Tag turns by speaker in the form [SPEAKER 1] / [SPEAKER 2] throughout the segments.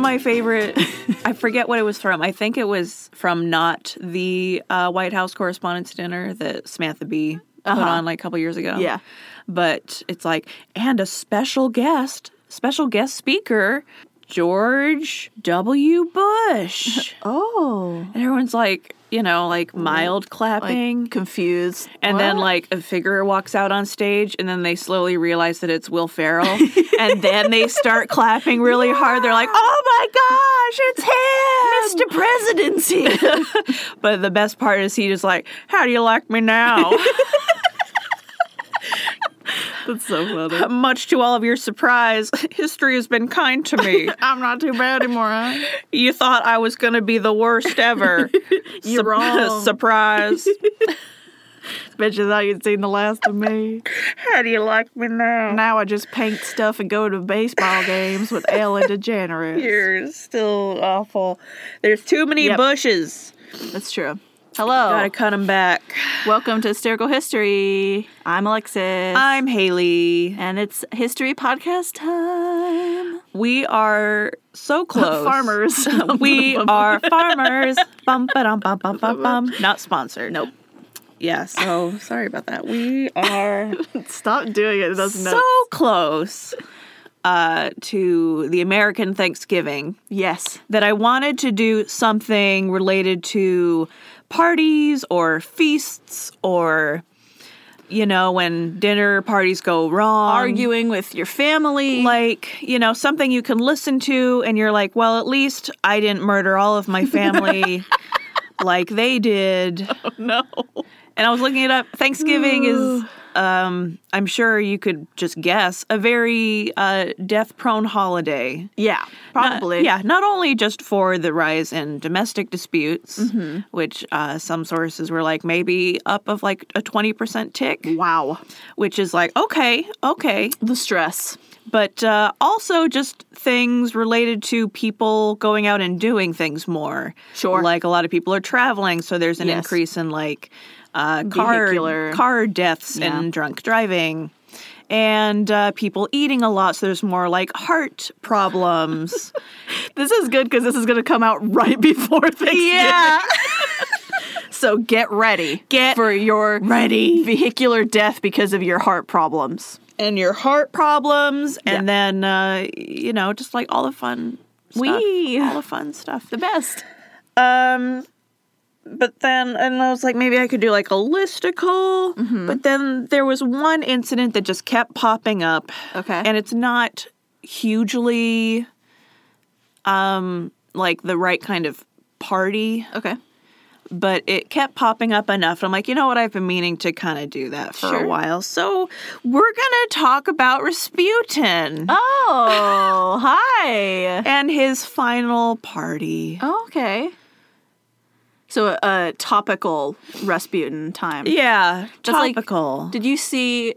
[SPEAKER 1] my favorite. I forget what it was from. I think it was from not the uh, White House Correspondents' Dinner that Samantha Bee put on like a couple years ago.
[SPEAKER 2] Yeah.
[SPEAKER 1] but it's like and a special guest, special guest speaker, George W. Bush,
[SPEAKER 2] Oh.
[SPEAKER 1] and everyone's like, you know, like mild clapping.
[SPEAKER 2] Like, confused.
[SPEAKER 1] and then,
[SPEAKER 2] What?
[SPEAKER 1] like, a figure walks out on stage, and then they slowly realize that it's Will Ferrell. and then they start clapping really hard. They're like, oh my gosh, it's him!
[SPEAKER 2] Mr. Presidency.
[SPEAKER 1] But the best part is he just like, how do you like me now?
[SPEAKER 2] That's so funny.
[SPEAKER 1] Much to all of your surprise, history has been kind to me.
[SPEAKER 2] I'm not too bad anymore. Huh?
[SPEAKER 1] You thought I was going to be the worst ever.
[SPEAKER 2] You're wrong.
[SPEAKER 1] surprise.
[SPEAKER 2] Bet you thought you'd seen the last of me.
[SPEAKER 1] How do you like me now?
[SPEAKER 2] Now I just paint stuff and go to baseball games with Ellen DeGeneres.
[SPEAKER 1] You're still awful. There's too many
[SPEAKER 2] Yep.
[SPEAKER 1] bushes.
[SPEAKER 2] That's true. Hello.
[SPEAKER 1] Gotta cut them back.
[SPEAKER 2] Welcome to Hysterical History. I'm Alexis.
[SPEAKER 1] I'm Haley.
[SPEAKER 2] and it's history podcast time.
[SPEAKER 1] We are so close.
[SPEAKER 2] Farmers.
[SPEAKER 1] we are farmers. bum, ba-dum, bum, bum, bum, bum. Not sponsored. Nope. Yeah, so sorry about that. We are
[SPEAKER 2] Stop doing it. That's
[SPEAKER 1] so close uh, to the American Thanksgiving
[SPEAKER 2] Yes.
[SPEAKER 1] that I wanted to do something related to parties or feasts or, you know, when dinner parties go
[SPEAKER 2] Um,
[SPEAKER 1] wrong.
[SPEAKER 2] Arguing with your family.
[SPEAKER 1] Like, you know, something you can listen to and you're like, well, at least I didn't murder all of my family like they did.
[SPEAKER 2] Oh, no.
[SPEAKER 1] And I was looking it up. Thanksgiving is, um, I'm sure you could just guess, a very uh, death prone holiday.
[SPEAKER 2] Yeah.
[SPEAKER 1] Not-
[SPEAKER 2] Probably.
[SPEAKER 1] yeah, not only just for the rise in domestic disputes,
[SPEAKER 2] Mm-hmm.
[SPEAKER 1] which uh, some sources were like maybe up of like a 20% tick,
[SPEAKER 2] Wow.
[SPEAKER 1] which is like, okay, okay.
[SPEAKER 2] The stress.
[SPEAKER 1] But uh, also just things related to people going out and doing things more.
[SPEAKER 2] Sure.
[SPEAKER 1] Like a lot of people are traveling, so there's an
[SPEAKER 2] Yes.
[SPEAKER 1] increase in like uh, car,
[SPEAKER 2] Vehicular.
[SPEAKER 1] car deaths
[SPEAKER 2] Yeah.
[SPEAKER 1] and drunk driving. And uh, people eating a lot, so there's more like heart problems.
[SPEAKER 2] This is good because this is going to come out right before Thanksgiving. So get ready.
[SPEAKER 1] Get
[SPEAKER 2] for your
[SPEAKER 1] ready.
[SPEAKER 2] vehicular death because of your heart problems.
[SPEAKER 1] and your heart problems, and
[SPEAKER 2] Yeah.
[SPEAKER 1] then uh, you know, just like all the fun, stuff,
[SPEAKER 2] Wee.
[SPEAKER 1] all the fun stuff.
[SPEAKER 2] The best.
[SPEAKER 1] Um, but then, and I was like, maybe I could do like a listicle.
[SPEAKER 2] Mm-hmm.
[SPEAKER 1] But then there was one incident that just kept popping up.
[SPEAKER 2] Okay.
[SPEAKER 1] and it's not hugely, um, like the right kind of party,
[SPEAKER 2] Okay.
[SPEAKER 1] but it kept popping up enough. And I'm like, you know what? I've been meaning to kind of do that for
[SPEAKER 2] Sure.
[SPEAKER 1] a while. So we're gonna talk about Rasputin.
[SPEAKER 2] Oh, hi.
[SPEAKER 1] and his final party.
[SPEAKER 2] Okay. So a topical Rasputin time.
[SPEAKER 1] Yeah,
[SPEAKER 2] That's like-
[SPEAKER 1] topical.
[SPEAKER 2] Did you see?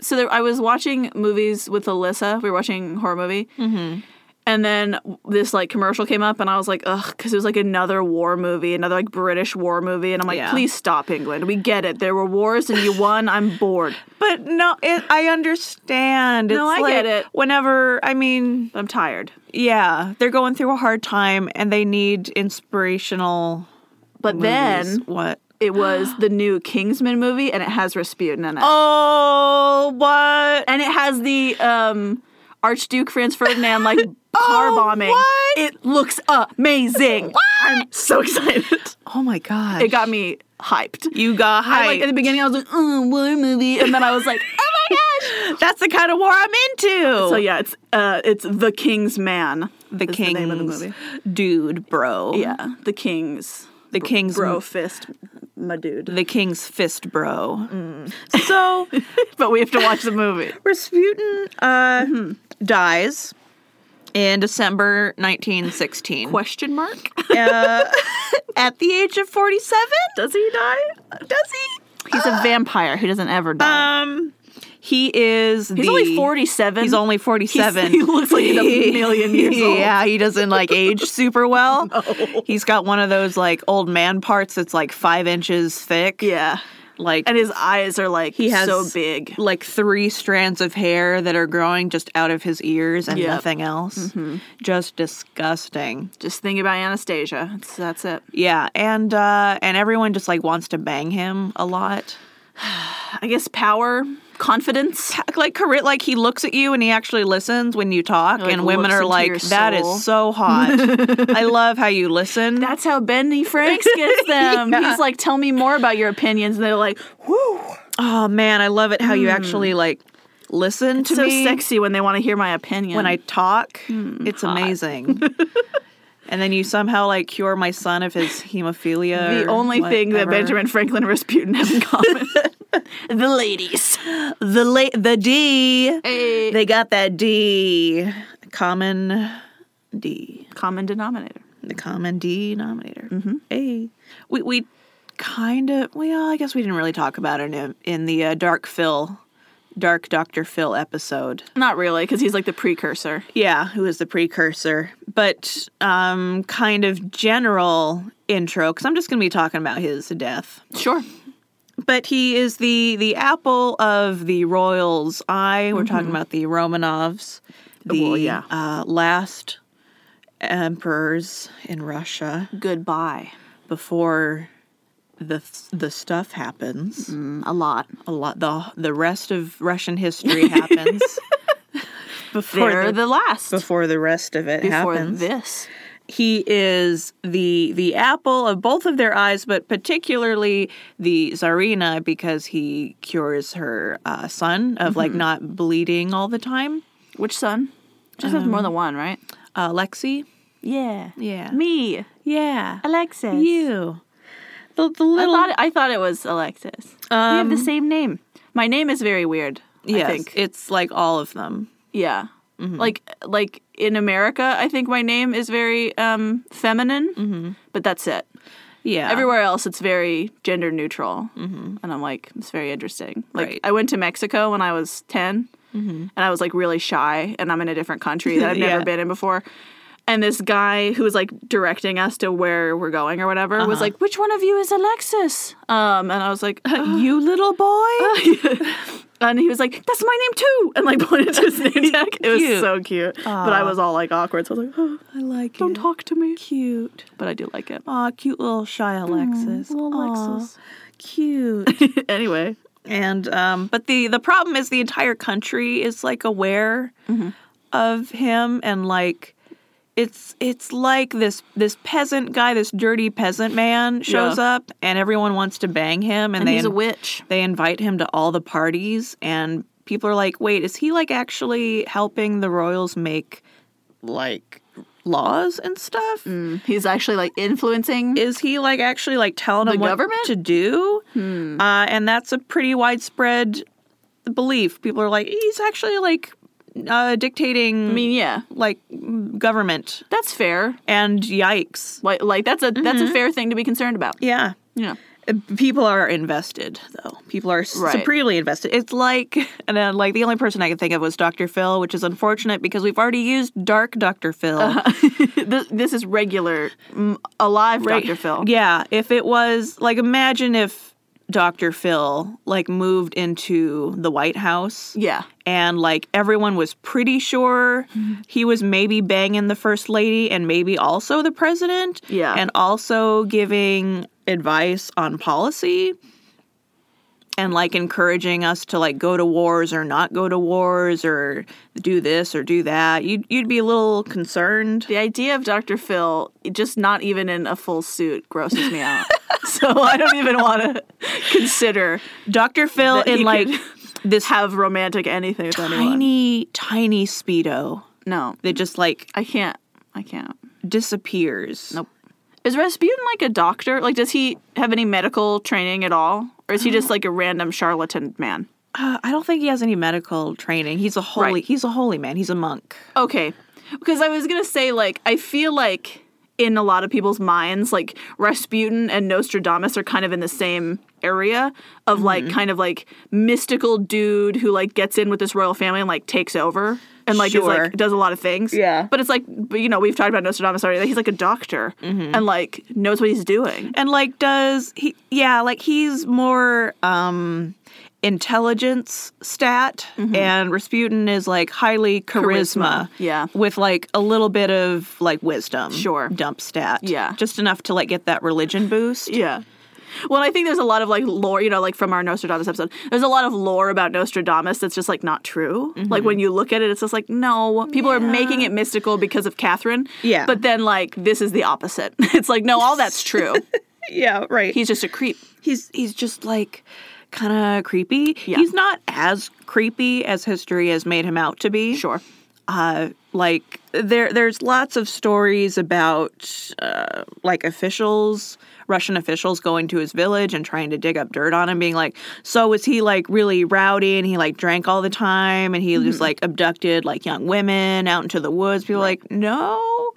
[SPEAKER 2] So there, I was watching movies with Alyssa. We were watching a horror movie, mm-hmm. and then this like commercial came up, and I was like, ugh, because it was like another war movie, another like British war movie, and I'm like,
[SPEAKER 1] Yeah.
[SPEAKER 2] please stop, England. We get it. There were wars, and you won. I'm bored.
[SPEAKER 1] but no, it, I understand.
[SPEAKER 2] No,
[SPEAKER 1] It's
[SPEAKER 2] I get
[SPEAKER 1] like
[SPEAKER 2] it.
[SPEAKER 1] Whenever, I mean,
[SPEAKER 2] I'm tired.
[SPEAKER 1] yeah, they're going through a hard time and they need inspirational.
[SPEAKER 2] But
[SPEAKER 1] movies.
[SPEAKER 2] then
[SPEAKER 1] what?
[SPEAKER 2] it was the new Kingsman movie, and it has Rasputin in it,
[SPEAKER 1] Oh, what?
[SPEAKER 2] and it has the um Archduke Franz Ferdinand like car
[SPEAKER 1] Oh,
[SPEAKER 2] bombing.
[SPEAKER 1] what?
[SPEAKER 2] It looks amazing. I'm so excited.
[SPEAKER 1] Oh my god!
[SPEAKER 2] it got me hyped.
[SPEAKER 1] You got
[SPEAKER 2] I, like at
[SPEAKER 1] hyped.
[SPEAKER 2] the beginning, I was like, "Oh, war movie," and then I was like, "Oh my gosh!"
[SPEAKER 1] That's the kind of war I'm into.
[SPEAKER 2] So yeah, it's uh, it's the King's Man.
[SPEAKER 1] Oh. the
[SPEAKER 2] is the
[SPEAKER 1] king's
[SPEAKER 2] name of the movie.
[SPEAKER 1] dude, bro.
[SPEAKER 2] Yeah, the King's
[SPEAKER 1] the king's
[SPEAKER 2] bro fist, my dude.
[SPEAKER 1] The king's fist, bro.
[SPEAKER 2] Mm.
[SPEAKER 1] So
[SPEAKER 2] But we have to watch the movie.
[SPEAKER 1] Rasputin uh,
[SPEAKER 2] Mm-hmm.
[SPEAKER 1] dies in December 1916
[SPEAKER 2] Question mark?
[SPEAKER 1] uh, at the age of 47.
[SPEAKER 2] Does he die?
[SPEAKER 1] Does he?
[SPEAKER 2] He's a vampire who doesn't ever die.
[SPEAKER 1] Um, he is.
[SPEAKER 2] he's only forty-seven.
[SPEAKER 1] He's only 47.
[SPEAKER 2] He's- he looks like he's a million years old.
[SPEAKER 1] Yeah, he doesn't like age super well. He's got one of those like old man parts that's like five inches thick.
[SPEAKER 2] yeah.
[SPEAKER 1] Like
[SPEAKER 2] and his eyes are like
[SPEAKER 1] he has
[SPEAKER 2] so big.
[SPEAKER 1] like three strands of hair that are growing just out of his ears and
[SPEAKER 2] Yep.
[SPEAKER 1] nothing else.
[SPEAKER 2] Mm-hmm.
[SPEAKER 1] Just disgusting.
[SPEAKER 2] Just think about Anastasia. It's, that's it.
[SPEAKER 1] Yeah, and uh and everyone just like wants to bang him a lot.
[SPEAKER 2] I guess power, confidence.
[SPEAKER 1] Like Corinne, like he looks at you and he actually listens when you talk,
[SPEAKER 2] Like,
[SPEAKER 1] and women
[SPEAKER 2] looks
[SPEAKER 1] are
[SPEAKER 2] into
[SPEAKER 1] like,
[SPEAKER 2] your
[SPEAKER 1] "That
[SPEAKER 2] soul."
[SPEAKER 1] is so hot. I love how you listen."
[SPEAKER 2] That's how Benny Franks gets them.
[SPEAKER 1] Yeah.
[SPEAKER 2] He's like, tell me more about your opinions. And they're like, whoo.
[SPEAKER 1] oh man, I love it how you actually like listen to
[SPEAKER 2] Mm. So
[SPEAKER 1] me
[SPEAKER 2] sexy Mm, when they want to hear my opinion.
[SPEAKER 1] when I talk. it's amazing. and then you somehow like cure my son of his hemophilia.
[SPEAKER 2] the
[SPEAKER 1] or
[SPEAKER 2] only thing that
[SPEAKER 1] whatever.
[SPEAKER 2] Benjamin Franklin and Rasputin have in common. the ladies.
[SPEAKER 1] the late the D
[SPEAKER 2] A
[SPEAKER 1] they got that D common D.
[SPEAKER 2] common denominator.
[SPEAKER 1] the common denominator. Mm-hmm. Hey, we we kind of well, I guess we didn't really talk about it in, in the uh, Dark Phil, Dark Doctor Phil episode.
[SPEAKER 2] Not really, because he's like the precursor.
[SPEAKER 1] Yeah, who is the precursor? But um, kind of general intro because I'm just going to be talking about his death.
[SPEAKER 2] Sure.
[SPEAKER 1] But he is the the apple of the royals' eye. We're talking about the Romanovs, the
[SPEAKER 2] Mm-hmm. Well, yeah.
[SPEAKER 1] uh, last emperors in Russia.
[SPEAKER 2] Goodbye.
[SPEAKER 1] before the the stuff happens.
[SPEAKER 2] Mm, a lot.
[SPEAKER 1] A lot the the rest of Russian history happens before
[SPEAKER 2] They're
[SPEAKER 1] the,
[SPEAKER 2] the last.
[SPEAKER 1] before the rest of it
[SPEAKER 2] Before
[SPEAKER 1] happens.
[SPEAKER 2] this.
[SPEAKER 1] He is the the apple of both of their eyes, but particularly the Tsarina because he cures her uh, son of
[SPEAKER 2] Mm-hmm.
[SPEAKER 1] like not bleeding all the time.
[SPEAKER 2] Which son? Just has more than one, right?
[SPEAKER 1] Uh, Lexi,
[SPEAKER 2] Yeah.
[SPEAKER 1] Um, yeah,
[SPEAKER 2] Me,
[SPEAKER 1] yeah,
[SPEAKER 2] Alexis.
[SPEAKER 1] you, the the
[SPEAKER 2] I
[SPEAKER 1] little um,
[SPEAKER 2] thought I thought it was Alexis. we have the same name. My name is very weird.
[SPEAKER 1] yes, Mm-hmm.
[SPEAKER 2] I think.
[SPEAKER 1] it's like all of them.
[SPEAKER 2] Yeah. Like like in America, I think my name is very um, feminine,
[SPEAKER 1] Mm-hmm.
[SPEAKER 2] but that's it.
[SPEAKER 1] Ah. Yeah,
[SPEAKER 2] Everywhere else, it's very gender neutral, and I'm like, it's very interesting. Like
[SPEAKER 1] Mm-hmm. Right. Mm-hmm.
[SPEAKER 2] I went to Mexico when I was 10 and I was like really shy, and I'm in a different country that I've never
[SPEAKER 1] Yeah.
[SPEAKER 2] been in before. And this guy who was like directing us to where we're going or whatever was
[SPEAKER 1] Uh-huh.
[SPEAKER 2] like, "Which one of you is Alexis?" Um, and I was like,
[SPEAKER 1] You little boy?
[SPEAKER 2] And he was like, "That's my name too," and like pointed to his name tag. It was
[SPEAKER 1] Cute.
[SPEAKER 2] so cute, but I was all like awkward. So I was like, oh,
[SPEAKER 1] I like
[SPEAKER 2] "Don't talk to me,"
[SPEAKER 1] Cute.
[SPEAKER 2] but I do like it.
[SPEAKER 1] Aw, cute little shy Alexis.
[SPEAKER 2] little
[SPEAKER 1] Aw,
[SPEAKER 2] Alexis.
[SPEAKER 1] Cute.
[SPEAKER 2] anyway,
[SPEAKER 1] and um but the the problem is the entire country is like aware
[SPEAKER 2] Mm-hmm.
[SPEAKER 1] of him and like it's it's like this this peasant guy, this dirty peasant man shows
[SPEAKER 2] Yeah.
[SPEAKER 1] up and everyone wants to bang him and,
[SPEAKER 2] and
[SPEAKER 1] they
[SPEAKER 2] he's a
[SPEAKER 1] in-
[SPEAKER 2] witch.
[SPEAKER 1] they invite him to all the parties and people are like wait is he like actually helping the royals make like laws and stuff
[SPEAKER 2] He's actually like influencing.
[SPEAKER 1] is he like actually like telling them what
[SPEAKER 2] government?
[SPEAKER 1] to do uh, and that's a pretty widespread belief people are like he's actually like uh, dictating
[SPEAKER 2] I mean, yeah,
[SPEAKER 1] like mm, government
[SPEAKER 2] that's fair.
[SPEAKER 1] and yikes
[SPEAKER 2] Like, like that's a that's a fair thing to be concerned about.
[SPEAKER 1] yeah
[SPEAKER 2] Yeah,
[SPEAKER 1] people are invested though people are
[SPEAKER 2] Right.
[SPEAKER 1] supremely invested it's like and then like the only person i could think of was dr phil which is unfortunate because we've already used dark dr phil
[SPEAKER 2] Uh-huh. this, this is regular, m- alive
[SPEAKER 1] Right.
[SPEAKER 2] Dr. Phil.
[SPEAKER 1] yeah if it was like imagine if dr phil like moved into the white house
[SPEAKER 2] yeah,
[SPEAKER 1] and like everyone was pretty sure he was maybe banging the first lady and maybe also the president
[SPEAKER 2] Yeah.
[SPEAKER 1] and also giving advice on policy and like encouraging us to like go to wars or not go to wars or do this or do that you'd, you'd be a little concerned
[SPEAKER 2] The idea of Dr. Phil, just not even in a full suit, grosses me out. so I don't even want to consider
[SPEAKER 1] dr phil
[SPEAKER 2] That he
[SPEAKER 1] in like
[SPEAKER 2] could
[SPEAKER 1] this
[SPEAKER 2] have romantic anything with anyone.
[SPEAKER 1] tiny tiny speedo
[SPEAKER 2] No,
[SPEAKER 1] that just like
[SPEAKER 2] I can't. I can't.
[SPEAKER 1] disappears
[SPEAKER 2] Nope. Is Rasputin like a doctor? Like, does he have any medical training at all, or is he just like a random charlatan man?
[SPEAKER 1] Uh, I don't think he has any medical training. He's a holy.
[SPEAKER 2] Right.
[SPEAKER 1] He's a holy man. He's a monk.
[SPEAKER 2] Okay. Because I was going to say, like, I feel like in a lot of people's minds. Like Rasputin and Nostradamus are kind of in the same area of like
[SPEAKER 1] Mm-hmm.
[SPEAKER 2] kind of like mystical dude who like gets in with this royal family and like takes over and like is
[SPEAKER 1] Sure.
[SPEAKER 2] like does a lot of things.
[SPEAKER 1] Yeah.
[SPEAKER 2] But it's like but, you know we've talked about Nostradamus already. Like, he's like a doctor
[SPEAKER 1] Mm-hmm.
[SPEAKER 2] and like knows what he's doing.
[SPEAKER 1] And like does he yeah, like he's more um intelligence stat and Rasputin is like highly charisma,
[SPEAKER 2] Mm-hmm. Charisma, yeah.
[SPEAKER 1] with like a little bit of like wisdom
[SPEAKER 2] Sure.
[SPEAKER 1] dump stat
[SPEAKER 2] Yeah.
[SPEAKER 1] just enough to like get that religion boost
[SPEAKER 2] Yeah. Well, I think there's a lot of like lore, you know, like from our Nostradamus episode. There's a lot of lore about Nostradamus that's just like not true. Like when you look at it, it's just like no, people are making it mystical because of Catherine.
[SPEAKER 1] Yeah.
[SPEAKER 2] But then like this is the opposite. It's like no, all that's true.
[SPEAKER 1] yeah right
[SPEAKER 2] He's just a creep.
[SPEAKER 1] he's he's just like kind of creepy.
[SPEAKER 2] Yeah.
[SPEAKER 1] He's not as creepy as history has made him out to be.
[SPEAKER 2] Sure.
[SPEAKER 1] Uh, like there there's lots of stories about uh, like officials, Russian officials going to his village and trying to dig up dirt on him being like, "So was he like really rowdy and he like drank all the time and he just
[SPEAKER 2] Mm-hmm.
[SPEAKER 1] like abducted like young women out into the woods?" People are like, "No."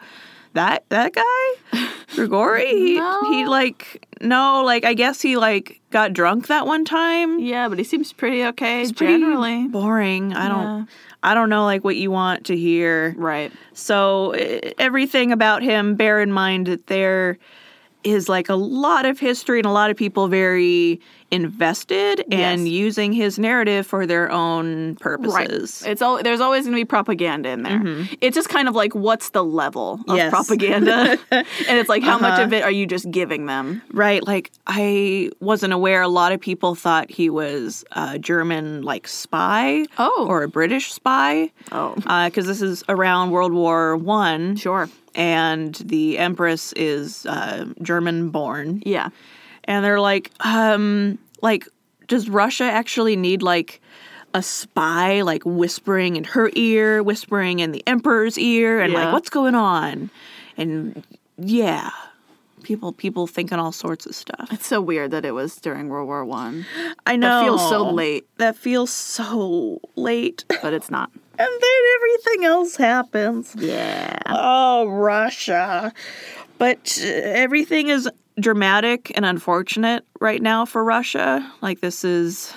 [SPEAKER 1] That that guy? Grigori? He, he
[SPEAKER 2] No.
[SPEAKER 1] like no, like I guess he like got drunk that one time.
[SPEAKER 2] Yeah, but he seems pretty okay
[SPEAKER 1] Pretty
[SPEAKER 2] generally.
[SPEAKER 1] boring. I don't I don't know like what you want to hear.
[SPEAKER 2] Right.
[SPEAKER 1] So eh, everything about him bear in mind that there is like a lot of history and a lot of people very invested and
[SPEAKER 2] Yes.
[SPEAKER 1] using his narrative for their own
[SPEAKER 2] Right. Mm-hmm.
[SPEAKER 1] purposes.
[SPEAKER 2] It's all there's always going to be propaganda in there. It's just kind of like what's the level of
[SPEAKER 1] Yes.
[SPEAKER 2] propaganda, and it's like how much of it are you just giving them?
[SPEAKER 1] Right. Like, I wasn't aware. A lot of people thought he was a German, like, spy.
[SPEAKER 2] Oh.
[SPEAKER 1] Or a British spy.
[SPEAKER 2] Oh.
[SPEAKER 1] Because this is around World War One.
[SPEAKER 2] Sure.
[SPEAKER 1] And the Empress is uh, German born.
[SPEAKER 2] Yeah.
[SPEAKER 1] And they're like, um, like, does Russia actually need, like, a spy like whispering in her ear, whispering in the emperor's ear, and
[SPEAKER 2] Yeah.
[SPEAKER 1] like what's going on, and yeah, people people thinking all sorts of stuff.
[SPEAKER 2] It's so weird that it was during World War One,
[SPEAKER 1] I know.
[SPEAKER 2] That feels so late.
[SPEAKER 1] That feels so late. and
[SPEAKER 2] but it's not.
[SPEAKER 1] then everything else happens.
[SPEAKER 2] Yeah.
[SPEAKER 1] Oh, Russia. But uh, everything is dramatic and unfortunate right now for Russia. Like, this is.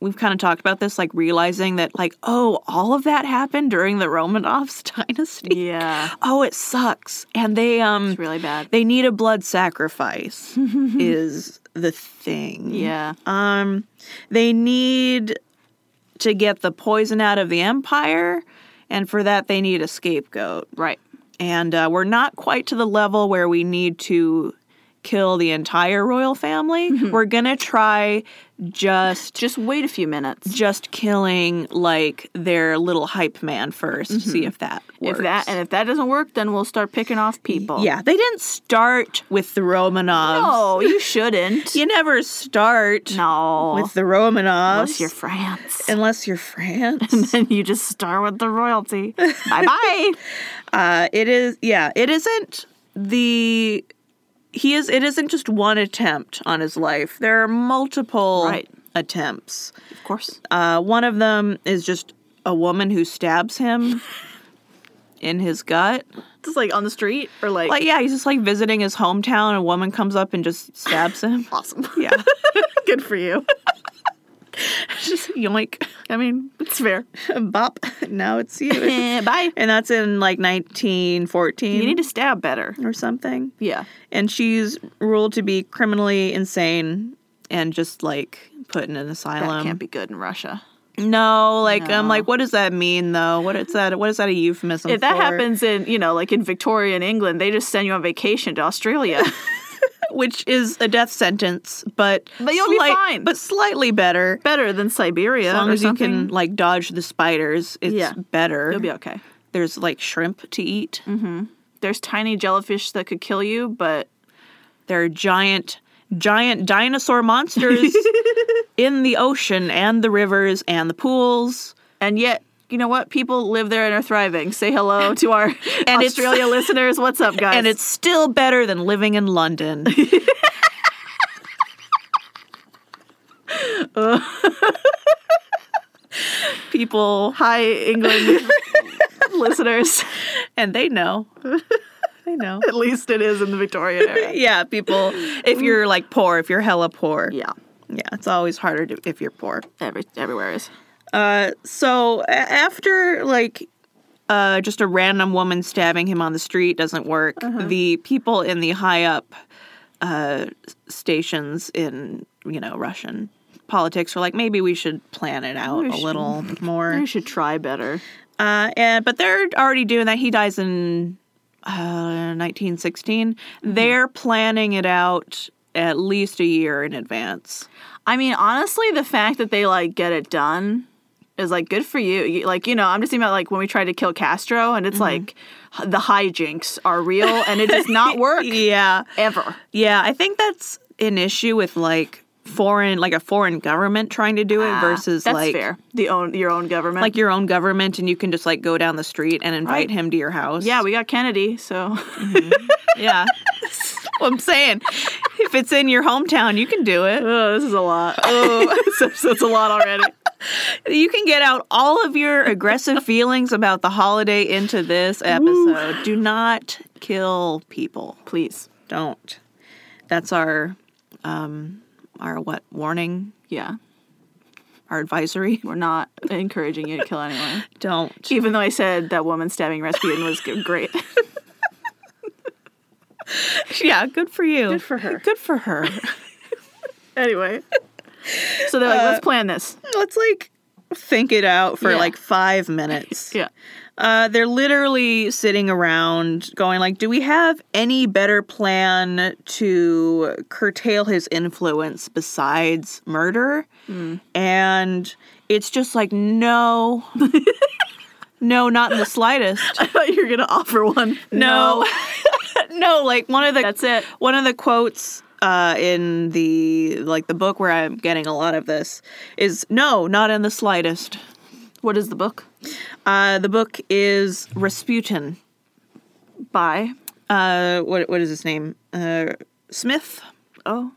[SPEAKER 1] We've kind of talked about this, like realizing that, like, oh, all of that happened during the Romanovs dynasty.
[SPEAKER 2] Yeah.
[SPEAKER 1] Oh, it sucks. And they, um,
[SPEAKER 2] It's really bad.
[SPEAKER 1] they need a blood sacrifice, is the thing.
[SPEAKER 2] Yeah.
[SPEAKER 1] Um, they need to get the poison out of the empire, and for that they need a scapegoat.
[SPEAKER 2] Right.
[SPEAKER 1] And uh, we're not quite to the level where we need to kill the entire royal family.
[SPEAKER 2] Mm-hmm.
[SPEAKER 1] We're gonna try just
[SPEAKER 2] Just wait a few minutes.
[SPEAKER 1] just killing like their little hype man 1st See if that works.
[SPEAKER 2] Mm-hmm. If that and if that doesn't work, then we'll start picking off people.
[SPEAKER 1] yeah, they didn't start with the Romanovs.
[SPEAKER 2] Oh, you shouldn't.
[SPEAKER 1] You never start
[SPEAKER 2] No.
[SPEAKER 1] with the Romanovs
[SPEAKER 2] Unless you're France.
[SPEAKER 1] unless you're France.
[SPEAKER 2] then you just start with the royalty. bye bye.
[SPEAKER 1] Uh, it is, yeah, it isn't the he is. It isn't just one attempt on his life. There are multiple
[SPEAKER 2] Right.
[SPEAKER 1] attempts.
[SPEAKER 2] Of course.
[SPEAKER 1] Uh, one of them is just a woman who stabs him in his gut.
[SPEAKER 2] Just like on the street or like,
[SPEAKER 1] Like, yeah, he's just like visiting his hometown, and a woman comes up and just stabs him.
[SPEAKER 2] awesome.
[SPEAKER 1] yeah,
[SPEAKER 2] Good for you.
[SPEAKER 1] just yoink,
[SPEAKER 2] I mean, it's fair.
[SPEAKER 1] bop. Now it's you.
[SPEAKER 2] Eh, bye.
[SPEAKER 1] and that's in like 1914
[SPEAKER 2] You need to stab better.
[SPEAKER 1] or something.
[SPEAKER 2] Yeah.
[SPEAKER 1] and she's ruled to be criminally insane and just like put in an
[SPEAKER 2] That
[SPEAKER 1] asylum.
[SPEAKER 2] can't be good in Russia.
[SPEAKER 1] No, like I'm
[SPEAKER 2] No.
[SPEAKER 1] like, what does that mean though? What is that? What is that a euphemism?
[SPEAKER 2] If that
[SPEAKER 1] for?
[SPEAKER 2] happens in, you know, like in Victorian England, they just send you on vacation to Australia.
[SPEAKER 1] which is a death sentence, but
[SPEAKER 2] But you'll be fine.
[SPEAKER 1] but slightly better.
[SPEAKER 2] Better than Siberia.
[SPEAKER 1] As long
[SPEAKER 2] or
[SPEAKER 1] as you
[SPEAKER 2] something.
[SPEAKER 1] can like dodge the spiders, it's
[SPEAKER 2] Yeah.
[SPEAKER 1] better.
[SPEAKER 2] You'll be Mm-hmm. okay.
[SPEAKER 1] There's like shrimp to eat.
[SPEAKER 2] There's tiny jellyfish that could kill you, but
[SPEAKER 1] There are giant, giant dinosaur monsters in the ocean and the rivers and the pools.
[SPEAKER 2] and yet, you know what? People live there and are thriving. Say hello to our
[SPEAKER 1] it's-
[SPEAKER 2] Australia listeners. What's up, guys?
[SPEAKER 1] And it's still better than living in London. People,
[SPEAKER 2] hi England listeners.
[SPEAKER 1] and they know. They I know.
[SPEAKER 2] At least it is in the Victorian era.
[SPEAKER 1] Yeah, people. If you're like poor, if you're hella poor,
[SPEAKER 2] yeah,
[SPEAKER 1] yeah, it's always harder to, if you're poor.
[SPEAKER 2] every everywhere is.
[SPEAKER 1] Uh, so a- after like uh, just a random woman stabbing him on the street doesn't work, the people in the high up uh, stations in you know Russian politics are like maybe we should plan it out
[SPEAKER 2] We
[SPEAKER 1] a
[SPEAKER 2] should-
[SPEAKER 1] little more.
[SPEAKER 2] I should try better.
[SPEAKER 1] Uh, and but they're already doing that. He dies in uh, 1916. They're planning it out at least a year in advance.
[SPEAKER 2] I mean, honestly, the fact that they like get it done is like good for you. You- Like, you know, I'm just thinking about like when we tried to kill Castro, and it's like h- the hijinks are real, and it does not work
[SPEAKER 1] Yeah.
[SPEAKER 2] ever.
[SPEAKER 1] Yeah, I think that's an issue with like foreign, like a foreign government trying to do it
[SPEAKER 2] Ah,
[SPEAKER 1] versus
[SPEAKER 2] that's
[SPEAKER 1] like
[SPEAKER 2] fair. The own your own government.
[SPEAKER 1] like your own government, and you can just like go down the street and invite
[SPEAKER 2] Right.
[SPEAKER 1] him to your house.
[SPEAKER 2] yeah, we got Kennedy, so
[SPEAKER 1] yeah. what I'm saying, if it's in your hometown, you can do it.
[SPEAKER 2] oh, this is a lot. Oh, this episode's a lot already.
[SPEAKER 1] You can get out all of your aggressive feelings about the holiday into this episode. Do not kill people.
[SPEAKER 2] Please,
[SPEAKER 1] Don't. That's our um our what warning,
[SPEAKER 2] yeah,
[SPEAKER 1] our advisory.
[SPEAKER 2] we're not encouraging you to kill anyone.
[SPEAKER 1] Don't.
[SPEAKER 2] Even though I said that woman stabbing Rasputin was g- great.
[SPEAKER 1] Yeah, good for you.
[SPEAKER 2] Good for her.
[SPEAKER 1] Good for her.
[SPEAKER 2] anyway, so they're like, let's plan this.
[SPEAKER 1] Let's like think it out for
[SPEAKER 2] Yeah.
[SPEAKER 1] like five minutes.
[SPEAKER 2] Yeah.
[SPEAKER 1] Uh, they're literally sitting around going like, do we have any better plan to curtail his influence besides murder? And it's just like, no. no, not in the slightest.
[SPEAKER 2] I thought you were gonna offer one.
[SPEAKER 1] No. no, like one of the
[SPEAKER 2] That's it.
[SPEAKER 1] One of the quotes uh, in the like the book where I'm getting a lot of this is no, not in the slightest.
[SPEAKER 2] What is the book
[SPEAKER 1] Uh, the book is Rasputin.
[SPEAKER 2] by?
[SPEAKER 1] Uh, what what is his name? Uh, Smith.
[SPEAKER 2] Oh,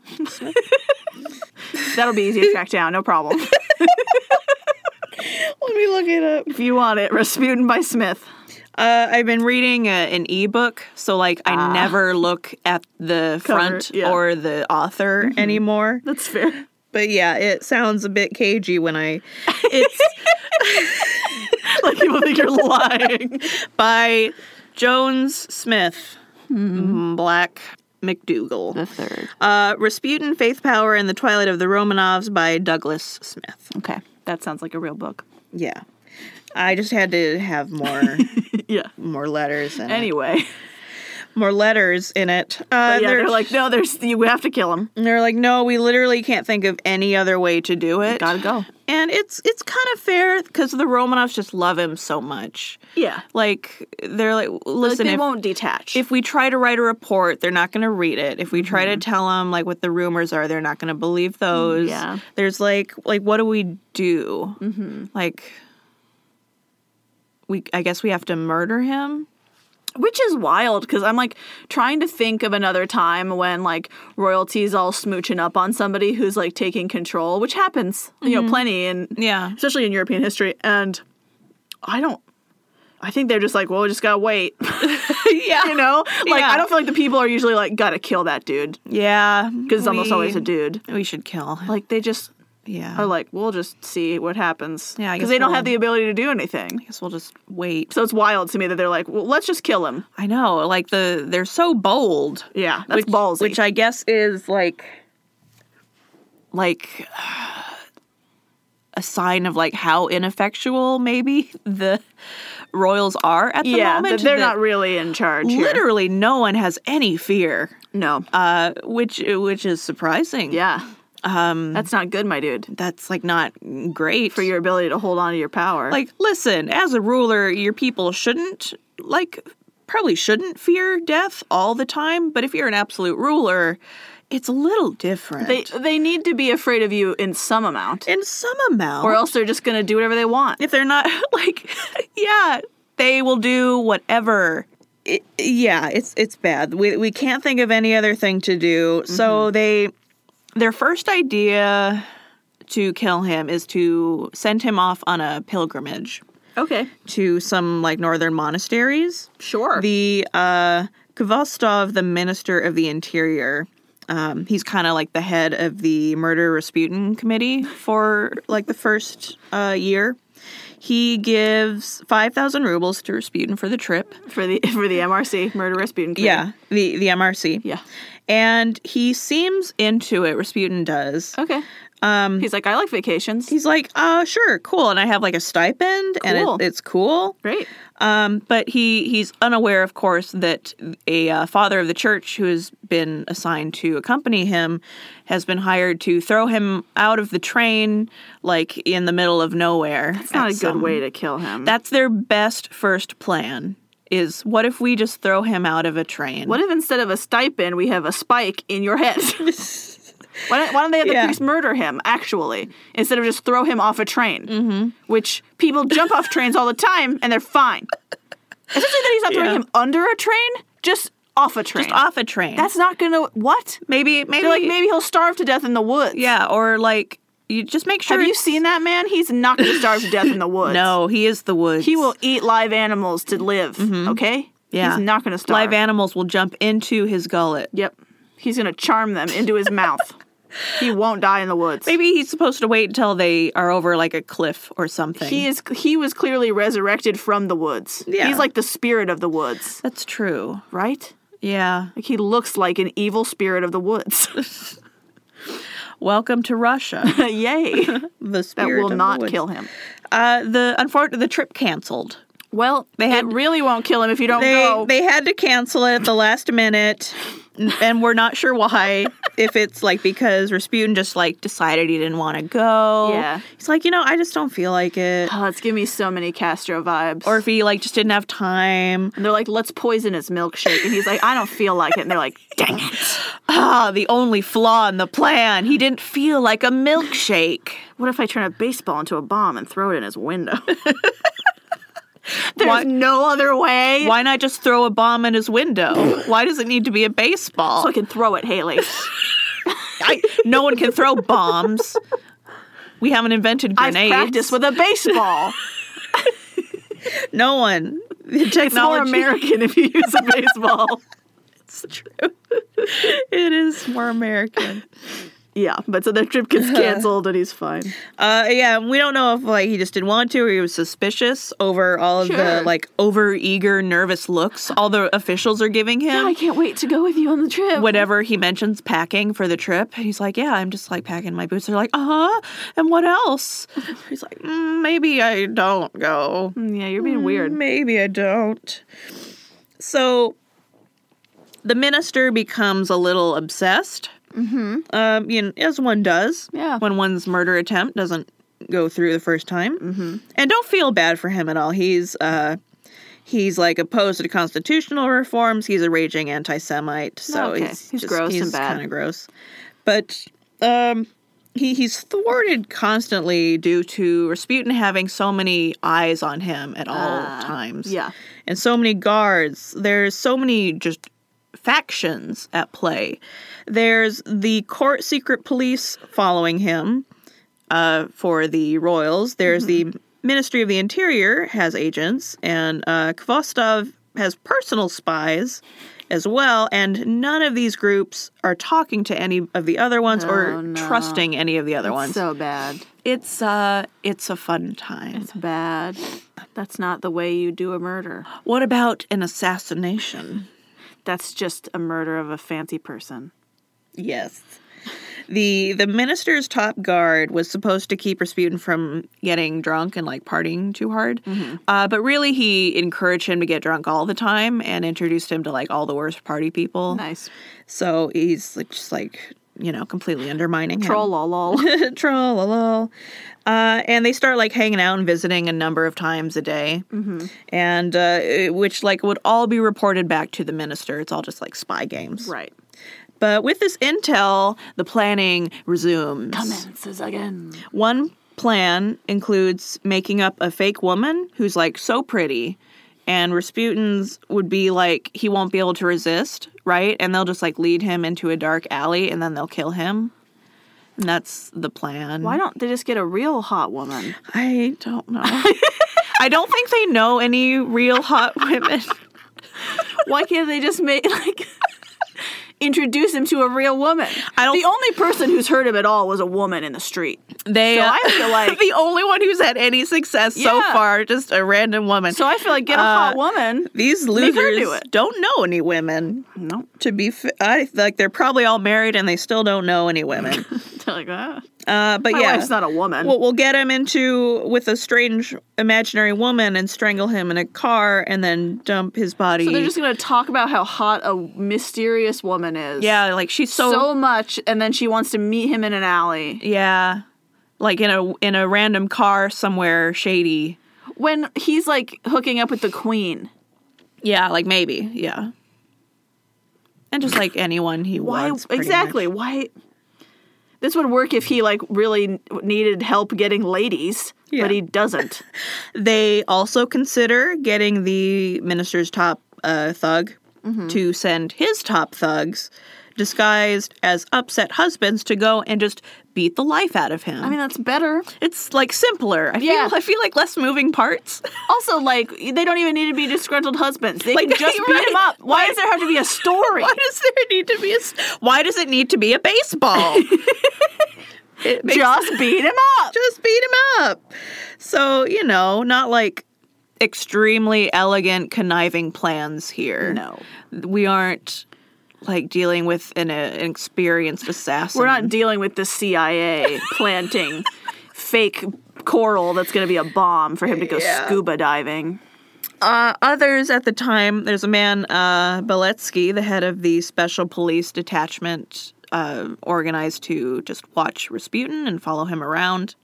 [SPEAKER 2] that'll be easy to track down. No problem.
[SPEAKER 1] Let me look it up.
[SPEAKER 2] if you want it, Rasputin by Smith.
[SPEAKER 1] Uh, I've been reading a, an ebook, so like I
[SPEAKER 2] Ah.
[SPEAKER 1] never look at the
[SPEAKER 2] Cover,
[SPEAKER 1] front
[SPEAKER 2] yeah.
[SPEAKER 1] or the author anymore.
[SPEAKER 2] That's fair.
[SPEAKER 1] But yeah, it sounds a bit cagey when I. It's
[SPEAKER 2] Like people think you're lying.
[SPEAKER 1] by Jones Smith, Black McDougal.
[SPEAKER 2] third.
[SPEAKER 1] Uh, Rasputin, Faith Power, and the Twilight of the Romanovs by Douglas Smith.
[SPEAKER 2] Okay, that sounds like a real book.
[SPEAKER 1] Yeah, I just had to have more
[SPEAKER 2] yeah.
[SPEAKER 1] more letters and
[SPEAKER 2] Anyway,
[SPEAKER 1] more letters in it. Uh,
[SPEAKER 2] yeah, they're like, no, there's you have to kill him.
[SPEAKER 1] they're like, no, we literally can't think of any other way to do it.
[SPEAKER 2] Gotta go.
[SPEAKER 1] And it's it's kind of fair because the Romanovs just love him so much.
[SPEAKER 2] Yeah,
[SPEAKER 1] Like they're like,
[SPEAKER 2] like,
[SPEAKER 1] listen,
[SPEAKER 2] they
[SPEAKER 1] if-
[SPEAKER 2] won't detach.
[SPEAKER 1] if we try to write a report, they're not going to read it. If we try
[SPEAKER 2] Mm-hmm.
[SPEAKER 1] to tell them like what the rumors are, they're not going to believe those.
[SPEAKER 2] Mm, yeah. Mm-hmm.
[SPEAKER 1] There's like like what do we do? Like we I guess we have to murder him.
[SPEAKER 2] Which is wild because I'm like trying to think of another time when like royalty's all smooching up on somebody who's like taking control, which happens, you know, plenty and
[SPEAKER 1] Yeah.
[SPEAKER 2] especially in European history. And I don't, I think they're just like, well, we just gotta wait,
[SPEAKER 1] yeah.
[SPEAKER 2] you know? Like,
[SPEAKER 1] Yeah.
[SPEAKER 2] I don't feel like the people are usually like, gotta kill that dude
[SPEAKER 1] Yeah.
[SPEAKER 2] because it's almost always a dude.
[SPEAKER 1] Mm-hmm. We should kill. him.
[SPEAKER 2] Like, they just
[SPEAKER 1] yeah.
[SPEAKER 2] are like, we'll just see what happens.
[SPEAKER 1] Yeah, I
[SPEAKER 2] Because
[SPEAKER 1] guess
[SPEAKER 2] they don't have
[SPEAKER 1] we'll-
[SPEAKER 2] the ability to do anything.
[SPEAKER 1] I guess we'll just wait.
[SPEAKER 2] So it's wild to me that they're like, well, let's just kill him.
[SPEAKER 1] I know. Like the they're so bold.
[SPEAKER 2] Yeah, that's
[SPEAKER 1] which,
[SPEAKER 2] ballsy.
[SPEAKER 1] Which I guess is like, like a sign of like how ineffectual maybe the royals are at the
[SPEAKER 2] yeah,
[SPEAKER 1] moment.
[SPEAKER 2] that they're
[SPEAKER 1] that
[SPEAKER 2] not really in charge here.
[SPEAKER 1] Literally, no one has any fear,
[SPEAKER 2] No.
[SPEAKER 1] uh, which which is surprising.
[SPEAKER 2] yeah. Um, That's not good, my dude,
[SPEAKER 1] that's like not great
[SPEAKER 2] for your ability to hold on to your power.
[SPEAKER 1] Like, listen, as a ruler, your people shouldn't like probably shouldn't fear death all the time. But if you're an absolute ruler, it's a little different.
[SPEAKER 2] they they need to be afraid of you in some amount,
[SPEAKER 1] in some amount,
[SPEAKER 2] or else they're just gonna do whatever they want.
[SPEAKER 1] if they're not like yeah they will do whatever I yeah it's it's bad we, we can't think of any other thing to do so they their first idea to kill him is to send him off on a pilgrimage
[SPEAKER 2] Okay,
[SPEAKER 1] to some like northern monasteries
[SPEAKER 2] sure.
[SPEAKER 1] the uh Kvostov, the Minister of the Interior, um, he's kind of like the head of the Murder Rasputin Committee for like the first uh, year. He gives 5,000 rubles to Rasputin for the trip.
[SPEAKER 2] for the for the MRC murder Rasputin. Committee.
[SPEAKER 1] Yeah, the, the MRC.
[SPEAKER 2] yeah.
[SPEAKER 1] And he seems into it, Rasputin does.
[SPEAKER 2] Okay. Um, he's like, I like vacations.
[SPEAKER 1] He's like, uh, sure, cool. And I have like a stipend
[SPEAKER 2] Cool.
[SPEAKER 1] and it, it's cool.
[SPEAKER 2] Great.
[SPEAKER 1] Um, but he he's unaware, of course, that a uh, father of the church who has been assigned to accompany him has been hired to throw him out of the train, like in the middle of nowhere.
[SPEAKER 2] It's not a good way to kill him.
[SPEAKER 1] That's their best first plan. Is what if we just throw him out of a train?
[SPEAKER 2] what if instead of a stipend, we have a spike in your head? why, don't, why don't they have the
[SPEAKER 1] Yeah.
[SPEAKER 2] police murder him, actually, instead of just throw him off a train? Mm-hmm. Which people jump off trains all the time and they're fine. Especially that he's not throwing
[SPEAKER 1] Yeah.
[SPEAKER 2] him under a train, just off a train.
[SPEAKER 1] off a train?
[SPEAKER 2] That's not gonna. What?
[SPEAKER 1] maybe maybe
[SPEAKER 2] They're like, maybe he'll starve to death in the woods.
[SPEAKER 1] yeah, or like you just make sure.
[SPEAKER 2] Have you
[SPEAKER 1] it's-
[SPEAKER 2] seen that man? He's not gonna starve to death in the woods.
[SPEAKER 1] No, he is the woods.
[SPEAKER 2] He will eat live animals to live. Okay.
[SPEAKER 1] Mm-hmm. Yeah.
[SPEAKER 2] He's not gonna starve.
[SPEAKER 1] Live animals will jump into his gullet.
[SPEAKER 2] Yep. He's gonna charm them into his mouth. He won't die in the woods.
[SPEAKER 1] Maybe he's supposed to wait until they are over like a cliff or something.
[SPEAKER 2] He is. He was clearly resurrected from the woods.
[SPEAKER 1] Yeah.
[SPEAKER 2] He's like the spirit of the woods,
[SPEAKER 1] That's true.
[SPEAKER 2] right?
[SPEAKER 1] Yeah.
[SPEAKER 2] Like he looks like an evil spirit of the woods.
[SPEAKER 1] Welcome to Russia.
[SPEAKER 2] Yay!
[SPEAKER 1] The
[SPEAKER 2] That
[SPEAKER 1] spirit
[SPEAKER 2] will
[SPEAKER 1] of
[SPEAKER 2] not
[SPEAKER 1] the woods.
[SPEAKER 2] kill him.
[SPEAKER 1] Uh, the unfortunately, the trip canceled.
[SPEAKER 2] Well,
[SPEAKER 1] They had-
[SPEAKER 2] it really won't kill him if you don't
[SPEAKER 1] They
[SPEAKER 2] go.
[SPEAKER 1] they had to cancel it at the last minute, n- and we're not sure why. if it's like because Rasputin just like decided he didn't want to go.
[SPEAKER 2] Yeah.
[SPEAKER 1] He's like, you know, I just don't feel like it.
[SPEAKER 2] oh, it's giving me so many Castro vibes.
[SPEAKER 1] Or if he like just didn't have time.
[SPEAKER 2] and they're like, "Let's poison his milkshake," and he's like, "I don't feel like it." And they're like, "Dang it!
[SPEAKER 1] Ah, the only flaw in the plan. He didn't feel like a milkshake.
[SPEAKER 2] What if I turn a baseball into a bomb and throw it in his window?" There's
[SPEAKER 1] Why-
[SPEAKER 2] no other way.
[SPEAKER 1] Why not just throw a bomb in his window? Why does it need to be a
[SPEAKER 2] So I
[SPEAKER 1] baseball?
[SPEAKER 2] can throw it, Haley.
[SPEAKER 1] I, no one can throw bombs. We haven't invented
[SPEAKER 2] I've
[SPEAKER 1] grenades.
[SPEAKER 2] practiced with a baseball.
[SPEAKER 1] no one. The
[SPEAKER 2] It's more
[SPEAKER 1] technology.
[SPEAKER 2] American if you use a baseball.
[SPEAKER 1] It's true. it is more American.
[SPEAKER 2] yeah, but so their trip gets canceled and he's fine.
[SPEAKER 1] Uh, yeah, we don't know if like he just didn't want to or he was suspicious over all of
[SPEAKER 2] Sure.
[SPEAKER 1] the like over eager, nervous looks all the officials are giving him.
[SPEAKER 2] I can't wait to go with you on the trip.
[SPEAKER 1] whenever he mentions packing for the trip, he's like, "Yeah, I'm just like packing my boots." They're like, "Uh huh," and what else? He's like, mm, "Maybe I don't go.
[SPEAKER 2] Mm, yeah, you're being weird.
[SPEAKER 1] Maybe I don't." So the minister becomes a little obsessed, mm-hmm. um, you know, as one does
[SPEAKER 2] Yeah.
[SPEAKER 1] when one's murder attempt doesn't go through the first time. Mm-hmm. And don't feel bad for him at all. He's uh, he's like opposed to constitutional reforms. He's a raging anti-Semite, so
[SPEAKER 2] Okay.
[SPEAKER 1] he's,
[SPEAKER 2] He's gross and bad.
[SPEAKER 1] Kind of gross, but um, he he's thwarted constantly due to Rasputin having so many eyes on him at all
[SPEAKER 2] Ah,
[SPEAKER 1] times.
[SPEAKER 2] yeah.
[SPEAKER 1] and so many guards. There's so many just factions at play. There's the court secret police following him uh, for the royals. There's
[SPEAKER 2] Mm-hmm.
[SPEAKER 1] the Ministry of the Interior has agents, and uh, Kvostov has personal spies as well. And none of these groups are talking to any of the other ones
[SPEAKER 2] Oh,
[SPEAKER 1] or
[SPEAKER 2] no.
[SPEAKER 1] trusting any of the other ones.
[SPEAKER 2] So bad.
[SPEAKER 1] it's uh, it's a fun time.
[SPEAKER 2] It's bad. That's not the way you do a murder.
[SPEAKER 1] What about an assassination?
[SPEAKER 2] That's just a murder of a fancy person.
[SPEAKER 1] Yes. The the minister's top guard was supposed to keep Rasputin from getting drunk and like partying too hard.
[SPEAKER 2] Mm-hmm.
[SPEAKER 1] Uh, but really he encouraged him to get drunk all the time and introduced him to like all the worst party people.
[SPEAKER 2] Nice.
[SPEAKER 1] So he's like, just like, you know, completely undermining
[SPEAKER 2] Troll lol lol.
[SPEAKER 1] him. Troll. lol. Uh, and they start like hanging out and visiting a number of times a day,
[SPEAKER 2] Mm-hmm.
[SPEAKER 1] and uh, it- which like would all be reported back to the minister. It's all just like spy games,
[SPEAKER 2] right.
[SPEAKER 1] but with this intel, the planning resumes.
[SPEAKER 2] Commences again.
[SPEAKER 1] One plan includes making up a fake woman who's like so pretty, and Rasputin's would be like, he won't be able to resist, right? And they'll just like lead him into a dark alley and then they'll kill him. And that's the plan.
[SPEAKER 2] Why don't they just get a real hot woman?
[SPEAKER 1] I don't know. I don't think they know any real hot women.
[SPEAKER 2] Why can't they just make like introduce him to a real woman?
[SPEAKER 1] I don't-
[SPEAKER 2] The only person who's heard him at all was a woman in the street.
[SPEAKER 1] They
[SPEAKER 2] So
[SPEAKER 1] uh,
[SPEAKER 2] I feel like-
[SPEAKER 1] the only one who's had any success so
[SPEAKER 2] Yeah.
[SPEAKER 1] far, just a random woman.
[SPEAKER 2] So I feel like get a
[SPEAKER 1] Uh,
[SPEAKER 2] hot woman.
[SPEAKER 1] These
[SPEAKER 2] her do
[SPEAKER 1] losers
[SPEAKER 2] it.
[SPEAKER 1] don't know any women.
[SPEAKER 2] No,
[SPEAKER 1] To be, f- I like they're probably all married and they still don't know any women.
[SPEAKER 2] like ah,
[SPEAKER 1] Uh, but
[SPEAKER 2] my
[SPEAKER 1] yeah,
[SPEAKER 2] wife's not a woman.
[SPEAKER 1] We'll, we'll get him into with a strange imaginary woman and strangle him in a car and then dump his body.
[SPEAKER 2] so they're just gonna talk about how hot a mysterious woman is.
[SPEAKER 1] yeah, like she's
[SPEAKER 2] So,
[SPEAKER 1] so,
[SPEAKER 2] much, and then she wants to meet him in an alley.
[SPEAKER 1] yeah, like in a in a random car somewhere shady.
[SPEAKER 2] When he's like hooking up with the queen,
[SPEAKER 1] Yeah, like maybe yeah, and just like anyone he
[SPEAKER 2] why
[SPEAKER 1] wants. pretty
[SPEAKER 2] exactly?
[SPEAKER 1] much.
[SPEAKER 2] Why? This would work if he like really n- needed help getting ladies,
[SPEAKER 1] Yeah.
[SPEAKER 2] but he doesn't.
[SPEAKER 1] They also consider getting the minister's top uh, thug
[SPEAKER 2] Mm-hmm.
[SPEAKER 1] to send his top thugs disguised as upset husbands to go and just beat the life out of him.
[SPEAKER 2] I mean, that's better.
[SPEAKER 1] It's like simpler. I
[SPEAKER 2] Yeah.
[SPEAKER 1] feel I feel like less moving parts.
[SPEAKER 2] Also, like they don't even need to be disgruntled husbands. They
[SPEAKER 1] Like,
[SPEAKER 2] can just beat
[SPEAKER 1] right.
[SPEAKER 2] him up. Why does there have to be a story?
[SPEAKER 1] Why does there need to be a? s- Why does it need to be a baseball? it makes, just
[SPEAKER 2] Just beat him up.
[SPEAKER 1] beat him up. So you know, not like extremely elegant conniving plans here.
[SPEAKER 2] No.
[SPEAKER 1] we aren't like dealing with an, uh, an experienced assassin.
[SPEAKER 2] We're not dealing with the CIA planting fake coral that's going to be a bomb for him to go
[SPEAKER 1] Yeah.
[SPEAKER 2] scuba diving.
[SPEAKER 1] Uh, others at the time, there's a man, uh, Beletsky, the head of the special police detachment, uh, organized to just watch Rasputin and follow him around.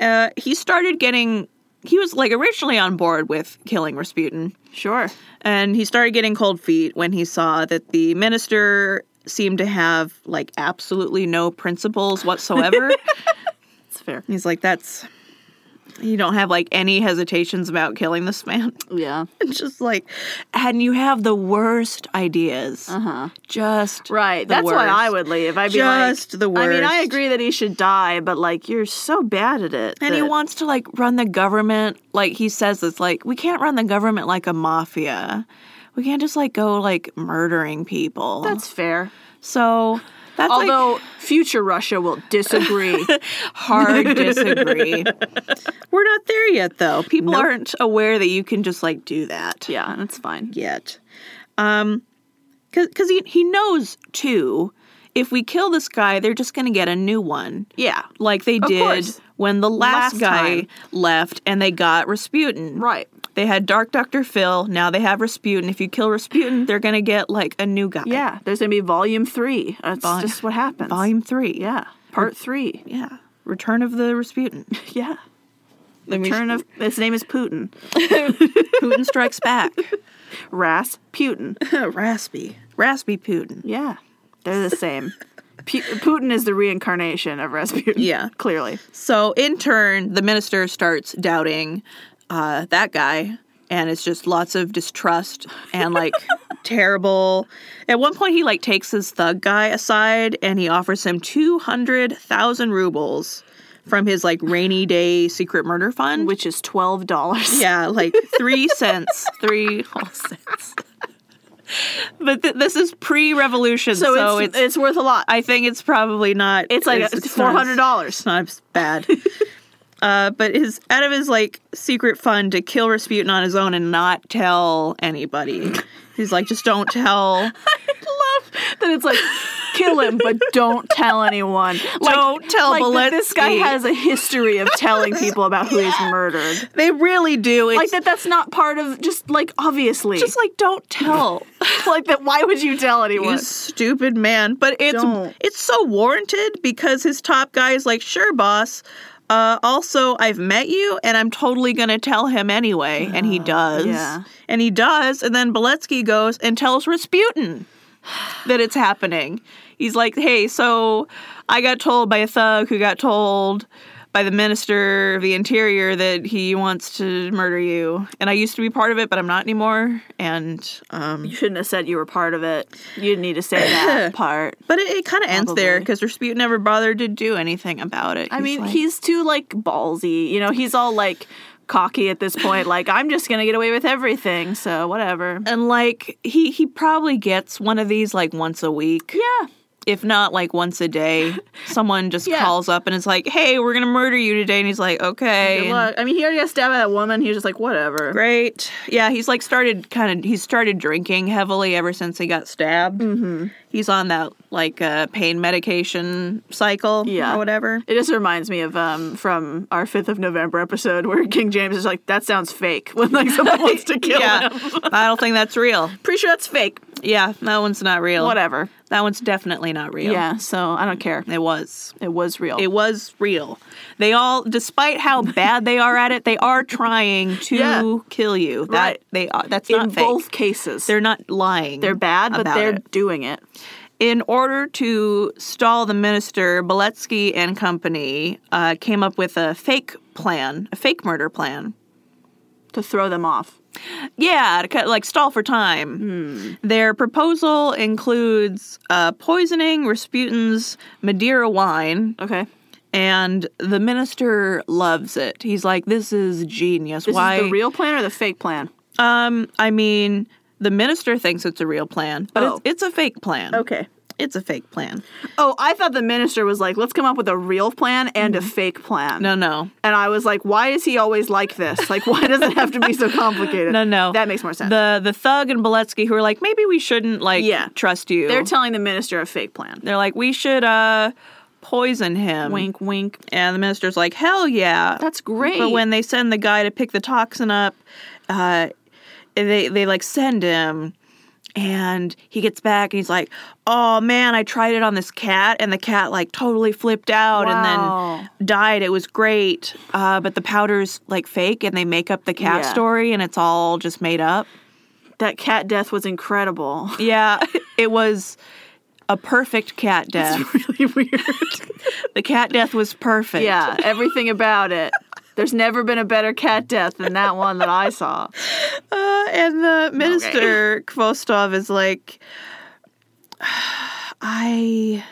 [SPEAKER 1] Uh, he started getting, he was like originally on board with killing Rasputin,
[SPEAKER 2] Sure.
[SPEAKER 1] and he started getting cold feet when he saw that the minister seemed to have like absolutely no principles whatsoever.
[SPEAKER 2] It's fair.
[SPEAKER 1] He's like, that's, you don't have like any hesitations about killing this man.
[SPEAKER 2] Yeah.
[SPEAKER 1] It's just like, and you have the worst ideas.
[SPEAKER 2] Uh-huh.
[SPEAKER 1] Just
[SPEAKER 2] Right.
[SPEAKER 1] the
[SPEAKER 2] that's why I
[SPEAKER 1] worst.
[SPEAKER 2] would leave. I'd be
[SPEAKER 1] Just
[SPEAKER 2] like,
[SPEAKER 1] the
[SPEAKER 2] I mean, I
[SPEAKER 1] worst.
[SPEAKER 2] agree that he should die, but like, you're so bad at it.
[SPEAKER 1] And he
[SPEAKER 2] that-
[SPEAKER 1] wants to like run the government. Like he says, it's like we can't run the government like a mafia. We can't just like go like murdering people.
[SPEAKER 2] That's fair.
[SPEAKER 1] so. That's like
[SPEAKER 2] Although future Russia will disagree.
[SPEAKER 1] hard disagree. We're not there yet, though. People
[SPEAKER 2] Nope.
[SPEAKER 1] aren't aware that you can just like do that.
[SPEAKER 2] yeah, that's fine.
[SPEAKER 1] yet. Um, because he, he knows too, if we kill this guy, they're just going to get a new one.
[SPEAKER 2] Yeah.
[SPEAKER 1] Like they did
[SPEAKER 2] course.
[SPEAKER 1] when the last,
[SPEAKER 2] Last
[SPEAKER 1] guy
[SPEAKER 2] time.
[SPEAKER 1] left and they got Rasputin.
[SPEAKER 2] Right.
[SPEAKER 1] They had Dark Dr. Phil, now they have Rasputin. If you kill Rasputin, they're going to get like a new guy.
[SPEAKER 2] Yeah. There's going to be volume three. That's
[SPEAKER 1] Vol-
[SPEAKER 2] just what happens.
[SPEAKER 1] Volume 3.
[SPEAKER 2] Yeah. Part three.
[SPEAKER 1] Yeah. Return of the Rasputin.
[SPEAKER 2] Yeah.
[SPEAKER 1] Let me-
[SPEAKER 2] Turn of his name is Putin.
[SPEAKER 1] Putin strikes back.
[SPEAKER 2] Ras Putin.
[SPEAKER 1] Raspy. Raspy Putin.
[SPEAKER 2] Yeah, they're the same. Pu- Putin is the reincarnation of Rasputin.
[SPEAKER 1] Yeah.
[SPEAKER 2] clearly.
[SPEAKER 1] So in turn, the minister starts doubting uh, that guy, and it's just lots of distrust and like terrible. At one point, he like takes his thug guy aside and he offers him two hundred thousand rubles from his like rainy day secret murder fund.
[SPEAKER 2] Which is twelve dollars.
[SPEAKER 1] yeah, like three cents, three whole cents. But th- this is pre-revolution, so,
[SPEAKER 2] So, it's, it's worth a lot.
[SPEAKER 1] I think it's probably not.
[SPEAKER 2] It's like
[SPEAKER 1] not
[SPEAKER 2] four
[SPEAKER 1] as-
[SPEAKER 2] hundred
[SPEAKER 1] it's
[SPEAKER 2] dollars.
[SPEAKER 1] not as bad. uh, but his out of his like secret fund to kill Rasputin on his own and not tell anybody. He's like, just don't tell.
[SPEAKER 2] Love that it's like kill him, but don't tell anyone. Like,
[SPEAKER 1] Don't tell
[SPEAKER 2] like that This guy
[SPEAKER 1] Beletsky.
[SPEAKER 2] has a history of telling people about who he's murdered.
[SPEAKER 1] they really do. It's
[SPEAKER 2] Like that. That's not part of just like obviously.
[SPEAKER 1] just like don't tell.
[SPEAKER 2] like that. Why would you tell anyone?
[SPEAKER 1] you stupid man. But it's
[SPEAKER 2] Don't.
[SPEAKER 1] it's so warranted because his top guy is like, sure, boss. Uh, also, I've met you, and I'm totally gonna tell him anyway, and he does,
[SPEAKER 2] Uh, yeah.
[SPEAKER 1] and he does, and then Beletsky goes and tells Rasputin that it's happening. He's like, hey, so I got told by a thug who got told by the minister of the interior that he wants to murder you, and I used to be part of it, but I'm not anymore, and um,
[SPEAKER 2] you shouldn't have said you were part of it. You didn't need to say that part.
[SPEAKER 1] But it, it kind of ends there
[SPEAKER 2] Probably.
[SPEAKER 1] because Rasputin never bothered to do anything about it.
[SPEAKER 2] I mean,
[SPEAKER 1] like-
[SPEAKER 2] he's too like ballsy. You know, he's all like cocky at this point. Like, I'm just gonna get away with everything, so whatever.
[SPEAKER 1] And like he he probably gets one of these like once a week.
[SPEAKER 2] Yeah.
[SPEAKER 1] If not like once a day, someone just
[SPEAKER 2] Yeah.
[SPEAKER 1] calls up and it's like, "Hey, we're gonna murder you today," and he's like, "Okay."
[SPEAKER 2] Good
[SPEAKER 1] And-
[SPEAKER 2] luck. I mean, he already got stabbed by that woman. He was just like, whatever.
[SPEAKER 1] Great. Yeah, he's like started kind of. He started drinking heavily ever since he got stabbed. Mm-hmm. He's on that like uh, pain medication cycle
[SPEAKER 2] Yeah.
[SPEAKER 1] or whatever.
[SPEAKER 2] It just reminds me of um from our fifth of November episode where King James is like, that sounds fake when like someone wants to kill
[SPEAKER 1] Yeah,
[SPEAKER 2] him.
[SPEAKER 1] I don't think that's real.
[SPEAKER 2] Pretty sure that's fake.
[SPEAKER 1] Yeah, that one's not real.
[SPEAKER 2] Whatever.
[SPEAKER 1] That one's definitely not real.
[SPEAKER 2] Yeah, so I don't care.
[SPEAKER 1] it was.
[SPEAKER 2] It was real.
[SPEAKER 1] It was real. They all, despite how bad they are at it, they are trying to
[SPEAKER 2] Yeah.
[SPEAKER 1] kill you. That
[SPEAKER 2] Right.
[SPEAKER 1] they are. That's
[SPEAKER 2] In
[SPEAKER 1] not fake.
[SPEAKER 2] both cases.
[SPEAKER 1] they're not lying.
[SPEAKER 2] they're bad, but
[SPEAKER 1] about
[SPEAKER 2] they're
[SPEAKER 1] it.
[SPEAKER 2] doing it.
[SPEAKER 1] In order to stall the minister, Beletsky and company uh, came up with a fake plan, a fake murder plan.
[SPEAKER 2] To throw them off.
[SPEAKER 1] Yeah, to cut, like stall for time.
[SPEAKER 2] Hmm.
[SPEAKER 1] Their proposal includes uh, poisoning Rasputin's Madeira wine,
[SPEAKER 2] Okay.
[SPEAKER 1] and the minister loves it. He's like, "This is genius.
[SPEAKER 2] This
[SPEAKER 1] Why?"
[SPEAKER 2] is the real plan or the fake plan?
[SPEAKER 1] um, I mean, the minister thinks it's a real plan, but
[SPEAKER 2] Oh.
[SPEAKER 1] it's, it's a fake plan.
[SPEAKER 2] Okay.
[SPEAKER 1] It's a fake plan.
[SPEAKER 2] Oh, I thought the minister was like, let's come up with a real plan and
[SPEAKER 1] Mm-hmm.
[SPEAKER 2] a fake plan.
[SPEAKER 1] No, no,
[SPEAKER 2] And I was like, why is he always like this? Like, why does it have to be so complicated?
[SPEAKER 1] No, no.
[SPEAKER 2] That makes more sense.
[SPEAKER 1] the the thug and Beletsky who are like, maybe we shouldn't like
[SPEAKER 2] Yeah.
[SPEAKER 1] trust you.
[SPEAKER 2] They're telling the minister a fake plan.
[SPEAKER 1] They're like, we should uh poison him.
[SPEAKER 2] Wink, wink.
[SPEAKER 1] And the minister's like, hell yeah.
[SPEAKER 2] That's great.
[SPEAKER 1] But when they send the guy to pick the toxin up, uh, they they like send him. And he gets back and he's like, "Oh man, I tried it on this cat, and the cat like totally flipped out
[SPEAKER 2] Wow.
[SPEAKER 1] and then died. It was great, uh, but the powder's like fake, and they make up the cat
[SPEAKER 2] Yeah.
[SPEAKER 1] story, and it's all just made up."
[SPEAKER 2] that cat death was incredible.
[SPEAKER 1] Yeah, it was a perfect cat death.
[SPEAKER 2] really weird.
[SPEAKER 1] The cat death was perfect.
[SPEAKER 2] yeah, everything about it. There's never been a better cat death than that one that I saw.
[SPEAKER 1] Uh, and the minister Kvostov is like, I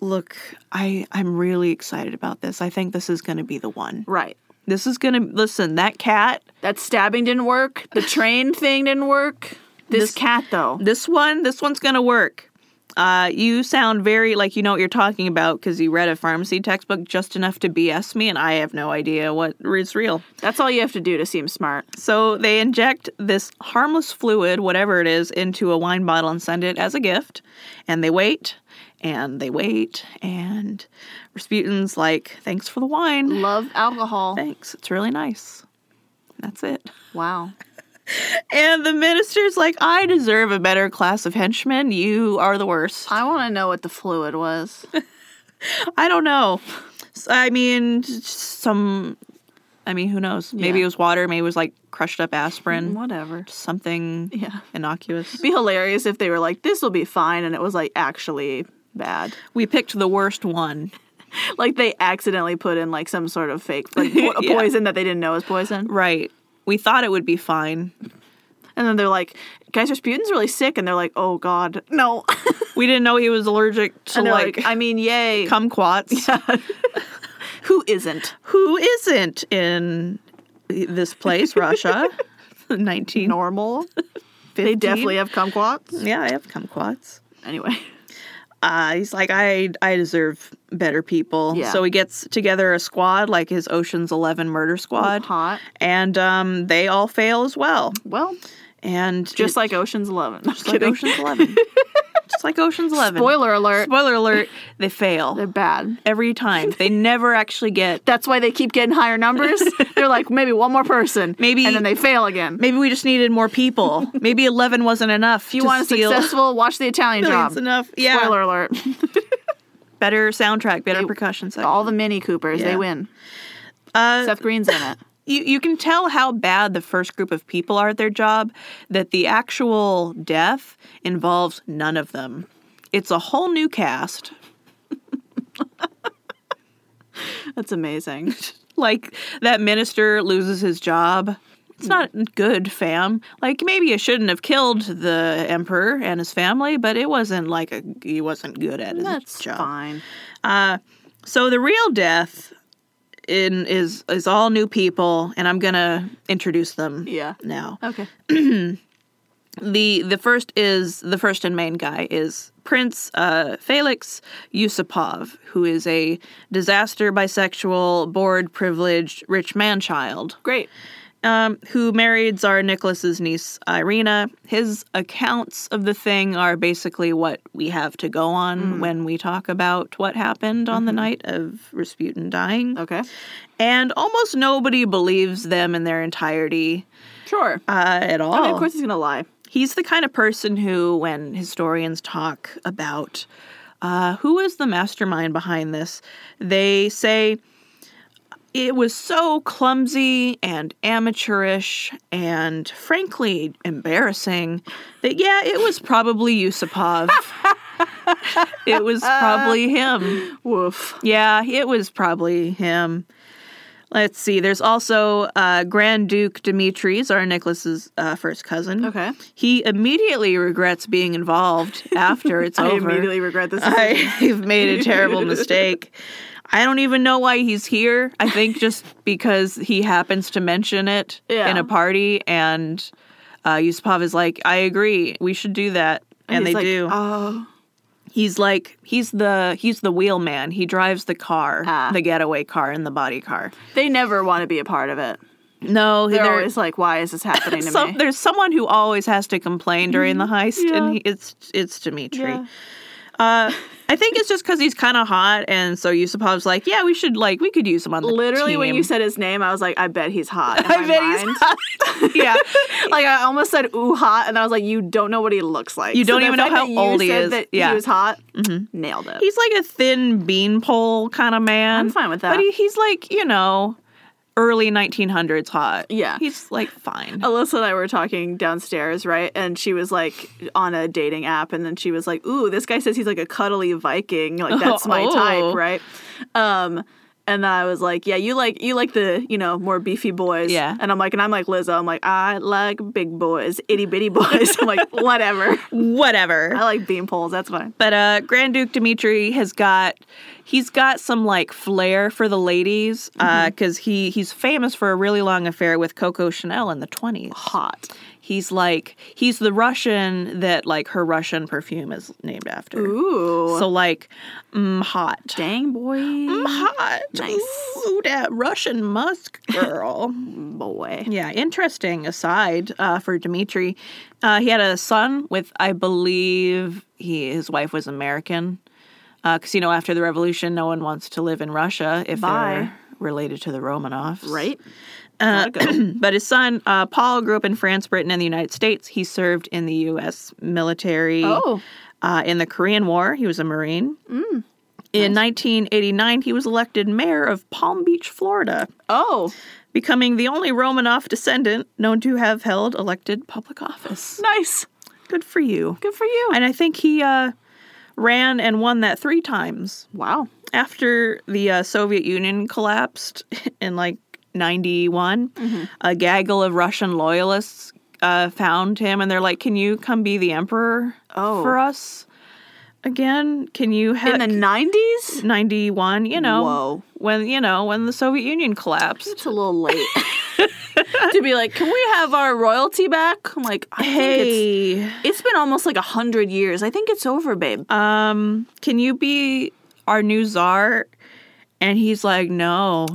[SPEAKER 1] look, I I'm really excited about this. I think this is going to be the one.
[SPEAKER 2] Right.
[SPEAKER 1] This is going to listen. That cat,
[SPEAKER 2] That stabbing didn't work. The train thing didn't work. This,
[SPEAKER 1] This-
[SPEAKER 2] cat though.
[SPEAKER 1] this one, this one's going to work. Uh, you sound very like you know what you're talking about because you read a pharmacy textbook just enough to BS me, and I have no idea what is real.
[SPEAKER 2] That's all you have to do to seem smart.
[SPEAKER 1] So they inject this harmless fluid, whatever it is, into a wine bottle and send it as a gift. And they wait and they wait. And Rasputin's like, thanks for the wine.
[SPEAKER 2] Love alcohol.
[SPEAKER 1] Thanks. It's really nice. That's it.
[SPEAKER 2] Wow.
[SPEAKER 1] And the minister's like, I deserve a better class of henchmen. You are the worst.
[SPEAKER 2] I want to know what the fluid was.
[SPEAKER 1] I don't know. S- I mean, some, I mean, who knows? Maybe
[SPEAKER 2] Yeah.
[SPEAKER 1] it was water. Maybe it was like crushed up aspirin,
[SPEAKER 2] Whatever.
[SPEAKER 1] something
[SPEAKER 2] Yeah.
[SPEAKER 1] innocuous.
[SPEAKER 2] It'd be hilarious if they were like, this will be fine. And it was like actually bad.
[SPEAKER 1] We picked the worst one.
[SPEAKER 2] Like they accidentally put in like some sort of fake, like po- a
[SPEAKER 1] Yeah.
[SPEAKER 2] poison that they didn't know was poison.
[SPEAKER 1] Right. We thought it would be fine.
[SPEAKER 2] And then they're like, guys, Rasputin's really sick. And they're like, oh God, no.
[SPEAKER 1] We didn't know he was allergic to
[SPEAKER 2] and they're
[SPEAKER 1] like,
[SPEAKER 2] like, I mean, yay.
[SPEAKER 1] kumquats.
[SPEAKER 2] Who isn't?
[SPEAKER 1] Who isn't in this place, Russia? 19.
[SPEAKER 2] Normal. they definitely have kumquats.
[SPEAKER 1] Yeah, I have kumquats.
[SPEAKER 2] Anyway.
[SPEAKER 1] Uh, he's like, I I deserve better people.
[SPEAKER 2] Yeah.
[SPEAKER 1] So he gets together a squad, like his Ocean's Eleven murder squad,
[SPEAKER 2] Oh, Hot.
[SPEAKER 1] and um, they all fail as well.
[SPEAKER 2] Well,
[SPEAKER 1] And
[SPEAKER 2] just
[SPEAKER 1] it-
[SPEAKER 2] like Ocean's Eleven. I'm
[SPEAKER 1] just like
[SPEAKER 2] kidding.
[SPEAKER 1] Ocean's Eleven, just like Ocean's Eleven.
[SPEAKER 2] Spoiler alert.
[SPEAKER 1] Spoiler alert, they fail.
[SPEAKER 2] They're bad.
[SPEAKER 1] every time. They never actually get.
[SPEAKER 2] That's why they keep getting higher numbers. they're like, maybe one more person.
[SPEAKER 1] Maybe-
[SPEAKER 2] And then they fail again.
[SPEAKER 1] Maybe we just needed more people. Maybe eleven wasn't enough.
[SPEAKER 2] If you
[SPEAKER 1] to
[SPEAKER 2] want a
[SPEAKER 1] steal
[SPEAKER 2] successful, watch the Italian
[SPEAKER 1] millions
[SPEAKER 2] job.
[SPEAKER 1] enough. Yeah,
[SPEAKER 2] Spoiler alert.
[SPEAKER 1] better soundtrack, better
[SPEAKER 2] They-
[SPEAKER 1] percussion. section.
[SPEAKER 2] All the mini Coopers,
[SPEAKER 1] Yeah.
[SPEAKER 2] they win.
[SPEAKER 1] Uh,
[SPEAKER 2] Seth Green's in it.
[SPEAKER 1] you you can tell how bad the first group of people are at their job. That the actual death involves none of them. It's a whole new cast.
[SPEAKER 2] That's amazing.
[SPEAKER 1] Like that minister loses his job. It's not good, fam. Like maybe you shouldn't have killed the emperor and his family, but it wasn't like a he wasn't good at his
[SPEAKER 2] That's
[SPEAKER 1] job.
[SPEAKER 2] fine.
[SPEAKER 1] So the real death in is is all new people, and I'm gonna introduce them.
[SPEAKER 2] Yeah.
[SPEAKER 1] Now,
[SPEAKER 2] Okay.
[SPEAKER 1] the the first is the first and main guy is Prince uh, Felix Yusupov, who is a disaster bisexual, bored, privileged, rich man child
[SPEAKER 2] Great.
[SPEAKER 1] um, who married Tsar Nicholas's niece Irina. His accounts of the thing are basically what we have to go on
[SPEAKER 2] Hmm.
[SPEAKER 1] when we talk about what happened
[SPEAKER 2] Mm-hmm.
[SPEAKER 1] on the night of Rasputin dying.
[SPEAKER 2] Okay.
[SPEAKER 1] And almost nobody believes them in their entirety
[SPEAKER 2] Sure.
[SPEAKER 1] uh, at all.
[SPEAKER 2] I mean, of course he's gonna lie.
[SPEAKER 1] He's the kind of person who, when historians talk about uh, who is the mastermind behind this, they say it was so clumsy and amateurish and frankly embarrassing that, yeah, it was probably Yusupov. it was probably him.
[SPEAKER 2] Woof.
[SPEAKER 1] Yeah, it was probably him. Let's see. There's also uh, Grand Duke Dmitri, Tsar Nicholas's uh, first cousin.
[SPEAKER 2] Okay.
[SPEAKER 1] He immediately regrets being involved after it's
[SPEAKER 2] I
[SPEAKER 1] over.
[SPEAKER 2] immediately regret this.
[SPEAKER 1] I've made a terrible mistake. I don't even know why he's here. I think just because he happens to mention it
[SPEAKER 2] Yeah.
[SPEAKER 1] in a party, and uh, Yusupov is like, "I agree. We should do that," and,
[SPEAKER 2] he's
[SPEAKER 1] they
[SPEAKER 2] like,
[SPEAKER 1] do
[SPEAKER 2] Oh.
[SPEAKER 1] he's like he's the he's the wheel man. He drives the car,
[SPEAKER 2] Ah.
[SPEAKER 1] the getaway car and the body car.
[SPEAKER 2] They never want to be a part of it.
[SPEAKER 1] No,
[SPEAKER 2] They're
[SPEAKER 1] there-
[SPEAKER 2] always like, why is this happening
[SPEAKER 1] some-
[SPEAKER 2] to me? Mm-hmm.
[SPEAKER 1] there's someone who always has to complain during the heist,
[SPEAKER 2] yeah.
[SPEAKER 1] and he, it's it's Dimitri.
[SPEAKER 2] Yeah.
[SPEAKER 1] Uh, I think it's just because he's kind of hot, and so Yusupov's like, yeah, we should like we could use him on the
[SPEAKER 2] Literally,
[SPEAKER 1] team.
[SPEAKER 2] when you said his name, I was like, I bet he's hot. In
[SPEAKER 1] I
[SPEAKER 2] my
[SPEAKER 1] bet he's
[SPEAKER 2] mind.
[SPEAKER 1] hot. yeah,
[SPEAKER 2] like I almost said ooh hot, and I was like, you don't know what he looks like.
[SPEAKER 1] You don't
[SPEAKER 2] the
[SPEAKER 1] even know
[SPEAKER 2] fact
[SPEAKER 1] how
[SPEAKER 2] that you
[SPEAKER 1] old he
[SPEAKER 2] said
[SPEAKER 1] is.
[SPEAKER 2] That
[SPEAKER 1] Yeah. Mm-hmm.
[SPEAKER 2] he was hot. Nailed it.
[SPEAKER 1] he's like a thin beanpole kind of man.
[SPEAKER 2] I'm fine with that.
[SPEAKER 1] but he, he's like you know, early 1900s hot.
[SPEAKER 2] Yeah. Uh,
[SPEAKER 1] he's like fine.
[SPEAKER 2] Alyssa and I were talking downstairs, right? And she was like on a dating app, and then she was like, "Ooh, this guy says he's like a cuddly Viking. Like that's my
[SPEAKER 1] Oh.
[SPEAKER 2] type, right?" Um, and then I was like, "Yeah, you like you like the you know more beefy boys."
[SPEAKER 1] Yeah.
[SPEAKER 2] And I'm like, and I'm like Lizzo. I'm like, I like big boys, itty bitty boys. I'm like, whatever.
[SPEAKER 1] Whatever.
[SPEAKER 2] I like bean poles. That's fine.
[SPEAKER 1] But uh, Grand Duke Dmitri has got he's got some like flair for the ladies
[SPEAKER 2] Mm-hmm.
[SPEAKER 1] because he he's famous for a really long affair with Coco Chanel in the twenties.
[SPEAKER 2] Hot.
[SPEAKER 1] He's like he's the Russian that like her Russian perfume is named after.
[SPEAKER 2] Ooh.
[SPEAKER 1] So like, mm, hot, Mm,
[SPEAKER 2] Dang boy.
[SPEAKER 1] hot,
[SPEAKER 2] Nice.
[SPEAKER 1] Ooh, that Russian musk girl.
[SPEAKER 2] boy.
[SPEAKER 1] Yeah, interesting aside uh, for Dimitri. Uh, he had a son with, I believe, he his wife was American. Because, you know, after the revolution, no one wants to live in Russia if
[SPEAKER 2] Bye.
[SPEAKER 1] they're related to the Romanovs.
[SPEAKER 2] Right?
[SPEAKER 1] Uh,
[SPEAKER 2] Gotta go.
[SPEAKER 1] but his son, uh, Paul, grew up in France, Britain, and the United States. He served in the U.S. military
[SPEAKER 2] oh. Mm.
[SPEAKER 1] uh, in the Korean War. He was a Marine. In 1989, he was elected mayor of Palm Beach, Florida
[SPEAKER 2] Oh.
[SPEAKER 1] becoming the only Romanov descendant known to have held elected public office.
[SPEAKER 2] Nice.
[SPEAKER 1] Good for you.
[SPEAKER 2] Good for you.
[SPEAKER 1] And I think he uh, ran and won that three times.
[SPEAKER 2] wow.
[SPEAKER 1] After the uh, Soviet Union collapsed in like 91,
[SPEAKER 2] Mm-hmm.
[SPEAKER 1] a gaggle of Russian loyalists uh, found him and they're like, Can you come be the emperor
[SPEAKER 2] Oh.
[SPEAKER 1] for us again? Can you
[SPEAKER 2] In
[SPEAKER 1] have.
[SPEAKER 2] the 90s?
[SPEAKER 1] 91, you know,
[SPEAKER 2] Whoa.
[SPEAKER 1] when you know when the Soviet Union collapsed.
[SPEAKER 2] It's a little late. to be like, can we have our royalty back? I'm like, I think
[SPEAKER 1] Hey,
[SPEAKER 2] it's, it's been almost like a hundred years. I think it's over, babe.
[SPEAKER 1] um, can you be our new czar? And he's like, no,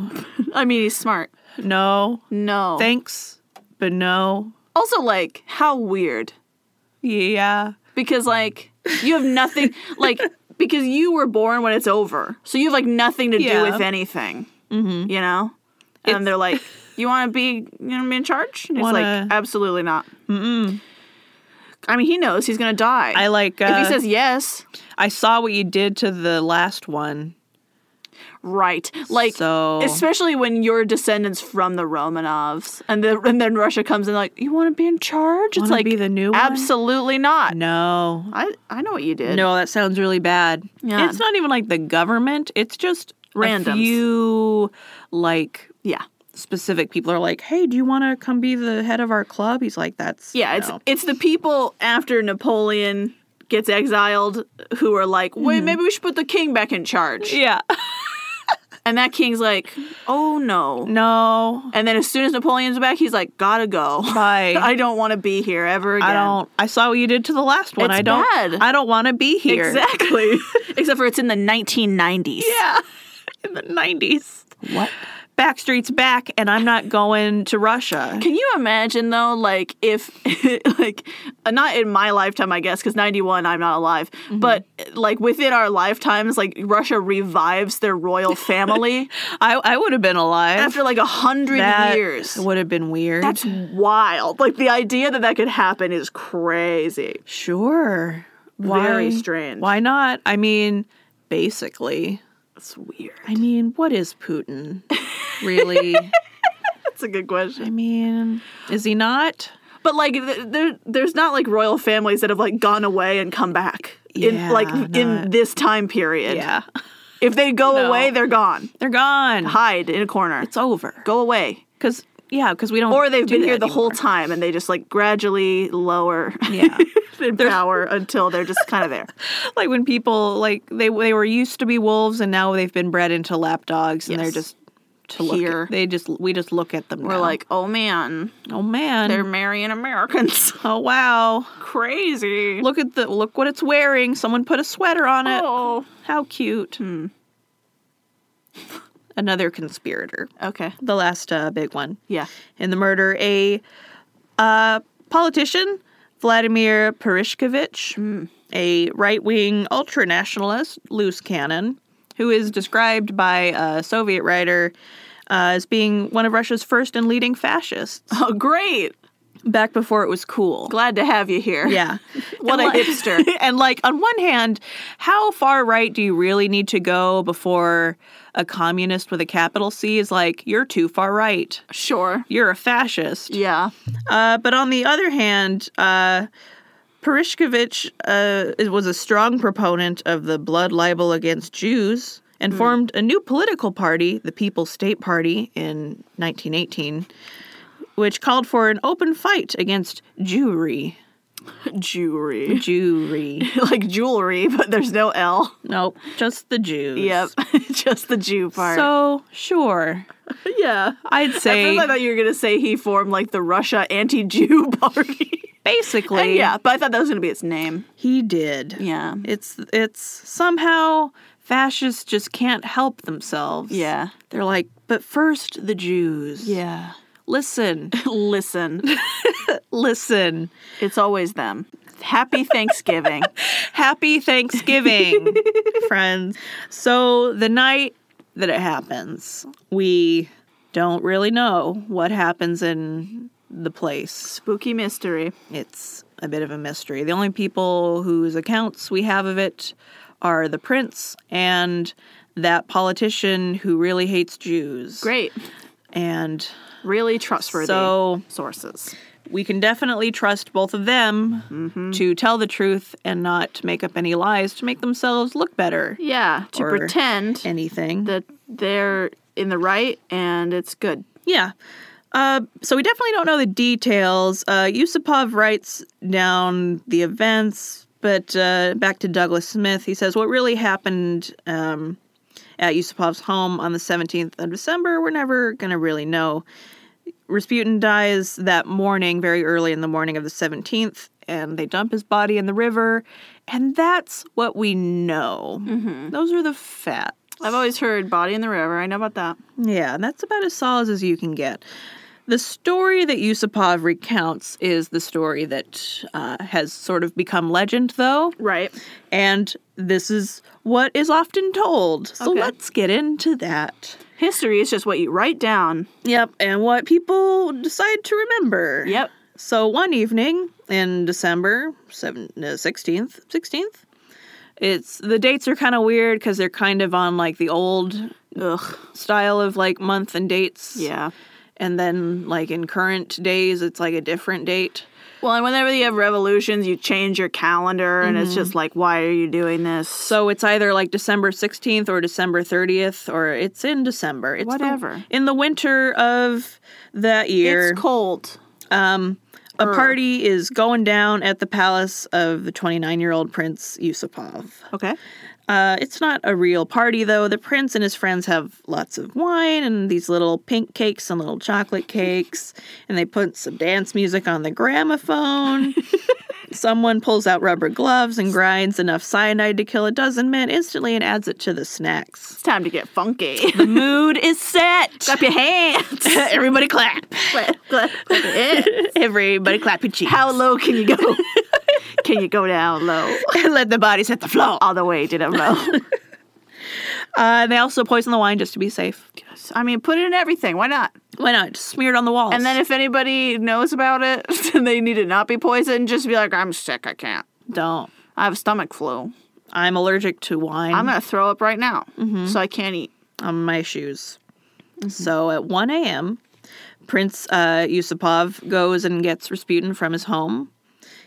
[SPEAKER 2] I mean, he's smart.
[SPEAKER 1] no,
[SPEAKER 2] No.
[SPEAKER 1] thanks, but no,
[SPEAKER 2] also, like, how weird.
[SPEAKER 1] yeah.
[SPEAKER 2] because like you have nothing like because you were born when it's over so you have like nothing to
[SPEAKER 1] Yeah.
[SPEAKER 2] do with anything mm-hmm. you know and
[SPEAKER 1] It's-
[SPEAKER 2] they're like you want to be you know be in charge and he's
[SPEAKER 1] Wanna-
[SPEAKER 2] like absolutely not Mm-mm. i mean he knows he's gonna die
[SPEAKER 1] I like. Uh,
[SPEAKER 2] if he says yes
[SPEAKER 1] I saw what you did to the last one.
[SPEAKER 2] right like
[SPEAKER 1] so,
[SPEAKER 2] especially when you're descendants from the romanovs and, the, and then russia comes in like you want to be in charge it's
[SPEAKER 1] Wanna
[SPEAKER 2] like
[SPEAKER 1] be the new one?
[SPEAKER 2] absolutely not
[SPEAKER 1] no,
[SPEAKER 2] I, I know what you did
[SPEAKER 1] no, that sounds really bad.
[SPEAKER 2] Yeah.
[SPEAKER 1] It's not even like the government. It's just
[SPEAKER 2] Randoms.
[SPEAKER 1] a few like
[SPEAKER 2] yeah
[SPEAKER 1] specific people are like, hey, do you want to come be the head of our club? He's like, that's
[SPEAKER 2] Yeah, it's
[SPEAKER 1] no."
[SPEAKER 2] it's the people after Napoleon gets
[SPEAKER 1] Mm-hmm.
[SPEAKER 2] exiled who are like, wait, maybe we should put the king back in charge.
[SPEAKER 1] yeah.
[SPEAKER 2] And that king's like, oh
[SPEAKER 1] Mm.
[SPEAKER 2] no.
[SPEAKER 1] No.
[SPEAKER 2] And then as soon as Napoleon's back, he's like, gotta go.
[SPEAKER 1] Bye.
[SPEAKER 2] I don't want to be here ever again.
[SPEAKER 1] I don't. I saw what you did to the last one.
[SPEAKER 2] It's
[SPEAKER 1] I don't.
[SPEAKER 2] bad.
[SPEAKER 1] I don't want to be here.
[SPEAKER 2] Exactly. Except for it's in the 1990s.
[SPEAKER 1] Yeah. In the nineties,
[SPEAKER 2] What?
[SPEAKER 1] Backstreet's back, and I'm not going to Russia.
[SPEAKER 2] Can you imagine though, like if, like, uh, not in my lifetime, I guess, because '91, I'm not alive,
[SPEAKER 1] Mm-hmm.
[SPEAKER 2] but uh, like within our lifetimes, like Russia revives their royal family
[SPEAKER 1] I I would have been alive
[SPEAKER 2] after like a hundred
[SPEAKER 1] that
[SPEAKER 2] years.
[SPEAKER 1] Would have been weird.
[SPEAKER 2] That's wild. Like the idea that that could happen is crazy.
[SPEAKER 1] sure. Why?
[SPEAKER 2] Very strange.
[SPEAKER 1] Why not? I mean, basically.
[SPEAKER 2] That's weird.
[SPEAKER 1] I mean, what is Putin really?
[SPEAKER 2] That's a good question.
[SPEAKER 1] I mean, is he not?
[SPEAKER 2] But like, th- there, there's not like royal families that have like gone away and come back. in
[SPEAKER 1] Yeah,
[SPEAKER 2] like in
[SPEAKER 1] not-
[SPEAKER 2] this time period.
[SPEAKER 1] Yeah.
[SPEAKER 2] If they go
[SPEAKER 1] No.
[SPEAKER 2] away, they're gone.
[SPEAKER 1] They're gone.
[SPEAKER 2] Hide in a corner.
[SPEAKER 1] It's over.
[SPEAKER 2] go away.
[SPEAKER 1] Because yeah, because we don't.
[SPEAKER 2] Or they've
[SPEAKER 1] do
[SPEAKER 2] been
[SPEAKER 1] that
[SPEAKER 2] here the whole
[SPEAKER 1] anymore.
[SPEAKER 2] time and they just like gradually lower
[SPEAKER 1] Yeah.
[SPEAKER 2] in power until they're just kind of there.
[SPEAKER 1] like when people like they they were used to be wolves and now they've been bred into lap dogs and they're
[SPEAKER 2] Yes.
[SPEAKER 1] just to look
[SPEAKER 2] Here.
[SPEAKER 1] At, they just we just look at them.
[SPEAKER 2] We're like, oh man,
[SPEAKER 1] oh man,
[SPEAKER 2] they're marrying Americans.
[SPEAKER 1] oh wow,
[SPEAKER 2] Crazy.
[SPEAKER 1] look at the look what it's wearing. Someone put a sweater on it.
[SPEAKER 2] Oh. Hmm.
[SPEAKER 1] How cute. Another conspirator.
[SPEAKER 2] Okay.
[SPEAKER 1] The last uh, big one.
[SPEAKER 2] Yeah.
[SPEAKER 1] in the murder a uh, politician, Vladimir Perishkovich, a right wing ultra nationalist, loose cannon, who is described by a Soviet writer uh, as being one of Russia's first and leading fascists,
[SPEAKER 2] Oh, great.
[SPEAKER 1] back before it was cool.
[SPEAKER 2] Glad to have you here.
[SPEAKER 1] Yeah.
[SPEAKER 2] What
[SPEAKER 1] And
[SPEAKER 2] a
[SPEAKER 1] like-
[SPEAKER 2] hipster.
[SPEAKER 1] and like on one hand, how far right do you really need to go before a communist with a capital C is like you're too far right.
[SPEAKER 2] Sure.
[SPEAKER 1] You're a fascist.
[SPEAKER 2] Yeah.
[SPEAKER 1] Uh, but on the other hand, uh, Perishkovich uh, is- was a strong proponent of the blood libel against Jews
[SPEAKER 2] Hmm.
[SPEAKER 1] and formed a new political party, the People's State Party, in 1918, which called for an open fight against Jewry.
[SPEAKER 2] Jewelry.
[SPEAKER 1] Jewry.
[SPEAKER 2] like jewelry, but there's no L.
[SPEAKER 1] nope, just the Jews.
[SPEAKER 2] Yep. just the Jew part.
[SPEAKER 1] So, sure.
[SPEAKER 2] yeah.
[SPEAKER 1] I'd
[SPEAKER 2] At
[SPEAKER 1] say
[SPEAKER 2] first, I thought you were gonna say he formed like the Russia anti-Jew party.
[SPEAKER 1] basically
[SPEAKER 2] And yeah, but I thought that was gonna be its name.
[SPEAKER 1] he did.
[SPEAKER 2] Yeah,
[SPEAKER 1] It's it's somehow fascists just can't help themselves.
[SPEAKER 2] Yeah.
[SPEAKER 1] They're like, but first the Jews.
[SPEAKER 2] yeah.
[SPEAKER 1] Listen,
[SPEAKER 2] Listen,
[SPEAKER 1] listen.
[SPEAKER 2] it's always them. Happy Thanksgiving.
[SPEAKER 1] Happy Thanksgiving, friends. So the night that it happens, we don't really know what happens in the place.
[SPEAKER 2] Spooky mystery.
[SPEAKER 1] It's a bit of a mystery. The only people whose accounts we have of it are the prince and that politician who really hates Jews.
[SPEAKER 2] Great.
[SPEAKER 1] And
[SPEAKER 2] Really trustworthy
[SPEAKER 1] So-
[SPEAKER 2] sources.
[SPEAKER 1] we can definitely trust both of them
[SPEAKER 2] Mm-hmm.
[SPEAKER 1] to tell the truth and not make up any lies to make themselves look better.
[SPEAKER 2] Yeah, to
[SPEAKER 1] Or-
[SPEAKER 2] pretend
[SPEAKER 1] Anything.
[SPEAKER 2] that they're in the right and it's good.
[SPEAKER 1] Yeah. Uh, so we definitely don't know the details. Uh, Yusupov writes down the events, but uh, back to Douglas Smith, he says what really happened um, at Yusupov's home on the 17th of December, we're never going to really know. Rasputin dies that morning, very early in the morning of the 17th, and they dump his body in the river, and that's what we know. Those are the facts.
[SPEAKER 2] I've always heard body in the river. I know about that.
[SPEAKER 1] Yeah, and that's about as solid as you can get. The story that Yusupov recounts is the story that uh, has sort of become legend, though,
[SPEAKER 2] Right.
[SPEAKER 1] and this is what is often told. So
[SPEAKER 2] Okay.
[SPEAKER 1] let's get into that.
[SPEAKER 2] History is just what you write down.
[SPEAKER 1] Yep, and what people decide to remember.
[SPEAKER 2] Yep.
[SPEAKER 1] So one evening in December seven, no, 16th, 16th, it's the dates are kind of weird because they're kind of on like the old
[SPEAKER 2] Ugh.
[SPEAKER 1] style of like month and dates.
[SPEAKER 2] Yeah.
[SPEAKER 1] and then like in current days it's like a different date
[SPEAKER 2] Well, and whenever you have revolutions, you change your calendar, and it's just like, why are you doing this?
[SPEAKER 1] Mm-hmm. so it's either like december 16th or december 30th or it's in december it's the-
[SPEAKER 2] Whatever.
[SPEAKER 1] in the winter of that year
[SPEAKER 2] it's cold.
[SPEAKER 1] um A party is going down at the palace of the 29 year old Prince Yusupov.
[SPEAKER 2] Okay.
[SPEAKER 1] Uh, it's not a real party, though. The prince and his friends have lots of wine and these little pink cakes and little chocolate cakes, and they put some dance music on the gramophone. Someone pulls out rubber gloves and grinds enough cyanide to kill a dozen men instantly and adds it to the snacks.
[SPEAKER 2] It's time to get funky.
[SPEAKER 1] The mood is set.
[SPEAKER 2] Clap your hands.
[SPEAKER 1] Everybody clap.
[SPEAKER 2] Clap, clap, clap your hands.
[SPEAKER 1] Everybody clap your cheeks.
[SPEAKER 2] How low can you go? can you go down low?
[SPEAKER 1] Let the bodies hit the floor.
[SPEAKER 2] All the way to the low.
[SPEAKER 1] Uh, they also poison the wine just to be safe.
[SPEAKER 2] I mean, put it in everything. Why not?
[SPEAKER 1] Why not? Just smear it on the walls.
[SPEAKER 2] And then if anybody knows about it and they need to not be poisoned, just be like, I'm sick. I can't.
[SPEAKER 1] don't.
[SPEAKER 2] I have stomach flu.
[SPEAKER 1] I'm allergic to wine
[SPEAKER 2] I'm going to throw up right now.
[SPEAKER 1] Mm-hmm.
[SPEAKER 2] So I can't eat.
[SPEAKER 1] on my shoes.
[SPEAKER 2] Mm-hmm.
[SPEAKER 1] So at 1 a.m., Prince uh, Yusupov goes and gets Rasputin from his home.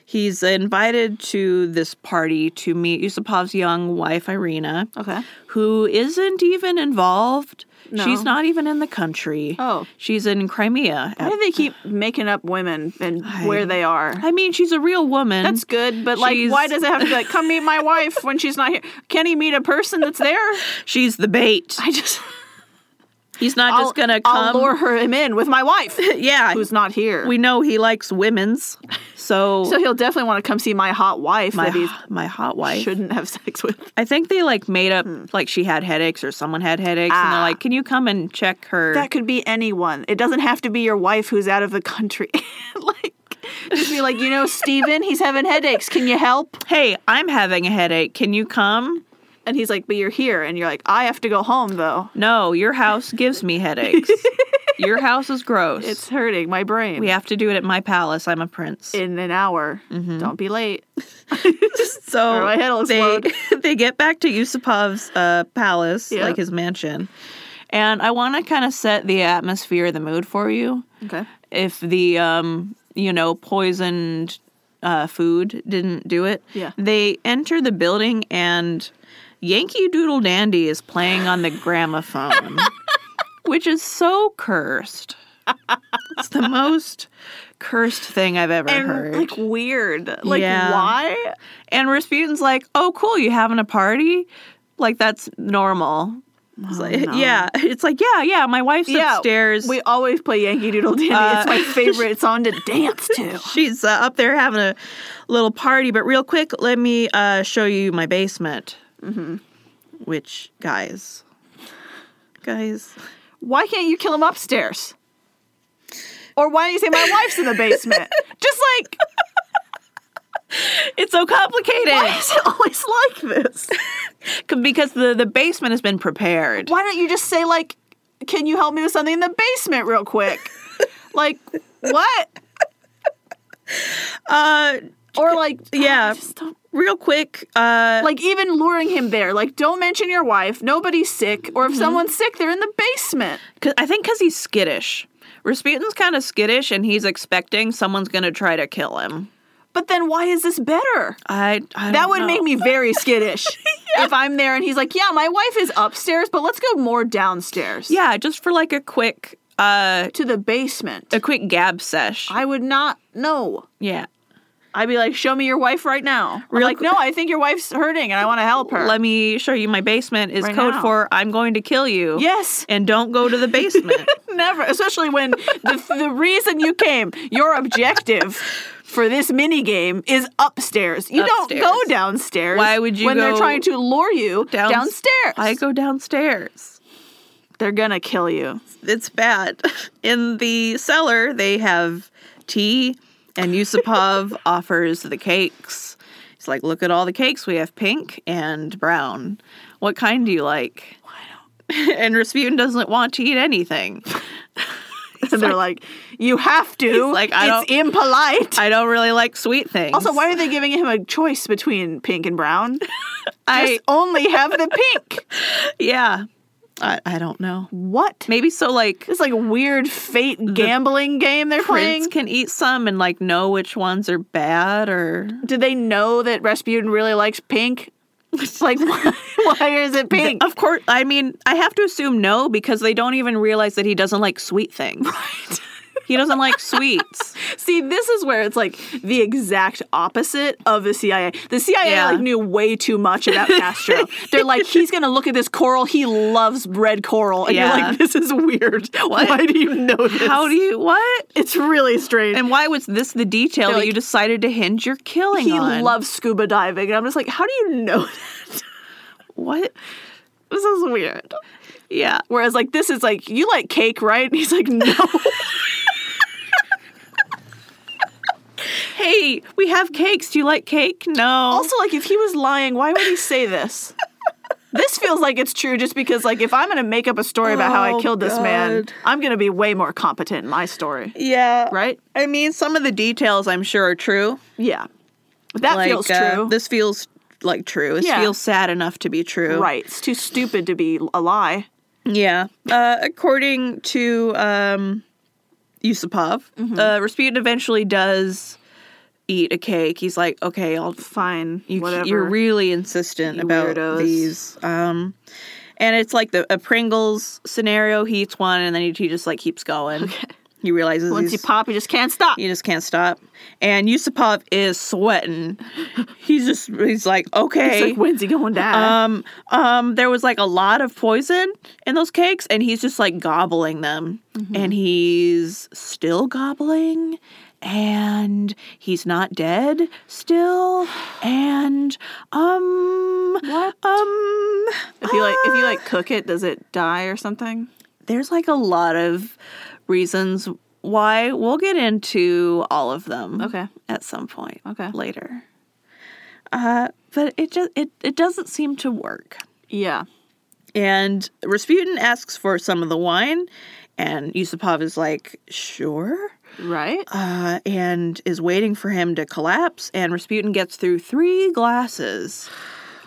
[SPEAKER 1] He's invited to this party to meet Yusupov's young wife, Irina,
[SPEAKER 2] Okay.
[SPEAKER 1] who isn't even involved.
[SPEAKER 2] No.
[SPEAKER 1] She's not even in the country.
[SPEAKER 2] Oh.
[SPEAKER 1] She's in Crimea.
[SPEAKER 2] Why do they keep making up women and where they are?
[SPEAKER 1] I mean, she's a real woman.
[SPEAKER 2] That's good, but like,
[SPEAKER 1] She's-
[SPEAKER 2] why does it have to be like, come meet my wife when she's not here? Can he meet a person that's there?
[SPEAKER 1] she's the bait.
[SPEAKER 2] I just,
[SPEAKER 1] He's not
[SPEAKER 2] I'll,
[SPEAKER 1] just gonna
[SPEAKER 2] I'll
[SPEAKER 1] come.
[SPEAKER 2] lure her him in with my wife,
[SPEAKER 1] yeah,
[SPEAKER 2] who's not here.
[SPEAKER 1] we know he likes women's, so,
[SPEAKER 2] so he'll definitely want to come see my hot wife
[SPEAKER 1] my
[SPEAKER 2] that he
[SPEAKER 1] my hot wife.
[SPEAKER 2] shouldn't have sex with.
[SPEAKER 1] I think they like made up like she had headaches or someone had headaches, and they're
[SPEAKER 2] Hmm. Ah.
[SPEAKER 1] like, "Can you come and check her?"
[SPEAKER 2] That could be anyone. It doesn't have to be your wife who's out of the country. like, just be like, you know, Steven, he's having headaches. Can you help?
[SPEAKER 1] hey, I'm having a headache. Can you come?
[SPEAKER 2] And he's like, but you're here. And you're like, I have to go home though.
[SPEAKER 1] No, your house gives me headaches. your house is gross.
[SPEAKER 2] It's hurting my brain.
[SPEAKER 1] we have to do it at my palace. I'm a prince.
[SPEAKER 2] In an hour. Don't be late.
[SPEAKER 1] so
[SPEAKER 2] my head'll
[SPEAKER 1] they, they get back to Yusupov's uh, palace,
[SPEAKER 2] Yeah.
[SPEAKER 1] like his mansion. And I want to kind of set the atmosphere, the mood for you.
[SPEAKER 2] Okay.
[SPEAKER 1] if the um, you know poisoned uh, food didn't do it.
[SPEAKER 2] Yeah.
[SPEAKER 1] They enter the building and Yankee Doodle Dandy is playing on the gramophone, which is so cursed. It's the most cursed thing I've ever
[SPEAKER 2] and
[SPEAKER 1] heard.
[SPEAKER 2] like weird. Like
[SPEAKER 1] Yeah.
[SPEAKER 2] why?
[SPEAKER 1] and Rasputin's like, "Oh, cool, you having a party? Like that's normal." It's like,
[SPEAKER 2] Oh, no.
[SPEAKER 1] Yeah, it's like, yeah, yeah. My wife's upstairs. Uh,
[SPEAKER 2] We always play Yankee Doodle Dandy. it's my favorite song to dance to.
[SPEAKER 1] She's uh, up there having a little party, but real quick, let me uh, show you my basement. Mm-hmm. Which, guys, guys,
[SPEAKER 2] Why can't you kill him upstairs? Or why don't you say my wife's in the basement? Just like
[SPEAKER 1] it's so complicated
[SPEAKER 2] why is it always like this?
[SPEAKER 1] C- because the, the basement has been prepared.
[SPEAKER 2] Why don't you just say like, can you help me with something in the basement real quick? Like what?
[SPEAKER 1] Uh,
[SPEAKER 2] Or like
[SPEAKER 1] Yeah.
[SPEAKER 2] I just don't-
[SPEAKER 1] real quick, uh,
[SPEAKER 2] like even luring him there. Like don't mention your wife. Nobody's sick. Or if
[SPEAKER 1] Mm-hmm.
[SPEAKER 2] someone's sick, they're in the basement.
[SPEAKER 1] 'cause- I think because he's skittish. Rasputin's kind of skittish, and he's expecting someone's going to try to kill him.
[SPEAKER 2] But then why is this better?
[SPEAKER 1] I, I
[SPEAKER 2] That
[SPEAKER 1] don't
[SPEAKER 2] would
[SPEAKER 1] know.
[SPEAKER 2] make me very skittish if I'm there and he's like, "Yeah, my wife is upstairs, but let's go more downstairs
[SPEAKER 1] yeah, just for like a quick uh
[SPEAKER 2] to the basement."
[SPEAKER 1] a quick gab sesh.
[SPEAKER 2] I would not know.
[SPEAKER 1] yeah.
[SPEAKER 2] I'd be like, "Show me your wife right now." We're
[SPEAKER 1] Real
[SPEAKER 2] like, "No, I think your wife's hurting and I want to help her."
[SPEAKER 1] let me show you my basement is
[SPEAKER 2] Right
[SPEAKER 1] code
[SPEAKER 2] now.
[SPEAKER 1] for I'm going to kill you.
[SPEAKER 2] yes,
[SPEAKER 1] And don't go to the basement.
[SPEAKER 2] never, especially when the the reason you came, your objective for this mini game is upstairs. You
[SPEAKER 1] Upstairs.
[SPEAKER 2] don't go downstairs.
[SPEAKER 1] Why would you
[SPEAKER 2] When they're
[SPEAKER 1] go
[SPEAKER 2] trying to lure you
[SPEAKER 1] down-
[SPEAKER 2] downstairs,
[SPEAKER 1] I go downstairs.
[SPEAKER 2] they're gonna kill you.
[SPEAKER 1] It's bad. In the cellar, they have tea, and Yusupov offers the cakes. He's like, Look at all the cakes. We have pink and brown. What kind do you like? and Rasputin doesn't want to eat anything.
[SPEAKER 2] and they're like, "You have to."
[SPEAKER 1] like, I
[SPEAKER 2] it's impolite.
[SPEAKER 1] I don't really like sweet things.
[SPEAKER 2] also, why are they giving him a choice between pink and brown?
[SPEAKER 1] I
[SPEAKER 2] Just only have the pink.
[SPEAKER 1] yeah, I, I don't know.
[SPEAKER 2] What?
[SPEAKER 1] Maybe so. Like
[SPEAKER 2] This like weird fate gambling game they're
[SPEAKER 1] Prince
[SPEAKER 2] playing.
[SPEAKER 1] can eat some and like know which ones are bad or
[SPEAKER 2] Do they know that Rasputin really likes pink? It's like, why, why is it pink?
[SPEAKER 1] of course I mean I have to assume no because they don't even realize that he doesn't like sweet things. He doesn't like sweets.
[SPEAKER 2] See, this is where it's like the exact opposite of the CIA. The CIA
[SPEAKER 1] Yeah.
[SPEAKER 2] like knew way too much about Castro. They're like, he's gonna look at this coral. He loves red coral, and you're
[SPEAKER 1] Yeah.
[SPEAKER 2] like, this is weird. Why do you know this?
[SPEAKER 1] How do you what?
[SPEAKER 2] it's really strange.
[SPEAKER 1] And why was this the detail
[SPEAKER 2] They're
[SPEAKER 1] that
[SPEAKER 2] like,
[SPEAKER 1] you decided to hinge your killing
[SPEAKER 2] he
[SPEAKER 1] on?
[SPEAKER 2] loves scuba diving, and I'm just like, how do you know that?
[SPEAKER 1] what?
[SPEAKER 2] This is weird.
[SPEAKER 1] Yeah.
[SPEAKER 2] Whereas, like, this is like, you like cake, right? And he's like, no.
[SPEAKER 1] Hey, we have cakes. Do you like cake? No.
[SPEAKER 2] also, like, if he was lying, why would he say this? This feels like it's true just because, like, if I'm going to make up a story about how I
[SPEAKER 1] Oh,
[SPEAKER 2] killed this man,
[SPEAKER 1] God.
[SPEAKER 2] I'm going to be way more competent in my story,
[SPEAKER 1] yeah.
[SPEAKER 2] right?
[SPEAKER 1] I mean, some of the details I'm sure are true.
[SPEAKER 2] Yeah. But that
[SPEAKER 1] Like,
[SPEAKER 2] feels
[SPEAKER 1] uh,
[SPEAKER 2] true.
[SPEAKER 1] This feels like true. This
[SPEAKER 2] Yeah.
[SPEAKER 1] feels sad enough to be true.
[SPEAKER 2] right. It's too stupid to be a lie.
[SPEAKER 1] Yeah. Uh, according to um, Yusupov,
[SPEAKER 2] Mm-hmm.
[SPEAKER 1] uh, Rasputin eventually does eat a cake. He's like, okay, I'll
[SPEAKER 2] Fine.
[SPEAKER 1] You,
[SPEAKER 2] whatever.
[SPEAKER 1] are really insistent
[SPEAKER 2] You
[SPEAKER 1] about
[SPEAKER 2] weirdos.
[SPEAKER 1] these. Um, and it's like the a Pringles scenario. He eats one, and then he, he just like keeps going. He realizes
[SPEAKER 2] Once you
[SPEAKER 1] he's-
[SPEAKER 2] pop, you just can't stop.
[SPEAKER 1] he just can't stop. And Yusupov is sweating. he's just he's like, okay,
[SPEAKER 2] It's like, when's he going
[SPEAKER 1] um,
[SPEAKER 2] down?
[SPEAKER 1] um, there was like a lot of poison in those cakes, and he's just like gobbling them,
[SPEAKER 2] Mm-hmm.
[SPEAKER 1] and he's still gobbling, and he's not dead still, and um,
[SPEAKER 2] What?
[SPEAKER 1] um,
[SPEAKER 2] if you like, if you
[SPEAKER 1] uh.
[SPEAKER 2] like cook it, does it die or something?
[SPEAKER 1] there's like a lot of reasons why we'll get into all of them.
[SPEAKER 2] Okay.
[SPEAKER 1] at some point.
[SPEAKER 2] Okay.
[SPEAKER 1] later. Uh, but it just it it doesn't seem to work.
[SPEAKER 2] Yeah.
[SPEAKER 1] And Rasputin asks for some of the wine, and Yusupov is like, sure,
[SPEAKER 2] Right?
[SPEAKER 1] uh, and is waiting for him to collapse. And Rasputin gets through three glasses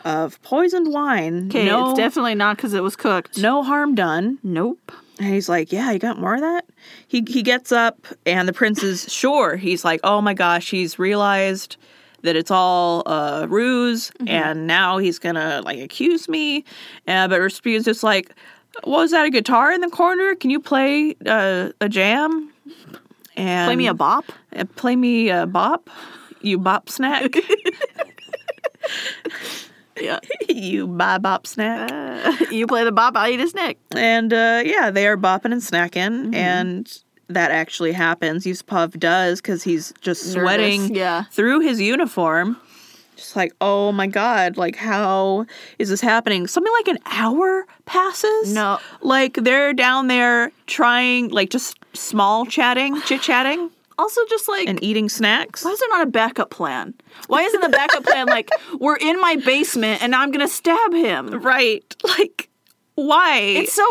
[SPEAKER 1] of poisoned wine.
[SPEAKER 2] Okay,
[SPEAKER 1] no,
[SPEAKER 2] it's definitely not because it was cooked.
[SPEAKER 1] no harm done.
[SPEAKER 2] Nope.
[SPEAKER 1] And he's like, yeah, you got more of that? He, he gets up, and the prince is sure. He's like, oh my gosh, he's realized that it's all a ruse,
[SPEAKER 2] Mm-hmm.
[SPEAKER 1] and now he's gonna like accuse me. Uh, but Rasputin's just like, what was that, a guitar in the corner? Can you play uh, a jam? And
[SPEAKER 2] Play me a bop.
[SPEAKER 1] uh, play me a bop, you bop snack,
[SPEAKER 2] Yeah.
[SPEAKER 1] you bop bop snack.
[SPEAKER 2] you play the bop, I'll eat a snack.
[SPEAKER 1] And uh, yeah, they are bopping and snacking,
[SPEAKER 2] Mm-hmm.
[SPEAKER 1] and that actually happens. Yusupov does because he's just sweating
[SPEAKER 2] yeah.
[SPEAKER 1] through his uniform. Just like, oh my god, like how is this happening? Something like an hour passes.
[SPEAKER 2] No.
[SPEAKER 1] like they're down there trying, like just small chatting, chit chatting,
[SPEAKER 2] Also, just like,
[SPEAKER 1] and eating snacks.
[SPEAKER 2] why is there not a backup plan? Why isn't the backup plan like, we're in my basement and I'm going to stab him?
[SPEAKER 1] Right, like why?
[SPEAKER 2] It's so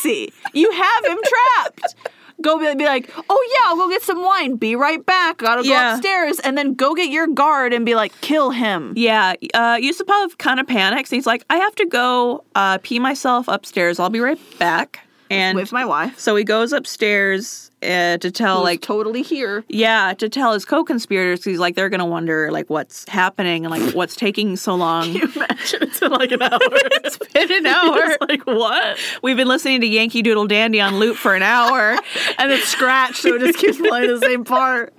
[SPEAKER 2] easy. You have him trapped. Go be, be like, oh yeah, I'll go get some wine. Be right back. Gotta go
[SPEAKER 1] Yeah.
[SPEAKER 2] upstairs and then go get your guard and be like, kill him.
[SPEAKER 1] Yeah, uh, Yusupov kind of panics. He's like, I have to go uh, pee myself upstairs. I'll be right back. And
[SPEAKER 2] With my wife.
[SPEAKER 1] so he goes upstairs uh, to tell,
[SPEAKER 2] Like
[SPEAKER 1] like,
[SPEAKER 2] totally here.
[SPEAKER 1] yeah, to tell his co-conspirators. 'cause He's like, they're gonna wonder, like, what's happening and like what's taking so long.
[SPEAKER 2] Imagine it's in like an hour.
[SPEAKER 1] it's been an hour.
[SPEAKER 2] like what?
[SPEAKER 1] We've been listening to Yankee Doodle Dandy on loop for an hour.
[SPEAKER 2] And it's scratched, so it just keeps playing the same part.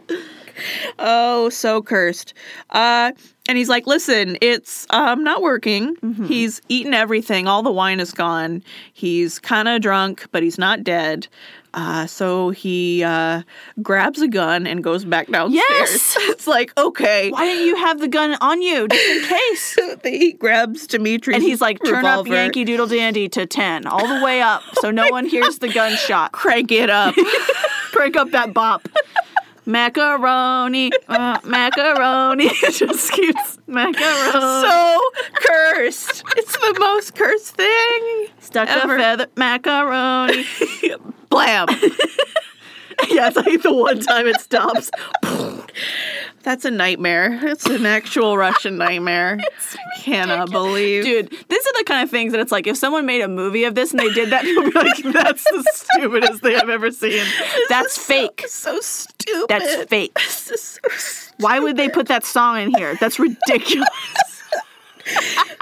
[SPEAKER 1] oh, so cursed. Uh, and he's like, listen, it's um, not working.
[SPEAKER 2] Mm-hmm.
[SPEAKER 1] He's eaten everything. All the wine is gone. He's kind of drunk, but he's not dead. Uh, so he uh, grabs a gun and goes back downstairs.
[SPEAKER 2] Yes!
[SPEAKER 1] it's like, okay.
[SPEAKER 2] Why didn't you have the gun on you just in case?
[SPEAKER 1] He grabs Dimitri's
[SPEAKER 2] And he's like, turn up
[SPEAKER 1] revolver,
[SPEAKER 2] Yankee Doodle Dandy to 10, all the way up, so no one hears the gunshot.
[SPEAKER 1] crank it up.
[SPEAKER 2] Break up that bop. Macaroni, uh, macaroni. It just keeps macaroni.
[SPEAKER 1] so cursed. It's the most cursed thing.
[SPEAKER 2] Stuck
[SPEAKER 1] ever.
[SPEAKER 2] a feather, macaroni.
[SPEAKER 1] Blam.
[SPEAKER 2] yeah, it's like the one time it stops.
[SPEAKER 1] That's a nightmare. It's an actual Russian nightmare. Cannot believe.
[SPEAKER 2] Dude, these are the kind of things that it's like if someone made a movie of this and they did that, you'll be like, that's the stupidest thing I've ever seen. That's fake.
[SPEAKER 1] so stupid.
[SPEAKER 2] That's fake.
[SPEAKER 1] This is so stupid.
[SPEAKER 2] Why would they put that song in here? That's ridiculous.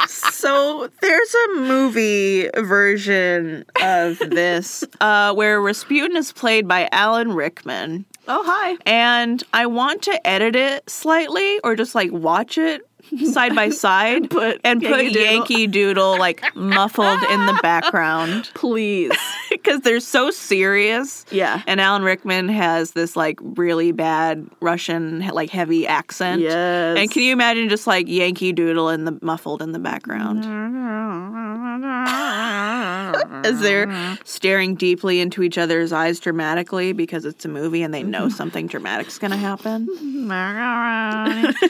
[SPEAKER 1] so there's a movie version of this uh, where Rasputin is played by Alan Rickman.
[SPEAKER 2] Oh, hi.
[SPEAKER 1] And I want to edit it slightly or just like watch it side by side
[SPEAKER 2] put
[SPEAKER 1] and put
[SPEAKER 2] Yankee Doodle.
[SPEAKER 1] Yankee Doodle like muffled in the background
[SPEAKER 2] Please.
[SPEAKER 1] because they're so serious.
[SPEAKER 2] Yeah.
[SPEAKER 1] And Alan Rickman has this like really bad Russian like heavy accent.
[SPEAKER 2] Yes.
[SPEAKER 1] And can you imagine just like Yankee Doodle in the muffled in the background? As they're staring deeply into each other's eyes dramatically because it's a movie and they know something dramatic's gonna happen.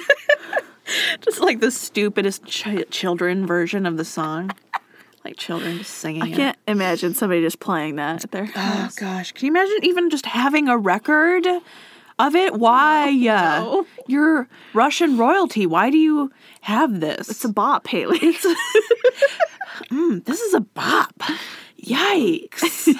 [SPEAKER 1] Just like the stupidest chi- children version of the song. Like children just singing
[SPEAKER 2] I
[SPEAKER 1] it.
[SPEAKER 2] can't imagine somebody just playing that at their
[SPEAKER 1] Oh gosh, can you imagine even just having a record of it? Why? uh,
[SPEAKER 2] No.
[SPEAKER 1] You're Russian royalty. Why do you have this?
[SPEAKER 2] It's a bop, Haley. It's a
[SPEAKER 1] this is a bop. Yikes.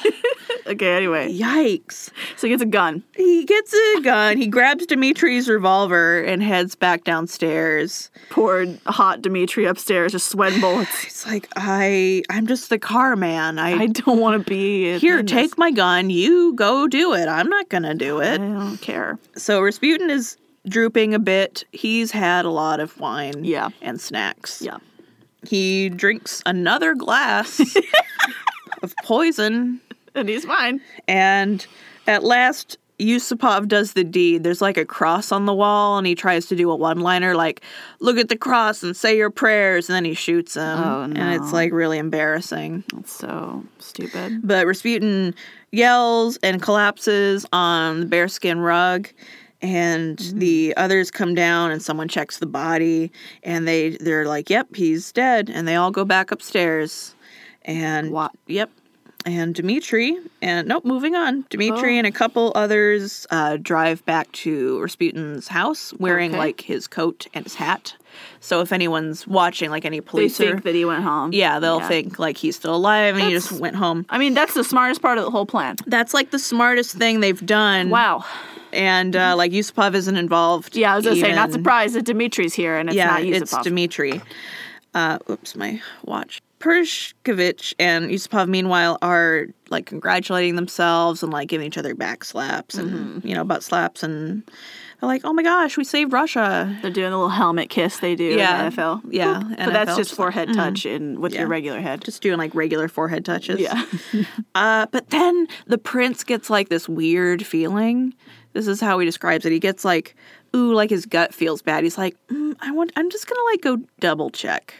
[SPEAKER 2] Okay, anyway.
[SPEAKER 1] Yikes.
[SPEAKER 2] So he gets a gun.
[SPEAKER 1] He gets a gun. He grabs Dimitri's revolver and heads back downstairs.
[SPEAKER 2] Poor hot Dimitri upstairs, just sweating bullets.
[SPEAKER 1] It's like I I'm just the car man. I,
[SPEAKER 2] I don't want to be in
[SPEAKER 1] here,
[SPEAKER 2] this.
[SPEAKER 1] take my gun. You go do it. I'm not gonna do
[SPEAKER 2] I
[SPEAKER 1] it.
[SPEAKER 2] don't care.
[SPEAKER 1] So Rasputin is drooping a bit. He's had a lot of wine
[SPEAKER 2] Yeah.
[SPEAKER 1] and snacks.
[SPEAKER 2] Yeah.
[SPEAKER 1] He drinks another glass of poison
[SPEAKER 2] And he's fine.
[SPEAKER 1] and at last Yusupov does the deed. There's like a cross on the wall and he tries to do a one-liner like look at the cross and say your prayers and then he shoots him
[SPEAKER 2] Oh, no.
[SPEAKER 1] and it's like really embarrassing.
[SPEAKER 2] That's so stupid.
[SPEAKER 1] But Rasputin yells and collapses on the bearskin rug, and
[SPEAKER 2] Mm-hmm.
[SPEAKER 1] the others come down and someone checks the body, and they they're like, "Yep, he's dead," and they all go back upstairs, and
[SPEAKER 2] Wow.
[SPEAKER 1] yep. And Dimitri, and nope, moving on. Dimitri
[SPEAKER 2] Oh.
[SPEAKER 1] and a couple others uh, drive back to Rasputin's house wearing
[SPEAKER 2] Okay.
[SPEAKER 1] like his coat and his hat. So if anyone's watching, like any
[SPEAKER 2] They
[SPEAKER 1] police, or,
[SPEAKER 2] think that he went home.
[SPEAKER 1] yeah, they'll
[SPEAKER 2] Yeah.
[SPEAKER 1] think like he's still alive and he just
[SPEAKER 2] That's-
[SPEAKER 1] went home
[SPEAKER 2] I mean, that's the smartest part of the whole plan.
[SPEAKER 1] that's like the smartest thing they've done.
[SPEAKER 2] Wow.
[SPEAKER 1] And uh, like Yusupov isn't involved.
[SPEAKER 2] Yeah, I was gonna say, not
[SPEAKER 1] even.
[SPEAKER 2] surprised that Dimitri's here and it's
[SPEAKER 1] Yeah,
[SPEAKER 2] not
[SPEAKER 1] it's
[SPEAKER 2] Yusupov.
[SPEAKER 1] Dmitri. Uh, oops, my watch. Perishkovich and Yusupov, meanwhile, are like congratulating themselves and like giving each other back slaps
[SPEAKER 2] Mm-hmm.
[SPEAKER 1] and you know butt slaps and they're like, oh my gosh, we saved Russia.
[SPEAKER 2] They're doing the little helmet kiss they do
[SPEAKER 1] Yeah,
[SPEAKER 2] in the NFL.
[SPEAKER 1] yeah,
[SPEAKER 2] Boop.
[SPEAKER 1] NFL,
[SPEAKER 2] but that's just
[SPEAKER 1] just
[SPEAKER 2] forehead touch and with
[SPEAKER 1] Mm-hmm. Yeah.
[SPEAKER 2] your regular head.
[SPEAKER 1] Just doing like regular forehead touches.
[SPEAKER 2] Yeah.
[SPEAKER 1] Uh, but then the prince gets like this weird feeling. This is how he describes it. He gets like, ooh, like his gut feels bad. He's like, mm, I want. I'm just gonna like go double check.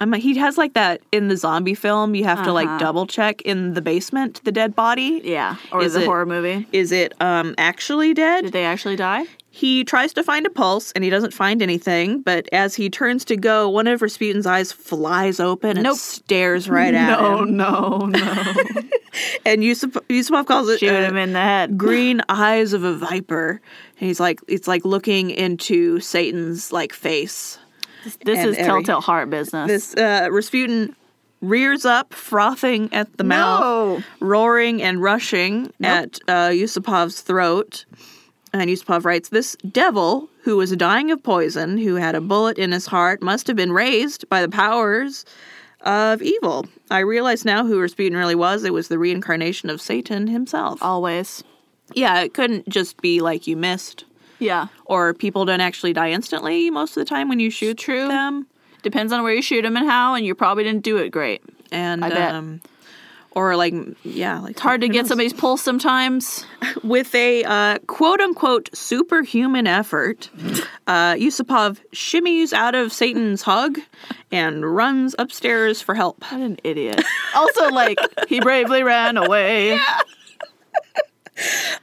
[SPEAKER 1] I'm. Like, he has like that in the zombie film. You have to like double check in the basement the dead body.
[SPEAKER 2] Uh-huh. Yeah. Or
[SPEAKER 1] Is
[SPEAKER 2] the
[SPEAKER 1] it-
[SPEAKER 2] horror movie.
[SPEAKER 1] Is it um actually dead?
[SPEAKER 2] Did they actually die?
[SPEAKER 1] He tries to find a pulse and he doesn't find anything, but as he turns to go, one of Rasputin's eyes flies open and
[SPEAKER 2] Nope.
[SPEAKER 1] stares right at
[SPEAKER 2] No,
[SPEAKER 1] him.
[SPEAKER 2] no, no.
[SPEAKER 1] And Yusuf- Yusupov calls it
[SPEAKER 2] Shoot
[SPEAKER 1] uh,
[SPEAKER 2] him in the head.
[SPEAKER 1] green eyes of a viper and he's like it's like looking into satan's like face
[SPEAKER 2] This
[SPEAKER 1] and
[SPEAKER 2] is
[SPEAKER 1] every-
[SPEAKER 2] telltale heart business.
[SPEAKER 1] this uh rasputin rears up frothing at the mouth
[SPEAKER 2] No.
[SPEAKER 1] roaring and rushing at uh, yusupov's throat and yusupov writes this devil who was dying of poison who had a bullet in his heart must have been raised by the powers of evil i realize now who rasputin really was it was the reincarnation of satan himself
[SPEAKER 2] Always.
[SPEAKER 1] yeah, it couldn't just be like you missed
[SPEAKER 2] Yeah.
[SPEAKER 1] or people don't actually die instantly most of the time when you shoot
[SPEAKER 2] true.
[SPEAKER 1] them.
[SPEAKER 2] Depends on where you shoot him and how, and you probably didn't do it great. It's
[SPEAKER 1] And
[SPEAKER 2] I bet.
[SPEAKER 1] um or like yeah, like
[SPEAKER 2] hard to
[SPEAKER 1] who
[SPEAKER 2] get
[SPEAKER 1] knows?
[SPEAKER 2] somebody's pulse sometimes.
[SPEAKER 1] with a uh, quote unquote superhuman effort. Uh, Yusupov shimmies out of Satan's hug and runs upstairs for help.
[SPEAKER 2] What an idiot. also, like, he bravely ran away.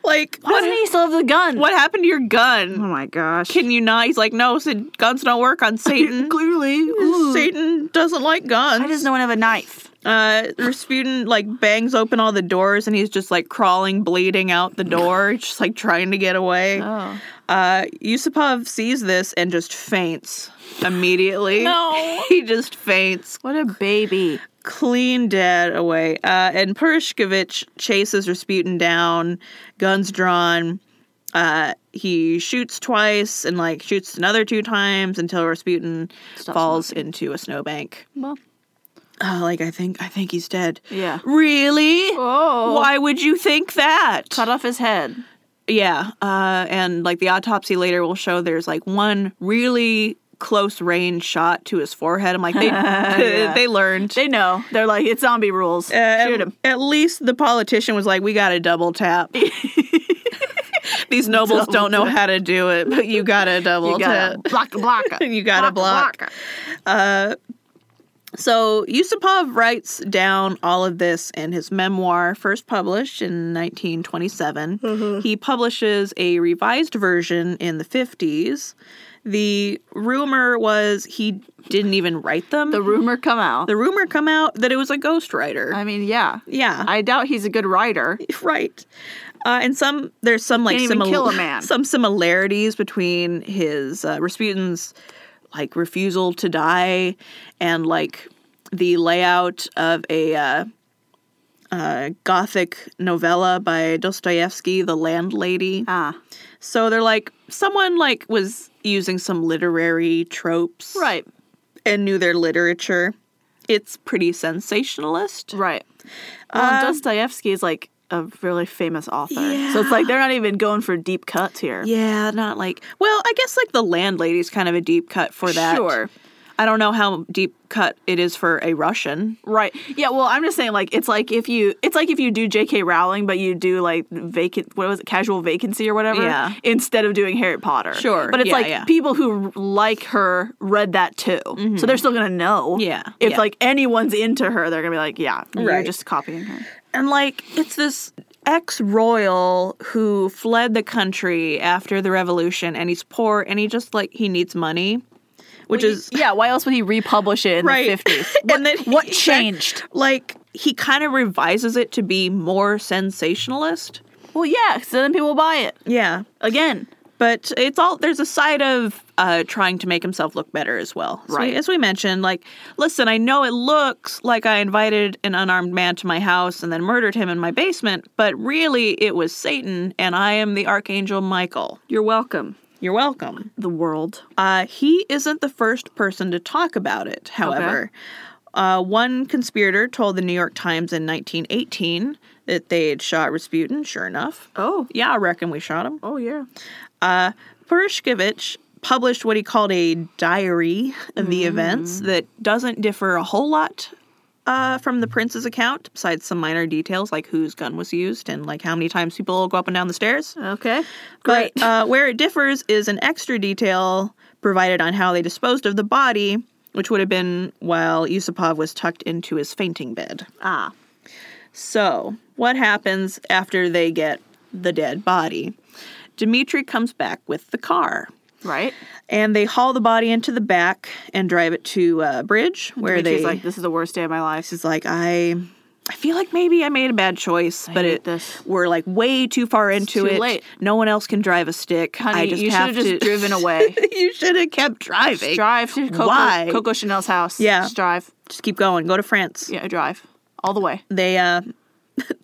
[SPEAKER 1] Like
[SPEAKER 2] Why doesn't
[SPEAKER 1] what,
[SPEAKER 2] he still have the gun? Oh
[SPEAKER 1] what happened to your gun?
[SPEAKER 2] my gosh.
[SPEAKER 1] Can you not? He's like, no, said guns don't work on Satan.
[SPEAKER 2] Clearly. Ooh.
[SPEAKER 1] Satan doesn't like guns.
[SPEAKER 2] Why does no one have a knife?
[SPEAKER 1] uh Rasputin like bangs open all the doors and he's just like crawling bleeding out the door just like trying to get away.
[SPEAKER 2] Oh.
[SPEAKER 1] Uh Yusupov sees this and just faints immediately.
[SPEAKER 2] No.
[SPEAKER 1] He just faints
[SPEAKER 2] What a baby.
[SPEAKER 1] clean dead away. Uh and Perishkovich chases Rasputin down, guns drawn. Uh, he shoots twice and like shoots another two times until Rasputin
[SPEAKER 2] Stops
[SPEAKER 1] falls into a snowbank.
[SPEAKER 2] Well,
[SPEAKER 1] Uh, like I think I think he's dead.
[SPEAKER 2] yeah.
[SPEAKER 1] Really?
[SPEAKER 2] Oh.
[SPEAKER 1] Why would you think that?
[SPEAKER 2] Cut off his head.
[SPEAKER 1] Yeah, uh, and like the autopsy later will show there's like one really close range shot to his forehead. I'm like, they they learned.
[SPEAKER 2] They know. They're like, it's zombie rules.
[SPEAKER 1] Uh,
[SPEAKER 2] Shoot him.
[SPEAKER 1] At least the politician was like, we got to double tap. These nobles don't know how to do it, but you got to double
[SPEAKER 2] You gotta
[SPEAKER 1] tap.
[SPEAKER 2] block the block.
[SPEAKER 1] You gotta block. Uh, So Yusupov writes down all of this in his memoir, first published in 1927. He publishes a revised version in the 50s. The rumor was he didn't even write them.
[SPEAKER 2] The
[SPEAKER 1] The,
[SPEAKER 2] rumor come out.
[SPEAKER 1] rumor come out that it was a ghostwriter.
[SPEAKER 2] I mean, yeah.
[SPEAKER 1] yeah,
[SPEAKER 2] I doubt he's a good writer.
[SPEAKER 1] right. Uh, and some there's some like
[SPEAKER 2] Can't even
[SPEAKER 1] simil-
[SPEAKER 2] kill a man.
[SPEAKER 1] some similarities between his uh, Rasputin's like refusal to die and like the layout of a uh, uh, gothic novella by Dostoevsky, The Landlady.
[SPEAKER 2] Ah,
[SPEAKER 1] So they're like someone like was using some literary tropes
[SPEAKER 2] right,
[SPEAKER 1] and knew their literature. It's pretty sensationalist.
[SPEAKER 2] right. Well, and Dostoevsky is like a really famous author, so it's like they're not even going for deep cuts here.
[SPEAKER 1] Yeah, not like. Well, I guess like the landlady's kind of a deep cut for that.
[SPEAKER 2] Sure.
[SPEAKER 1] I don't know how deep cut it is for a Russian.
[SPEAKER 2] Right. Yeah. Well, I'm just saying, like, it's like if you, it's like if you do J.K. Rowling, but you do like vacant, what was it, casual vacancy or whatever,
[SPEAKER 1] Yeah.
[SPEAKER 2] instead of doing Harry Potter.
[SPEAKER 1] Sure.
[SPEAKER 2] But it's
[SPEAKER 1] Yeah,
[SPEAKER 2] like
[SPEAKER 1] yeah. Mm-hmm.
[SPEAKER 2] people who like her read that too, so they're still gonna know.
[SPEAKER 1] Yeah,
[SPEAKER 2] If
[SPEAKER 1] yeah.
[SPEAKER 2] like anyone's into her, they're gonna be like, yeah, you're
[SPEAKER 1] Right.
[SPEAKER 2] just copying her.
[SPEAKER 1] And like, it's this ex royal who fled the country after the revolution and he's poor and he just like, he needs money, which
[SPEAKER 2] Well,
[SPEAKER 1] is
[SPEAKER 2] y- yeah. Why else would he republish it in
[SPEAKER 1] Right.
[SPEAKER 2] the fifties? What,
[SPEAKER 1] And then he-
[SPEAKER 2] what changed?
[SPEAKER 1] like, he kind of revises it to be more sensationalist.
[SPEAKER 2] Well, yeah. So then people buy it
[SPEAKER 1] Yeah.
[SPEAKER 2] again.
[SPEAKER 1] But it's all there's a side of uh, trying to make himself look better as well. So
[SPEAKER 2] Right.
[SPEAKER 1] As we mentioned, like, listen, I know it looks like I invited an unarmed man to my house and then murdered him in my basement, but really it was Satan, and I am the Archangel Michael.
[SPEAKER 2] You're welcome.
[SPEAKER 1] You're welcome.
[SPEAKER 2] The world.
[SPEAKER 1] Uh, he isn't the first person to talk about it, however. Uh, one conspirator told the New York Times in 1918 that they had shot Rasputin, sure enough.
[SPEAKER 2] Oh.
[SPEAKER 1] Yeah, I reckon we shot him.
[SPEAKER 2] Oh yeah.
[SPEAKER 1] Uh, Purishkevich published what he called a diary of the events that doesn't differ a whole lot uh, from the prince's account, besides some minor details like whose gun was used and like how many times people go up and down the stairs.
[SPEAKER 2] Okay. Great.
[SPEAKER 1] But uh, where it differs is an extra detail provided on how they disposed of the body, which would have been while Yusupov was tucked into his fainting bed.
[SPEAKER 2] ah.
[SPEAKER 1] So, what happens after they get the dead body? Dmitri comes back with the car.
[SPEAKER 2] Right.
[SPEAKER 1] And they haul the body into the back and drive it to a bridge where
[SPEAKER 2] Where
[SPEAKER 1] they.
[SPEAKER 2] like, this is the worst day of my life.
[SPEAKER 1] is like I, I feel like maybe I made a bad choice, but
[SPEAKER 2] hate
[SPEAKER 1] it
[SPEAKER 2] this.
[SPEAKER 1] we're like way too far into
[SPEAKER 2] too
[SPEAKER 1] it.
[SPEAKER 2] late.
[SPEAKER 1] No one else can drive a stick.
[SPEAKER 2] Honey,
[SPEAKER 1] I just
[SPEAKER 2] you should
[SPEAKER 1] have
[SPEAKER 2] have just
[SPEAKER 1] to.
[SPEAKER 2] driven away.
[SPEAKER 1] you should have kept driving.
[SPEAKER 2] drive to Coco,
[SPEAKER 1] Why?
[SPEAKER 2] Coco Chanel's house.
[SPEAKER 1] Yeah.
[SPEAKER 2] Just drive.
[SPEAKER 1] Just keep going. Go to France.
[SPEAKER 2] Yeah, drive. All the way.
[SPEAKER 1] They uh.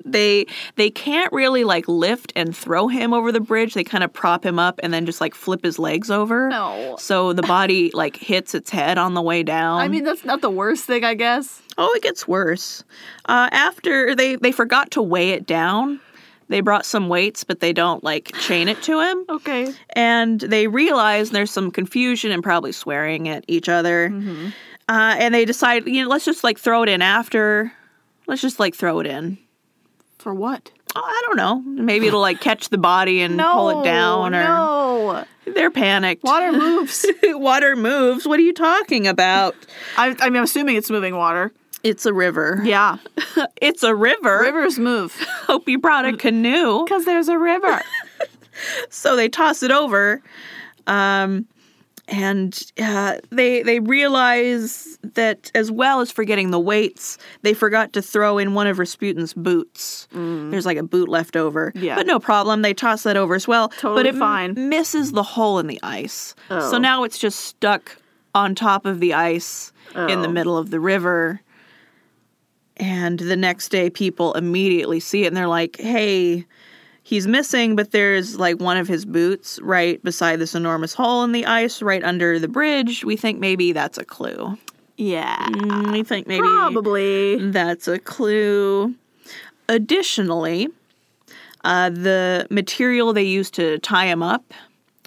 [SPEAKER 1] They they can't really like lift and throw him over the bridge. They kind of prop him up and then just like flip his legs over.
[SPEAKER 2] No.
[SPEAKER 1] So the body like hits its head on the way down.
[SPEAKER 2] I mean, that's not the worst thing, I guess.
[SPEAKER 1] Oh, it gets worse. Uh, after they they forgot to weigh it down. They brought some weights, but they don't like chain it to him.
[SPEAKER 2] Okay.
[SPEAKER 1] And they realize there's some confusion and probably swearing at each other. Uh, and they decide, you know, let's just like throw it in after. Let's just like throw it in.
[SPEAKER 2] For what?
[SPEAKER 1] Oh, I don't know. Maybe it'll like catch the body and pull it down. Or
[SPEAKER 2] no.
[SPEAKER 1] they're panicked.
[SPEAKER 2] Water moves.
[SPEAKER 1] Water moves. What are you talking about?
[SPEAKER 2] I, I mean, I'm assuming it's moving water.
[SPEAKER 1] It's a river.
[SPEAKER 2] Yeah.
[SPEAKER 1] It's a river. Mm.
[SPEAKER 2] Rivers move.
[SPEAKER 1] Hope you brought a canoe.
[SPEAKER 2] Because there's a river.
[SPEAKER 1] so they toss it over um, and uh, they they realize that as well as forgetting the weights they forgot to throw in one of rasputin's boots there's like a boot left over
[SPEAKER 2] Mm. Yeah.
[SPEAKER 1] but no problem they toss that over as well but
[SPEAKER 2] Totally
[SPEAKER 1] it m-
[SPEAKER 2] fine.
[SPEAKER 1] misses the hole in the ice
[SPEAKER 2] Oh.
[SPEAKER 1] so now it's just stuck on top of the ice in the
[SPEAKER 2] Oh.
[SPEAKER 1] middle of the river and the next day people immediately see it and they're like hey he's missing, but there's like one of his boots right beside this enormous hole in the ice right under the bridge. We think maybe that's a clue.
[SPEAKER 2] Yeah.
[SPEAKER 1] Mm, we think maybe
[SPEAKER 2] Probably.
[SPEAKER 1] that's a clue. Additionally, uh, the material they used to tie him up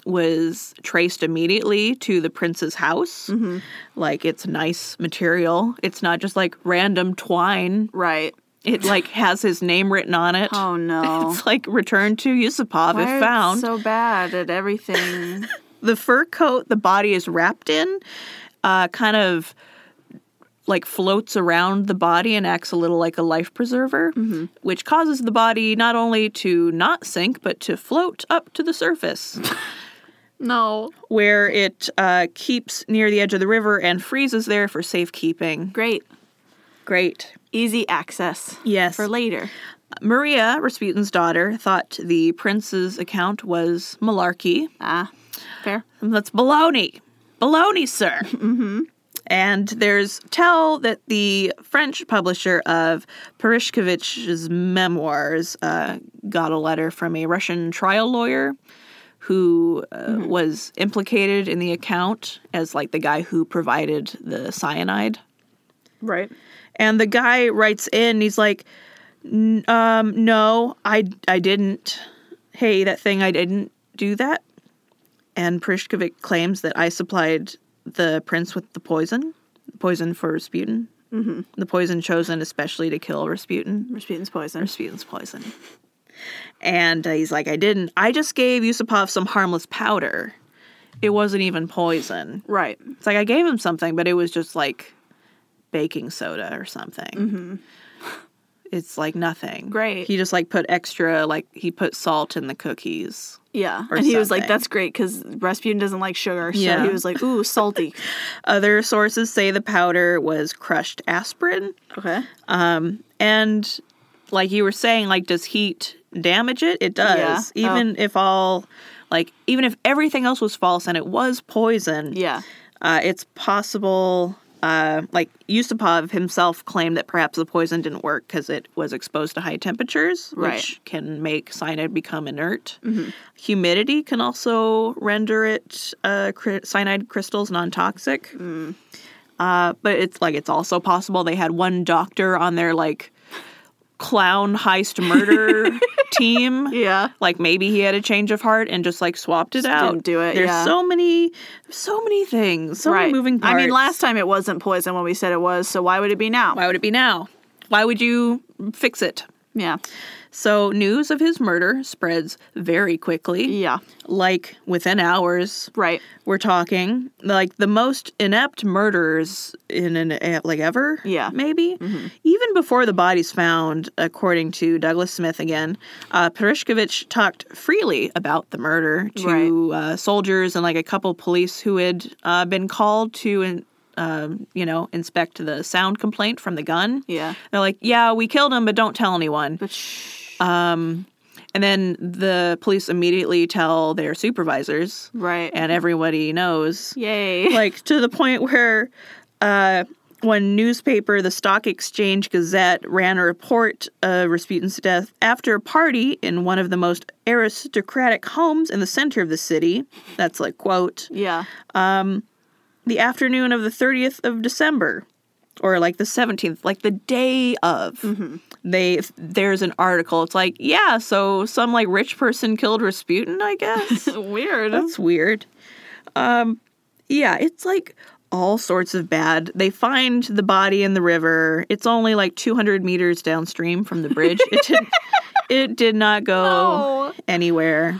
[SPEAKER 1] was traced immediately to the prince's house.
[SPEAKER 2] Mm-hmm.
[SPEAKER 1] Like it's nice material. It's not just like random twine.
[SPEAKER 2] Right.
[SPEAKER 1] It like has his name written on it.
[SPEAKER 2] Oh no.
[SPEAKER 1] It's like returned to Yusupov
[SPEAKER 2] Why are
[SPEAKER 1] if
[SPEAKER 2] you
[SPEAKER 1] found.
[SPEAKER 2] So bad at everything.
[SPEAKER 1] the fur coat the body is wrapped in uh, kind of like floats around the body and acts a little like a life preserver, which causes the body not only to not sink but to float up to the surface,
[SPEAKER 2] no.
[SPEAKER 1] where it uh, keeps near the edge of the river and freezes there for safekeeping.
[SPEAKER 2] Great.
[SPEAKER 1] Great.
[SPEAKER 2] Easy access.
[SPEAKER 1] Yes.
[SPEAKER 2] For later.
[SPEAKER 1] Maria, Rasputin's daughter, thought the prince's account was malarkey.
[SPEAKER 2] Ah. Fair.
[SPEAKER 1] That's baloney. Baloney, sir. mm-hmm. And there's tell that the French publisher of Perishkovich's memoirs uh, got a letter from a Russian trial lawyer who uh, was implicated in the account as like the guy who provided the cyanide.
[SPEAKER 2] Right.
[SPEAKER 1] And the guy writes in, he's like, "N- um, no, I, I didn't. Hey, that thing, I didn't do that. And Prishkovic claims that I supplied the prince with the poison, the poison for Rasputin, mm-hmm. the poison chosen especially to kill Rasputin,
[SPEAKER 2] Rasputin's poison.
[SPEAKER 1] Rasputin's poison. And uh, he's like, I didn't. I just gave Yusupov some harmless powder. It wasn't even poison.
[SPEAKER 2] Right.
[SPEAKER 1] It's like I gave him something, but it was just like baking soda or something. It's like nothing.
[SPEAKER 2] Mm-hmm. Great.
[SPEAKER 1] He just like put extra, like he put salt in the cookies.
[SPEAKER 2] Yeah.
[SPEAKER 1] Or
[SPEAKER 2] and he was like,
[SPEAKER 1] something.
[SPEAKER 2] that's great because Rasputin doesn't like sugar. So
[SPEAKER 1] Yeah.
[SPEAKER 2] he was like, ooh, salty.
[SPEAKER 1] Other sources say the powder was crushed aspirin.
[SPEAKER 2] okay.
[SPEAKER 1] And like you were saying, like, does heat damage it? It does.
[SPEAKER 2] Yeah. Oh.
[SPEAKER 1] Even if all, like, even if everything else was false and it was poison.
[SPEAKER 2] Yeah.
[SPEAKER 1] Uh, it's possible, uh, like Yusupov himself claimed that perhaps the poison didn't work because it was exposed to high temperatures,
[SPEAKER 2] Right.
[SPEAKER 1] which can make cyanide become inert. Humidity can also render it uh, cr- cyanide crystals non toxic. Uh, but it's like it's also possible they had one doctor on their like clown heist murder team
[SPEAKER 2] Yeah.
[SPEAKER 1] like maybe he had a change of heart and just like swapped it out.
[SPEAKER 2] didn't do it,
[SPEAKER 1] There's
[SPEAKER 2] yeah.
[SPEAKER 1] so many, so many things, so many moving parts.
[SPEAKER 2] I mean, last time it wasn't poison when we said it was, so why would it be now?
[SPEAKER 1] why would it be now? Why would you fix it?
[SPEAKER 2] Yeah.
[SPEAKER 1] So news of his murder spreads very quickly.
[SPEAKER 2] Yeah.
[SPEAKER 1] Like within hours,
[SPEAKER 2] Right.
[SPEAKER 1] we're talking like the most inept murderers in an eh, like ever
[SPEAKER 2] Yeah. Mm-hmm.
[SPEAKER 1] maybe even before the bodies found according to douglas smith again uh, perishkovich talked freely about the murder to uh, soldiers and like a couple police who had uh, been called to in, um, you know inspect the sound complaint from the gun
[SPEAKER 2] Yeah.
[SPEAKER 1] they're like yeah we killed him but don't tell anyone
[SPEAKER 2] But shh.
[SPEAKER 1] Uh, and then the police immediately tell their supervisors
[SPEAKER 2] right.
[SPEAKER 1] and everybody knows
[SPEAKER 2] Yay.
[SPEAKER 1] like to the point where uh, one newspaper, the Stock Exchange Gazette, ran a report of Rasputin's death after a party in one of the most aristocratic homes in the center of the city. That's like quote
[SPEAKER 2] yeah.
[SPEAKER 1] the afternoon of the thirtieth of December, or like the seventeenth, like the day of. They there's an article. It's like yeah, so some like rich person killed Rasputin, I guess.
[SPEAKER 2] Weird.
[SPEAKER 1] That's weird. Um, yeah, it's like all sorts of bad. They find the body in the river. It's only like 200 meters downstream from the bridge. It did, it did not go
[SPEAKER 2] No.
[SPEAKER 1] anywhere.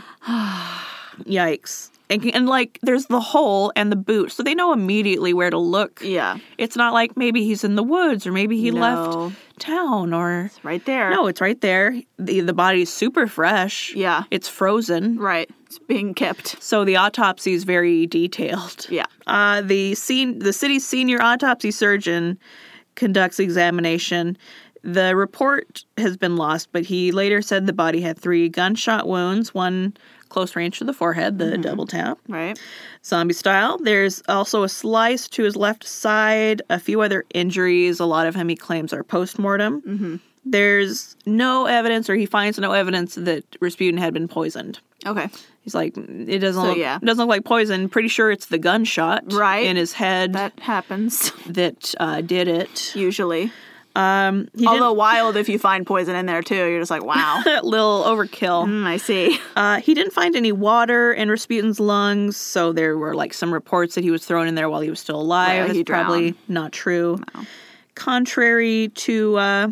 [SPEAKER 1] Yikes. And, and like, there's the hole and the boot, so they know immediately where to look.
[SPEAKER 2] yeah.
[SPEAKER 1] It's not like maybe he's in the woods or maybe he
[SPEAKER 2] No.
[SPEAKER 1] left town or.
[SPEAKER 2] Right there.
[SPEAKER 1] No, it's right there. The, the body's super fresh.
[SPEAKER 2] Yeah.
[SPEAKER 1] It's frozen.
[SPEAKER 2] Right. It's being kept.
[SPEAKER 1] So the autopsy is very detailed.
[SPEAKER 2] Yeah.
[SPEAKER 1] Uh, the scene, the city's senior autopsy surgeon conducts examination. The report has been lost, but he later said the body had three gunshot wounds, one close range to the forehead, the double tap,
[SPEAKER 2] Right.
[SPEAKER 1] zombie style. There's also a slice to his left side, a few other injuries. A lot of him he claims are post mortem. there's no evidence, or he finds no evidence that Rasputin had been poisoned.
[SPEAKER 2] Okay.
[SPEAKER 1] He's like, it doesn't
[SPEAKER 2] So,
[SPEAKER 1] look,
[SPEAKER 2] yeah.
[SPEAKER 1] doesn't look like poison. Pretty sure it's the gunshot
[SPEAKER 2] Right.
[SPEAKER 1] in his head that,
[SPEAKER 2] That happens
[SPEAKER 1] uh, did it.
[SPEAKER 2] usually.
[SPEAKER 1] Um, he
[SPEAKER 2] Although wild if you find poison in there too, you're just like, wow.
[SPEAKER 1] did a little overkill.
[SPEAKER 2] Mm, I see.
[SPEAKER 1] Uh, he didn't find any water in Rasputin's lungs, so there were like some reports that he was thrown in there while he was still alive.
[SPEAKER 2] Right,
[SPEAKER 1] That's
[SPEAKER 2] he
[SPEAKER 1] probably
[SPEAKER 2] drowned.
[SPEAKER 1] not true. Contrary to uh,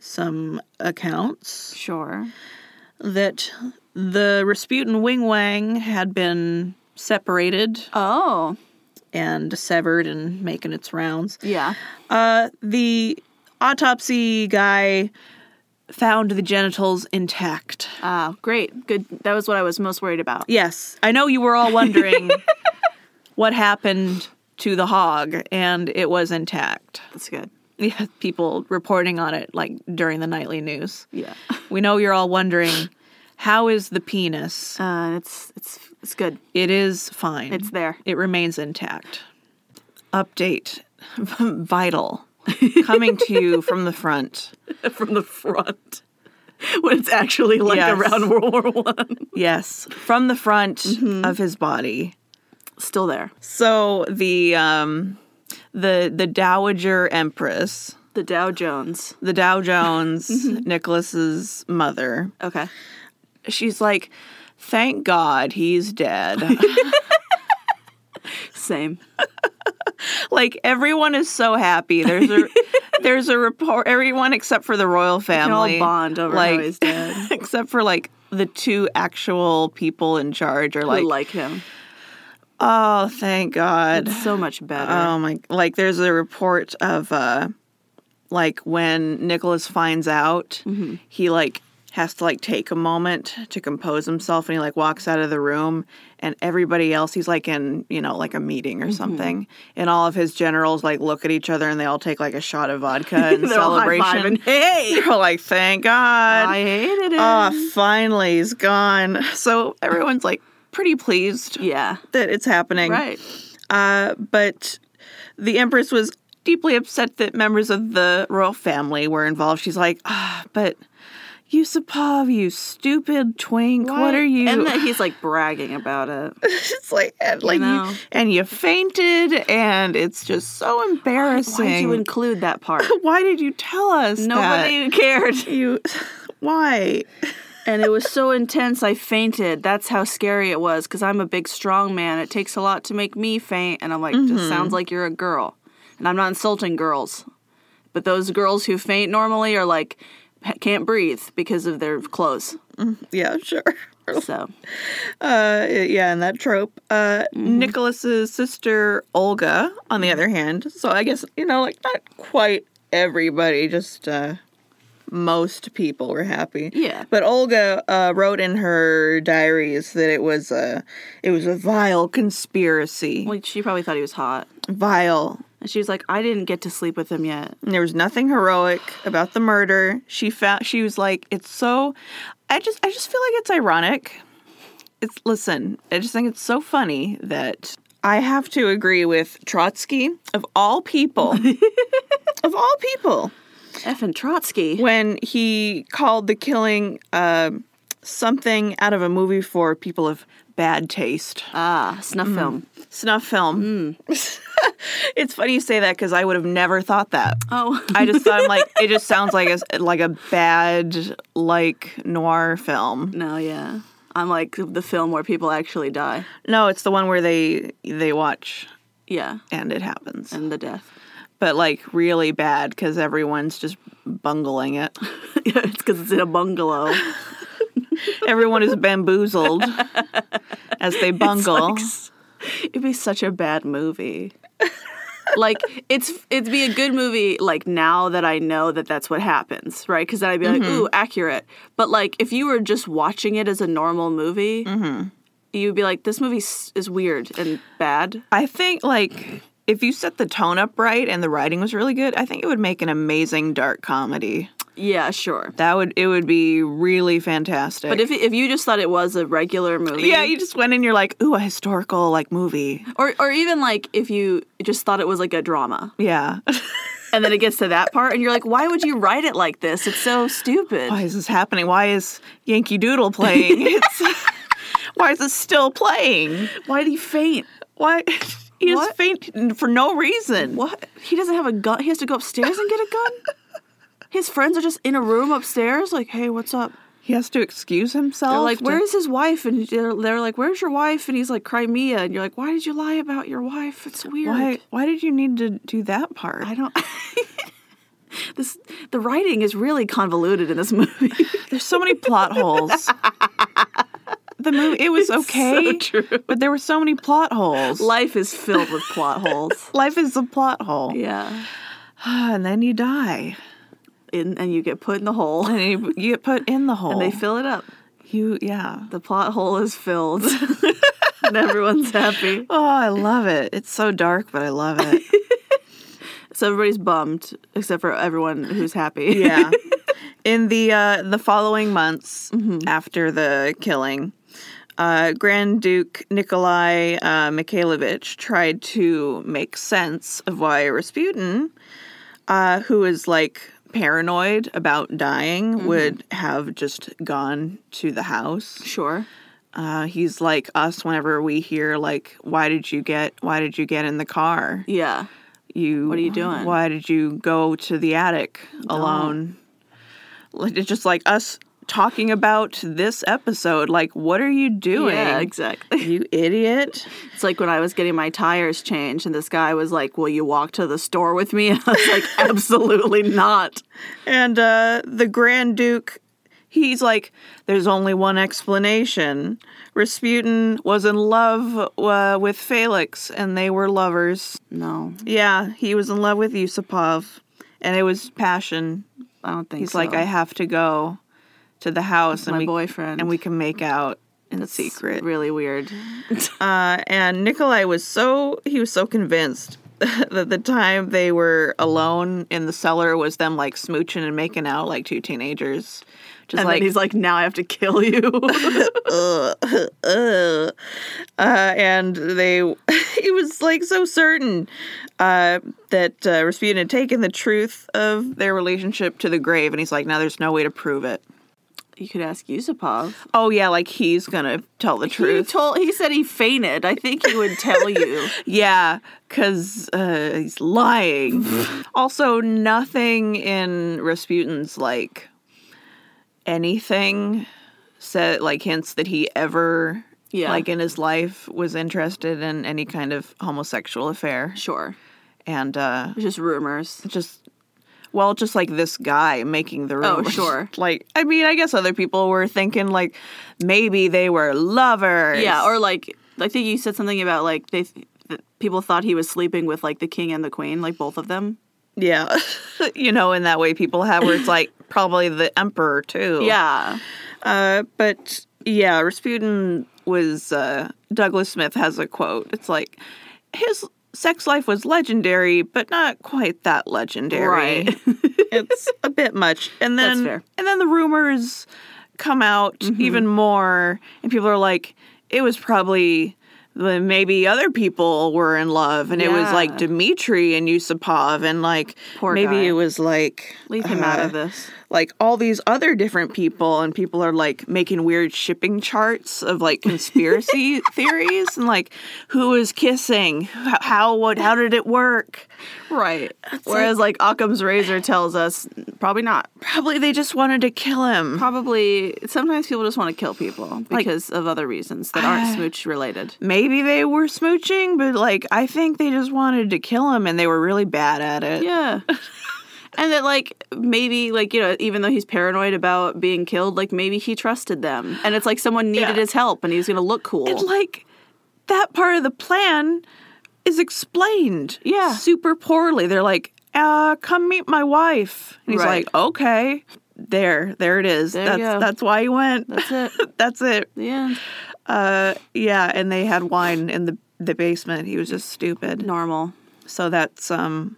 [SPEAKER 1] some accounts,
[SPEAKER 2] Sure.
[SPEAKER 1] that the Rasputin wing wang had been separated
[SPEAKER 2] Oh,
[SPEAKER 1] and severed and making its rounds.
[SPEAKER 2] yeah.
[SPEAKER 1] Uh, the autopsy guy found the genitals intact.
[SPEAKER 2] Uh, great. Good. That was what I was most worried about.
[SPEAKER 1] Yes, I know you were all wondering what happened to the hog, and it was intact.
[SPEAKER 2] That's good.
[SPEAKER 1] Yeah, people reporting on it like during the nightly news.
[SPEAKER 2] Yeah.
[SPEAKER 1] We know you're all wondering how is the penis?
[SPEAKER 2] Uh, it's it's it's good.
[SPEAKER 1] It is fine.
[SPEAKER 2] It's there.
[SPEAKER 1] It remains intact. Update vital coming to you from the front.
[SPEAKER 2] From the front. when it's actually like
[SPEAKER 1] Yes.
[SPEAKER 2] around World War One.
[SPEAKER 1] Yes, from the front
[SPEAKER 2] Mm-hmm.
[SPEAKER 1] of his body.
[SPEAKER 2] Still there.
[SPEAKER 1] So the um the the Dowager Empress
[SPEAKER 2] The Dow Jones.
[SPEAKER 1] the Dow Jones,
[SPEAKER 2] Mm-hmm.
[SPEAKER 1] Nicholas's mother.
[SPEAKER 2] Okay.
[SPEAKER 1] She's like, "Thank God he's dead."
[SPEAKER 2] Same.
[SPEAKER 1] like everyone is so happy. There's a there's a report. Everyone except for the royal
[SPEAKER 2] Can all
[SPEAKER 1] family
[SPEAKER 2] bond over
[SPEAKER 1] like,
[SPEAKER 2] how he's dead.
[SPEAKER 1] except for like the two actual people in charge are
[SPEAKER 2] Like,
[SPEAKER 1] like,
[SPEAKER 2] like him.
[SPEAKER 1] "Oh, thank God."
[SPEAKER 2] It's so much better.
[SPEAKER 1] Oh my! Like there's a report of uh, like when Nicholas finds out,
[SPEAKER 2] Mm-hmm.
[SPEAKER 1] he like has to like take a moment to compose himself, and he like walks out of the room, and everybody else he's like in you know like a meeting
[SPEAKER 2] Mm-hmm.
[SPEAKER 1] or something, and all of his generals like look at each other, and they all take like a shot of vodka in
[SPEAKER 2] They're all
[SPEAKER 1] celebration.
[SPEAKER 2] high-fiving. Hey!
[SPEAKER 1] They're like, thank God.
[SPEAKER 2] I hated it.
[SPEAKER 1] Oh, finally he's gone. So everyone's like pretty pleased
[SPEAKER 2] yeah.
[SPEAKER 1] that it's happening.
[SPEAKER 2] Right.
[SPEAKER 1] Uh, but the Empress was deeply upset that members of the royal family were involved. She's like, ah, but Yusupov, you stupid twink, what, are you?
[SPEAKER 2] And that he's like bragging about it.
[SPEAKER 1] it's like, and, like
[SPEAKER 2] know.
[SPEAKER 1] you, and you fainted, and it's just so embarrassing.
[SPEAKER 2] Why did you include that part?
[SPEAKER 1] Why did you tell us?
[SPEAKER 2] Nobody cared.
[SPEAKER 1] that? You. Why?
[SPEAKER 2] and it was so intense I fainted. That's how scary it was because I'm a big strong man. It takes a lot to make me faint. And I'm like,
[SPEAKER 1] Mm-hmm.
[SPEAKER 2] just sounds like you're a girl. And I'm not insulting girls. But those girls who faint normally are like, ha- can't breathe because of their clothes.
[SPEAKER 1] Yeah, sure.
[SPEAKER 2] So,
[SPEAKER 1] Uh, yeah, and that trope. Uh, Nicholas's sister Olga, on the other hand, so I guess you know, like not quite everybody, just uh, most people were happy.
[SPEAKER 2] Yeah.
[SPEAKER 1] But Olga uh, wrote in her diaries that it was a it was a vile conspiracy,
[SPEAKER 2] well, she probably thought he was hot.
[SPEAKER 1] vile.
[SPEAKER 2] And she was like, I didn't get to sleep with him yet.
[SPEAKER 1] And There was nothing heroic about the murder. She found she was like, it's so. I just I just feel like it's ironic. It's listen. I just think it's so funny that I have to agree with Trotsky of all people, of all people,
[SPEAKER 2] Effing Trotsky.
[SPEAKER 1] when he called the killing uh, something out of a movie for people of bad taste
[SPEAKER 2] Ah,
[SPEAKER 1] Mm.
[SPEAKER 2] snuff film.
[SPEAKER 1] snuff film. it's funny you say that because I would have never thought that.
[SPEAKER 2] Oh,
[SPEAKER 1] I just thought I'm like it just sounds like a like a bad like noir film.
[SPEAKER 2] no, yeah. I'm like the film where people actually die.
[SPEAKER 1] No, it's the one where they they watch
[SPEAKER 2] Yeah,
[SPEAKER 1] and it happens,
[SPEAKER 2] and the death.
[SPEAKER 1] but like really bad because everyone's just bungling it.
[SPEAKER 2] yeah, it's because it's in a bungalow.
[SPEAKER 1] Everyone is bamboozled as they bungle.
[SPEAKER 2] Like, s- it'd be such a bad movie. like it's it'd be a good movie like now that I know that that's what happens, right? Because then I'd be like, ooh, accurate. But like if you were just watching it as a normal movie, you'd be like, this movie s- is weird and bad.
[SPEAKER 1] I think like if you set the tone up right and the writing was really good, I think it would make an amazing dark comedy.
[SPEAKER 2] Yeah, sure.
[SPEAKER 1] That would it would be really fantastic.
[SPEAKER 2] But if if you just thought it was a regular movie,
[SPEAKER 1] yeah, you just went in, you're like, ooh, a historical like movie.
[SPEAKER 2] or or even like if you just thought it was like a drama,
[SPEAKER 1] Yeah.
[SPEAKER 2] and then it gets to that part, and you're like, why would you write it like this? It's so stupid.
[SPEAKER 1] Why is this happening? Why is Yankee Doodle playing? It's, why is this still playing?
[SPEAKER 2] Why did he faint?
[SPEAKER 1] Why he just
[SPEAKER 2] What?
[SPEAKER 1] faint for no reason?
[SPEAKER 2] What? He doesn't have a gun. He has to go upstairs and get a gun? His friends are just in a room upstairs, like, hey, what's up?
[SPEAKER 1] He has to excuse himself.
[SPEAKER 2] They're like,
[SPEAKER 1] to-
[SPEAKER 2] where's his wife? And they're, they're like, where's your wife? And he's like, Crimea. And you're like, why did you lie about your wife? It's weird.
[SPEAKER 1] Why? Why did you need to do that part?
[SPEAKER 2] I don't. this the writing is really convoluted in this movie.
[SPEAKER 1] There's so many plot holes. The movie it was okay,
[SPEAKER 2] true.
[SPEAKER 1] but there were so many plot holes.
[SPEAKER 2] Life is filled with plot holes.
[SPEAKER 1] Life is a plot hole,
[SPEAKER 2] Yeah,
[SPEAKER 1] and then you die,
[SPEAKER 2] and, and you get put in the hole,
[SPEAKER 1] and Oh. you, you get put in the hole.
[SPEAKER 2] and they fill it up.
[SPEAKER 1] you, yeah.
[SPEAKER 2] The plot hole is filled, and everyone's happy.
[SPEAKER 1] Oh, I love it. It's so dark, but I love it.
[SPEAKER 2] So everybody's bummed, except for everyone who's happy.
[SPEAKER 1] yeah. In the uh, the following months after the killing, uh, Grand Duke Nikolai uh, Mikhailovich tried to make sense of why Rasputin, uh, who is like paranoid about dying, would have just gone to the house.
[SPEAKER 2] sure.
[SPEAKER 1] Uh, he's like us whenever we hear like, "Why did you get? Why did you get in the car?
[SPEAKER 2] Yeah.
[SPEAKER 1] You
[SPEAKER 2] What are you doing?
[SPEAKER 1] Why did you go to the attic alone? Like, It's just like us talking about this episode. Like, what are you doing?
[SPEAKER 2] Yeah, exactly.
[SPEAKER 1] you idiot.
[SPEAKER 2] It's like when I was getting my tires changed, and this guy was like, "Will you walk to the store with me?" I was like, "Absolutely not."
[SPEAKER 1] And uh, the Grand Duke, he's like, there's only one explanation. Rasputin was in love uh, with Felix, and they were lovers.
[SPEAKER 2] No,
[SPEAKER 1] Yeah, he was in love with Yusupov, and it was passion.
[SPEAKER 2] I don't think
[SPEAKER 1] He's
[SPEAKER 2] so.
[SPEAKER 1] like, I have to go to the house, and
[SPEAKER 2] my
[SPEAKER 1] we
[SPEAKER 2] boyfriend,
[SPEAKER 1] and we can make out in
[SPEAKER 2] It's
[SPEAKER 1] secret.
[SPEAKER 2] Really weird.
[SPEAKER 1] Uh, and Nikolai was so he was so convinced that the time they were alone in the cellar was them like smooching and making out like two teenagers, just
[SPEAKER 2] And
[SPEAKER 1] like
[SPEAKER 2] then he's like, "Now I have to kill you."
[SPEAKER 1] uh, and they he was like so certain uh, that uh, Rasputin had taken the truth of their relationship to the grave, and he's like, now there's no way to prove it.
[SPEAKER 2] you could ask Yusupov.
[SPEAKER 1] Oh yeah, like he's gonna tell the
[SPEAKER 2] He
[SPEAKER 1] truth.
[SPEAKER 2] told. He said he fainted. I think he would tell you.
[SPEAKER 1] Yeah, because uh, he's lying. also, nothing in Rasputin's like anything said like hints that he ever
[SPEAKER 2] Yeah.
[SPEAKER 1] like in his life was interested in any kind of homosexual affair
[SPEAKER 2] sure.
[SPEAKER 1] and uh
[SPEAKER 2] It's just rumors.
[SPEAKER 1] just well just like this guy making the rumors
[SPEAKER 2] Oh, sure.
[SPEAKER 1] like i mean i guess other people were thinking like maybe they were lovers
[SPEAKER 2] Yeah, or like I think you said something about like they that people thought he was sleeping with like the king and the queen, like both of them.
[SPEAKER 1] Yeah. you know, in that way people have where it's like probably the emperor
[SPEAKER 2] Oh.
[SPEAKER 1] too.
[SPEAKER 2] Yeah.
[SPEAKER 1] Uh, but yeah, Rasputin was uh, Douglas Smith has a quote. It's like his sex life was legendary, but not quite that legendary.
[SPEAKER 2] Right.
[SPEAKER 1] it's a bit much. And then
[SPEAKER 2] That's fair. Mm-hmm.
[SPEAKER 1] and then the rumors come out even more and people are like it was probably the- maybe other people were in love and it was like
[SPEAKER 2] Yeah.
[SPEAKER 1] Dmitri and Yusupov and like
[SPEAKER 2] Poor
[SPEAKER 1] maybe
[SPEAKER 2] guy.
[SPEAKER 1] it was like
[SPEAKER 2] Leave him out
[SPEAKER 1] uh,
[SPEAKER 2] of this.
[SPEAKER 1] like all these other different people and people are like making weird shipping charts of like conspiracy theories and like who was kissing how, how what how did it work
[SPEAKER 2] Right. Whereas like, Occam's razor tells us probably not.
[SPEAKER 1] probably they just wanted to kill him
[SPEAKER 2] Probably sometimes people just want to kill people because of other reasons that aren't smooch related.
[SPEAKER 1] maybe they were smooching but like i think they just wanted to kill him and they were really bad at it
[SPEAKER 2] Yeah. and that like maybe like you know even though he's paranoid about being killed like maybe he trusted them and it's like someone needed
[SPEAKER 1] Yeah.
[SPEAKER 2] his help and he was gonna look cool
[SPEAKER 1] And like that part of the plan is explained.
[SPEAKER 2] Yeah.
[SPEAKER 1] Super poorly. They're like, uh, come meet my wife. And he's
[SPEAKER 2] Right.
[SPEAKER 1] like, okay. There, there it is.
[SPEAKER 2] There you
[SPEAKER 1] that's
[SPEAKER 2] go.
[SPEAKER 1] that's why he went.
[SPEAKER 2] that's it
[SPEAKER 1] that's it.
[SPEAKER 2] yeah
[SPEAKER 1] Uh yeah, and they had wine in the the basement. He was just stupid.
[SPEAKER 2] normal
[SPEAKER 1] So that's um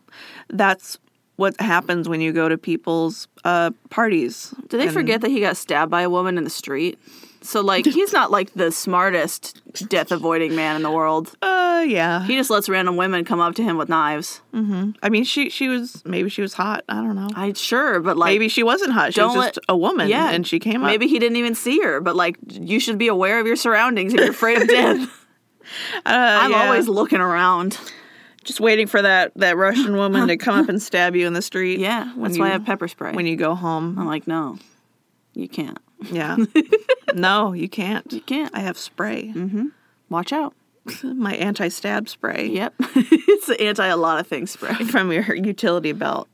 [SPEAKER 1] that's what happens when you go to people's uh parties.
[SPEAKER 2] Did they forget that he got stabbed by a woman in the street? So like he's not like the smartest death avoiding man in the world.
[SPEAKER 1] Uh, yeah.
[SPEAKER 2] He just lets random women come up to him with knives.
[SPEAKER 1] I mean, she she was maybe she was hot. I don't know.
[SPEAKER 2] I sure, but like
[SPEAKER 1] Maybe she wasn't hot. She was
[SPEAKER 2] Don't
[SPEAKER 1] just
[SPEAKER 2] let-
[SPEAKER 1] a woman,
[SPEAKER 2] yeah,
[SPEAKER 1] and she came up.
[SPEAKER 2] maybe he didn't even see her, but like you should be aware of your surroundings if you're afraid of death.
[SPEAKER 1] Uh,
[SPEAKER 2] I'm
[SPEAKER 1] yeah.
[SPEAKER 2] always looking around.
[SPEAKER 1] just waiting for that that Russian woman to come up and stab you in the street.
[SPEAKER 2] Yeah,
[SPEAKER 1] when
[SPEAKER 2] that's
[SPEAKER 1] you,
[SPEAKER 2] why I have pepper spray.
[SPEAKER 1] when you go home.
[SPEAKER 2] I'm like, no, you can't.
[SPEAKER 1] Yeah. no, Oh. you can't. Mm-hmm.
[SPEAKER 2] You can't.
[SPEAKER 1] I have spray.
[SPEAKER 2] Watch out.
[SPEAKER 1] My anti-stab spray.
[SPEAKER 2] Yep, it's the anti a lot of things spray.
[SPEAKER 1] From your utility belt.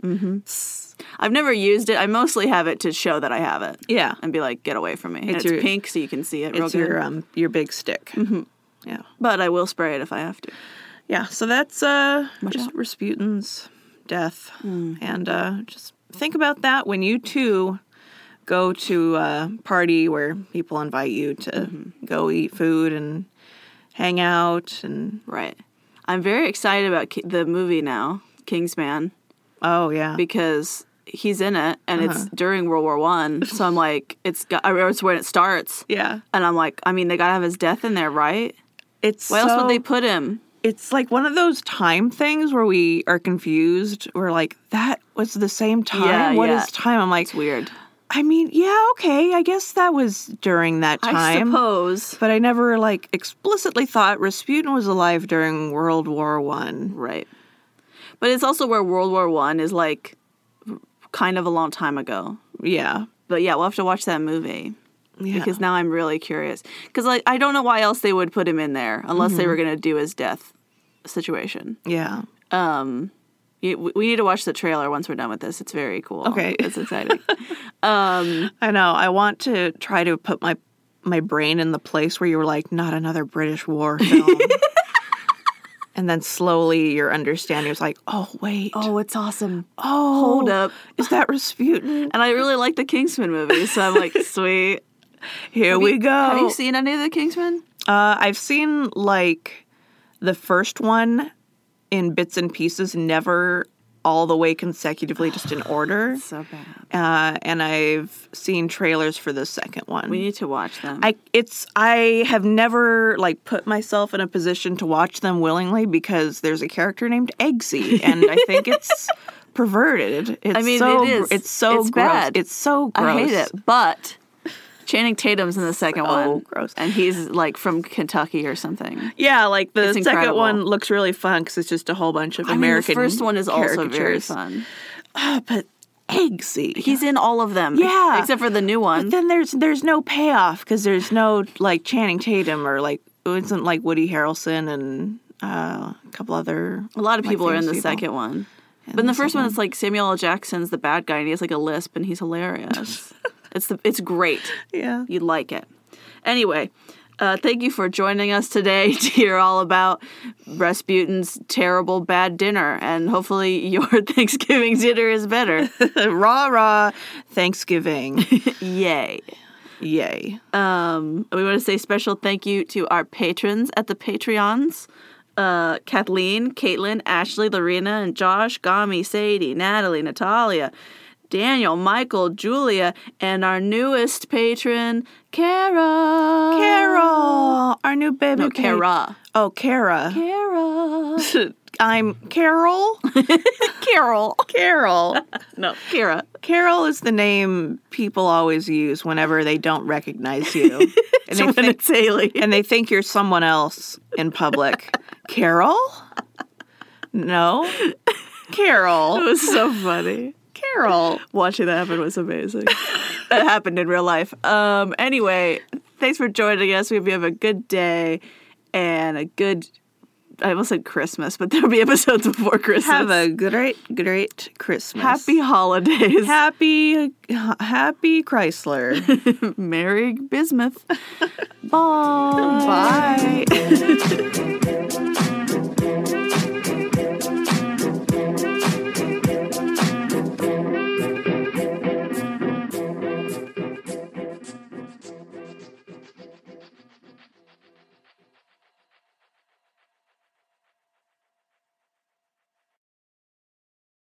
[SPEAKER 2] I've never used it. I mostly have it to show that I have it.
[SPEAKER 1] Yeah.
[SPEAKER 2] and be like, get away from me. And
[SPEAKER 1] It's
[SPEAKER 2] It's,
[SPEAKER 1] your-
[SPEAKER 2] pink, so you can see it real
[SPEAKER 1] It's
[SPEAKER 2] good.
[SPEAKER 1] your um your big stick. Yeah.
[SPEAKER 2] but I will spray it if I have to.
[SPEAKER 1] Yeah. So that's uh
[SPEAKER 2] Watch
[SPEAKER 1] just
[SPEAKER 2] out. Hmm.
[SPEAKER 1] Rasputin's death, and uh, just think about that when you too go to a party where people invite you to
[SPEAKER 2] Mm-hmm.
[SPEAKER 1] go eat food and hang out and
[SPEAKER 2] Right. I'm very excited about ki- the movie now, Kingsman,
[SPEAKER 1] oh yeah
[SPEAKER 2] because he's in it, and
[SPEAKER 1] Uh-huh.
[SPEAKER 2] it's during World War One. So I'm like, it's got, or it's when it starts,
[SPEAKER 1] yeah
[SPEAKER 2] and I'm like, I mean, they gotta have his death in there, right?
[SPEAKER 1] it's
[SPEAKER 2] Why else
[SPEAKER 1] so-
[SPEAKER 2] would they put him?
[SPEAKER 1] it's like one of those time things where we are confused. We're like, that was the same time. What
[SPEAKER 2] Yeah,
[SPEAKER 1] is
[SPEAKER 2] yeah.
[SPEAKER 1] time? I'm like,
[SPEAKER 2] It's weird.
[SPEAKER 1] I mean, yeah, okay, I guess that was during that
[SPEAKER 2] I
[SPEAKER 1] time.
[SPEAKER 2] suppose.
[SPEAKER 1] but I never like explicitly thought Rasputin was alive during World War One.
[SPEAKER 2] Right. But it's also where World War One is like, kind of a long time ago.
[SPEAKER 1] Yeah,
[SPEAKER 2] But yeah, we'll have to watch that movie.
[SPEAKER 1] yeah,
[SPEAKER 2] because now I'm really curious. Because like I don't know why else they would put him in there unless they were gonna do his death situation.
[SPEAKER 1] yeah.
[SPEAKER 2] Um, you- we we need to watch the trailer once we're done with this. It's very cool.
[SPEAKER 1] Okay.
[SPEAKER 2] it's exciting.
[SPEAKER 1] I know. I want to try to put my my brain in the place where you were like, not another British war film. And then slowly your understanding was like, oh, wait.
[SPEAKER 2] oh, it's awesome.
[SPEAKER 1] oh
[SPEAKER 2] hold up.
[SPEAKER 1] Is that Rasputin?
[SPEAKER 2] And I really like the Kingsman movies, so I'm like, sweet.
[SPEAKER 1] Here we go.
[SPEAKER 2] Have you seen any of the Kingsman?
[SPEAKER 1] uh, I've seen like the first one in bits and pieces, never all the way consecutively, just in order.
[SPEAKER 2] So bad.
[SPEAKER 1] Uh, and I've seen trailers for the second one.
[SPEAKER 2] We need to watch them.
[SPEAKER 1] I it's I have never like put myself in a position to watch them willingly because there's a character named Eggsy, and I think it's perverted. It's
[SPEAKER 2] I mean,
[SPEAKER 1] so,
[SPEAKER 2] it is.
[SPEAKER 1] It's so
[SPEAKER 2] It's
[SPEAKER 1] gross.
[SPEAKER 2] bad.
[SPEAKER 1] It's so gross.
[SPEAKER 2] I hate it, but. Channing Tatum's in the second
[SPEAKER 1] So
[SPEAKER 2] one.
[SPEAKER 1] gross.
[SPEAKER 2] And he's like from Kentucky or something.
[SPEAKER 1] Yeah, like the
[SPEAKER 2] It's
[SPEAKER 1] second
[SPEAKER 2] incredible.
[SPEAKER 1] one looks really fun because it's just a whole bunch of
[SPEAKER 2] I mean,
[SPEAKER 1] American.
[SPEAKER 2] the first one is also very
[SPEAKER 1] caricatures.
[SPEAKER 2] fun.
[SPEAKER 1] Ah, but Eggsy.
[SPEAKER 2] He's in all of them.
[SPEAKER 1] Yeah.
[SPEAKER 2] Except for the new
[SPEAKER 1] But
[SPEAKER 2] one.
[SPEAKER 1] then there's there's no payoff because there's no like Channing Tatum or like it wasn't like Woody Harrelson and uh, a couple other.
[SPEAKER 2] A lot of
[SPEAKER 1] like,
[SPEAKER 2] people are in
[SPEAKER 1] famous
[SPEAKER 2] the
[SPEAKER 1] people.
[SPEAKER 2] second one. but in the first one, it's like Samuel L. Jackson's the bad guy and he has like a lisp and he's hilarious. it's the it's great.
[SPEAKER 1] Yeah.
[SPEAKER 2] You'd like it. Anyway, uh, thank you for joining us today to hear all about Rasputin's terrible bad dinner, and hopefully your Thanksgiving dinner is better.
[SPEAKER 1] rah rah Thanksgiving.
[SPEAKER 2] Yay!
[SPEAKER 1] Yay.
[SPEAKER 2] Um, we want to say special thank you to our patrons at the Patreons. Uh, Kathleen, Caitlin, Ashley, Lorena, and Josh, Gami, Sadie, Natalie, Natalia, Daniel, Michael, Julia, and our newest patron, Kara.
[SPEAKER 1] Carol, our new baby.
[SPEAKER 2] No,
[SPEAKER 1] pa-
[SPEAKER 2] Kara.
[SPEAKER 1] Oh, Kara.
[SPEAKER 2] Kara.
[SPEAKER 1] I'm Carol.
[SPEAKER 2] Carol.
[SPEAKER 1] Carol.
[SPEAKER 2] No, Kara.
[SPEAKER 1] Carol is the name people always use whenever they don't recognize you. and, they
[SPEAKER 2] When
[SPEAKER 1] think,
[SPEAKER 2] it's Haley.
[SPEAKER 1] and they think you're someone else in public. Carol? No.
[SPEAKER 2] It
[SPEAKER 1] Carol.
[SPEAKER 2] was so funny.
[SPEAKER 1] Carol.
[SPEAKER 2] watching that happen was amazing. that happened in real life. Um, anyway, thanks for joining us. We hope you have a good day and a good. I almost said Christmas, but there'll be episodes before Christmas.
[SPEAKER 1] Have a great, great Christmas.
[SPEAKER 2] happy holidays.
[SPEAKER 1] happy, happy Chrysler.
[SPEAKER 2] Merry Bismuth. Bye.
[SPEAKER 1] Bye.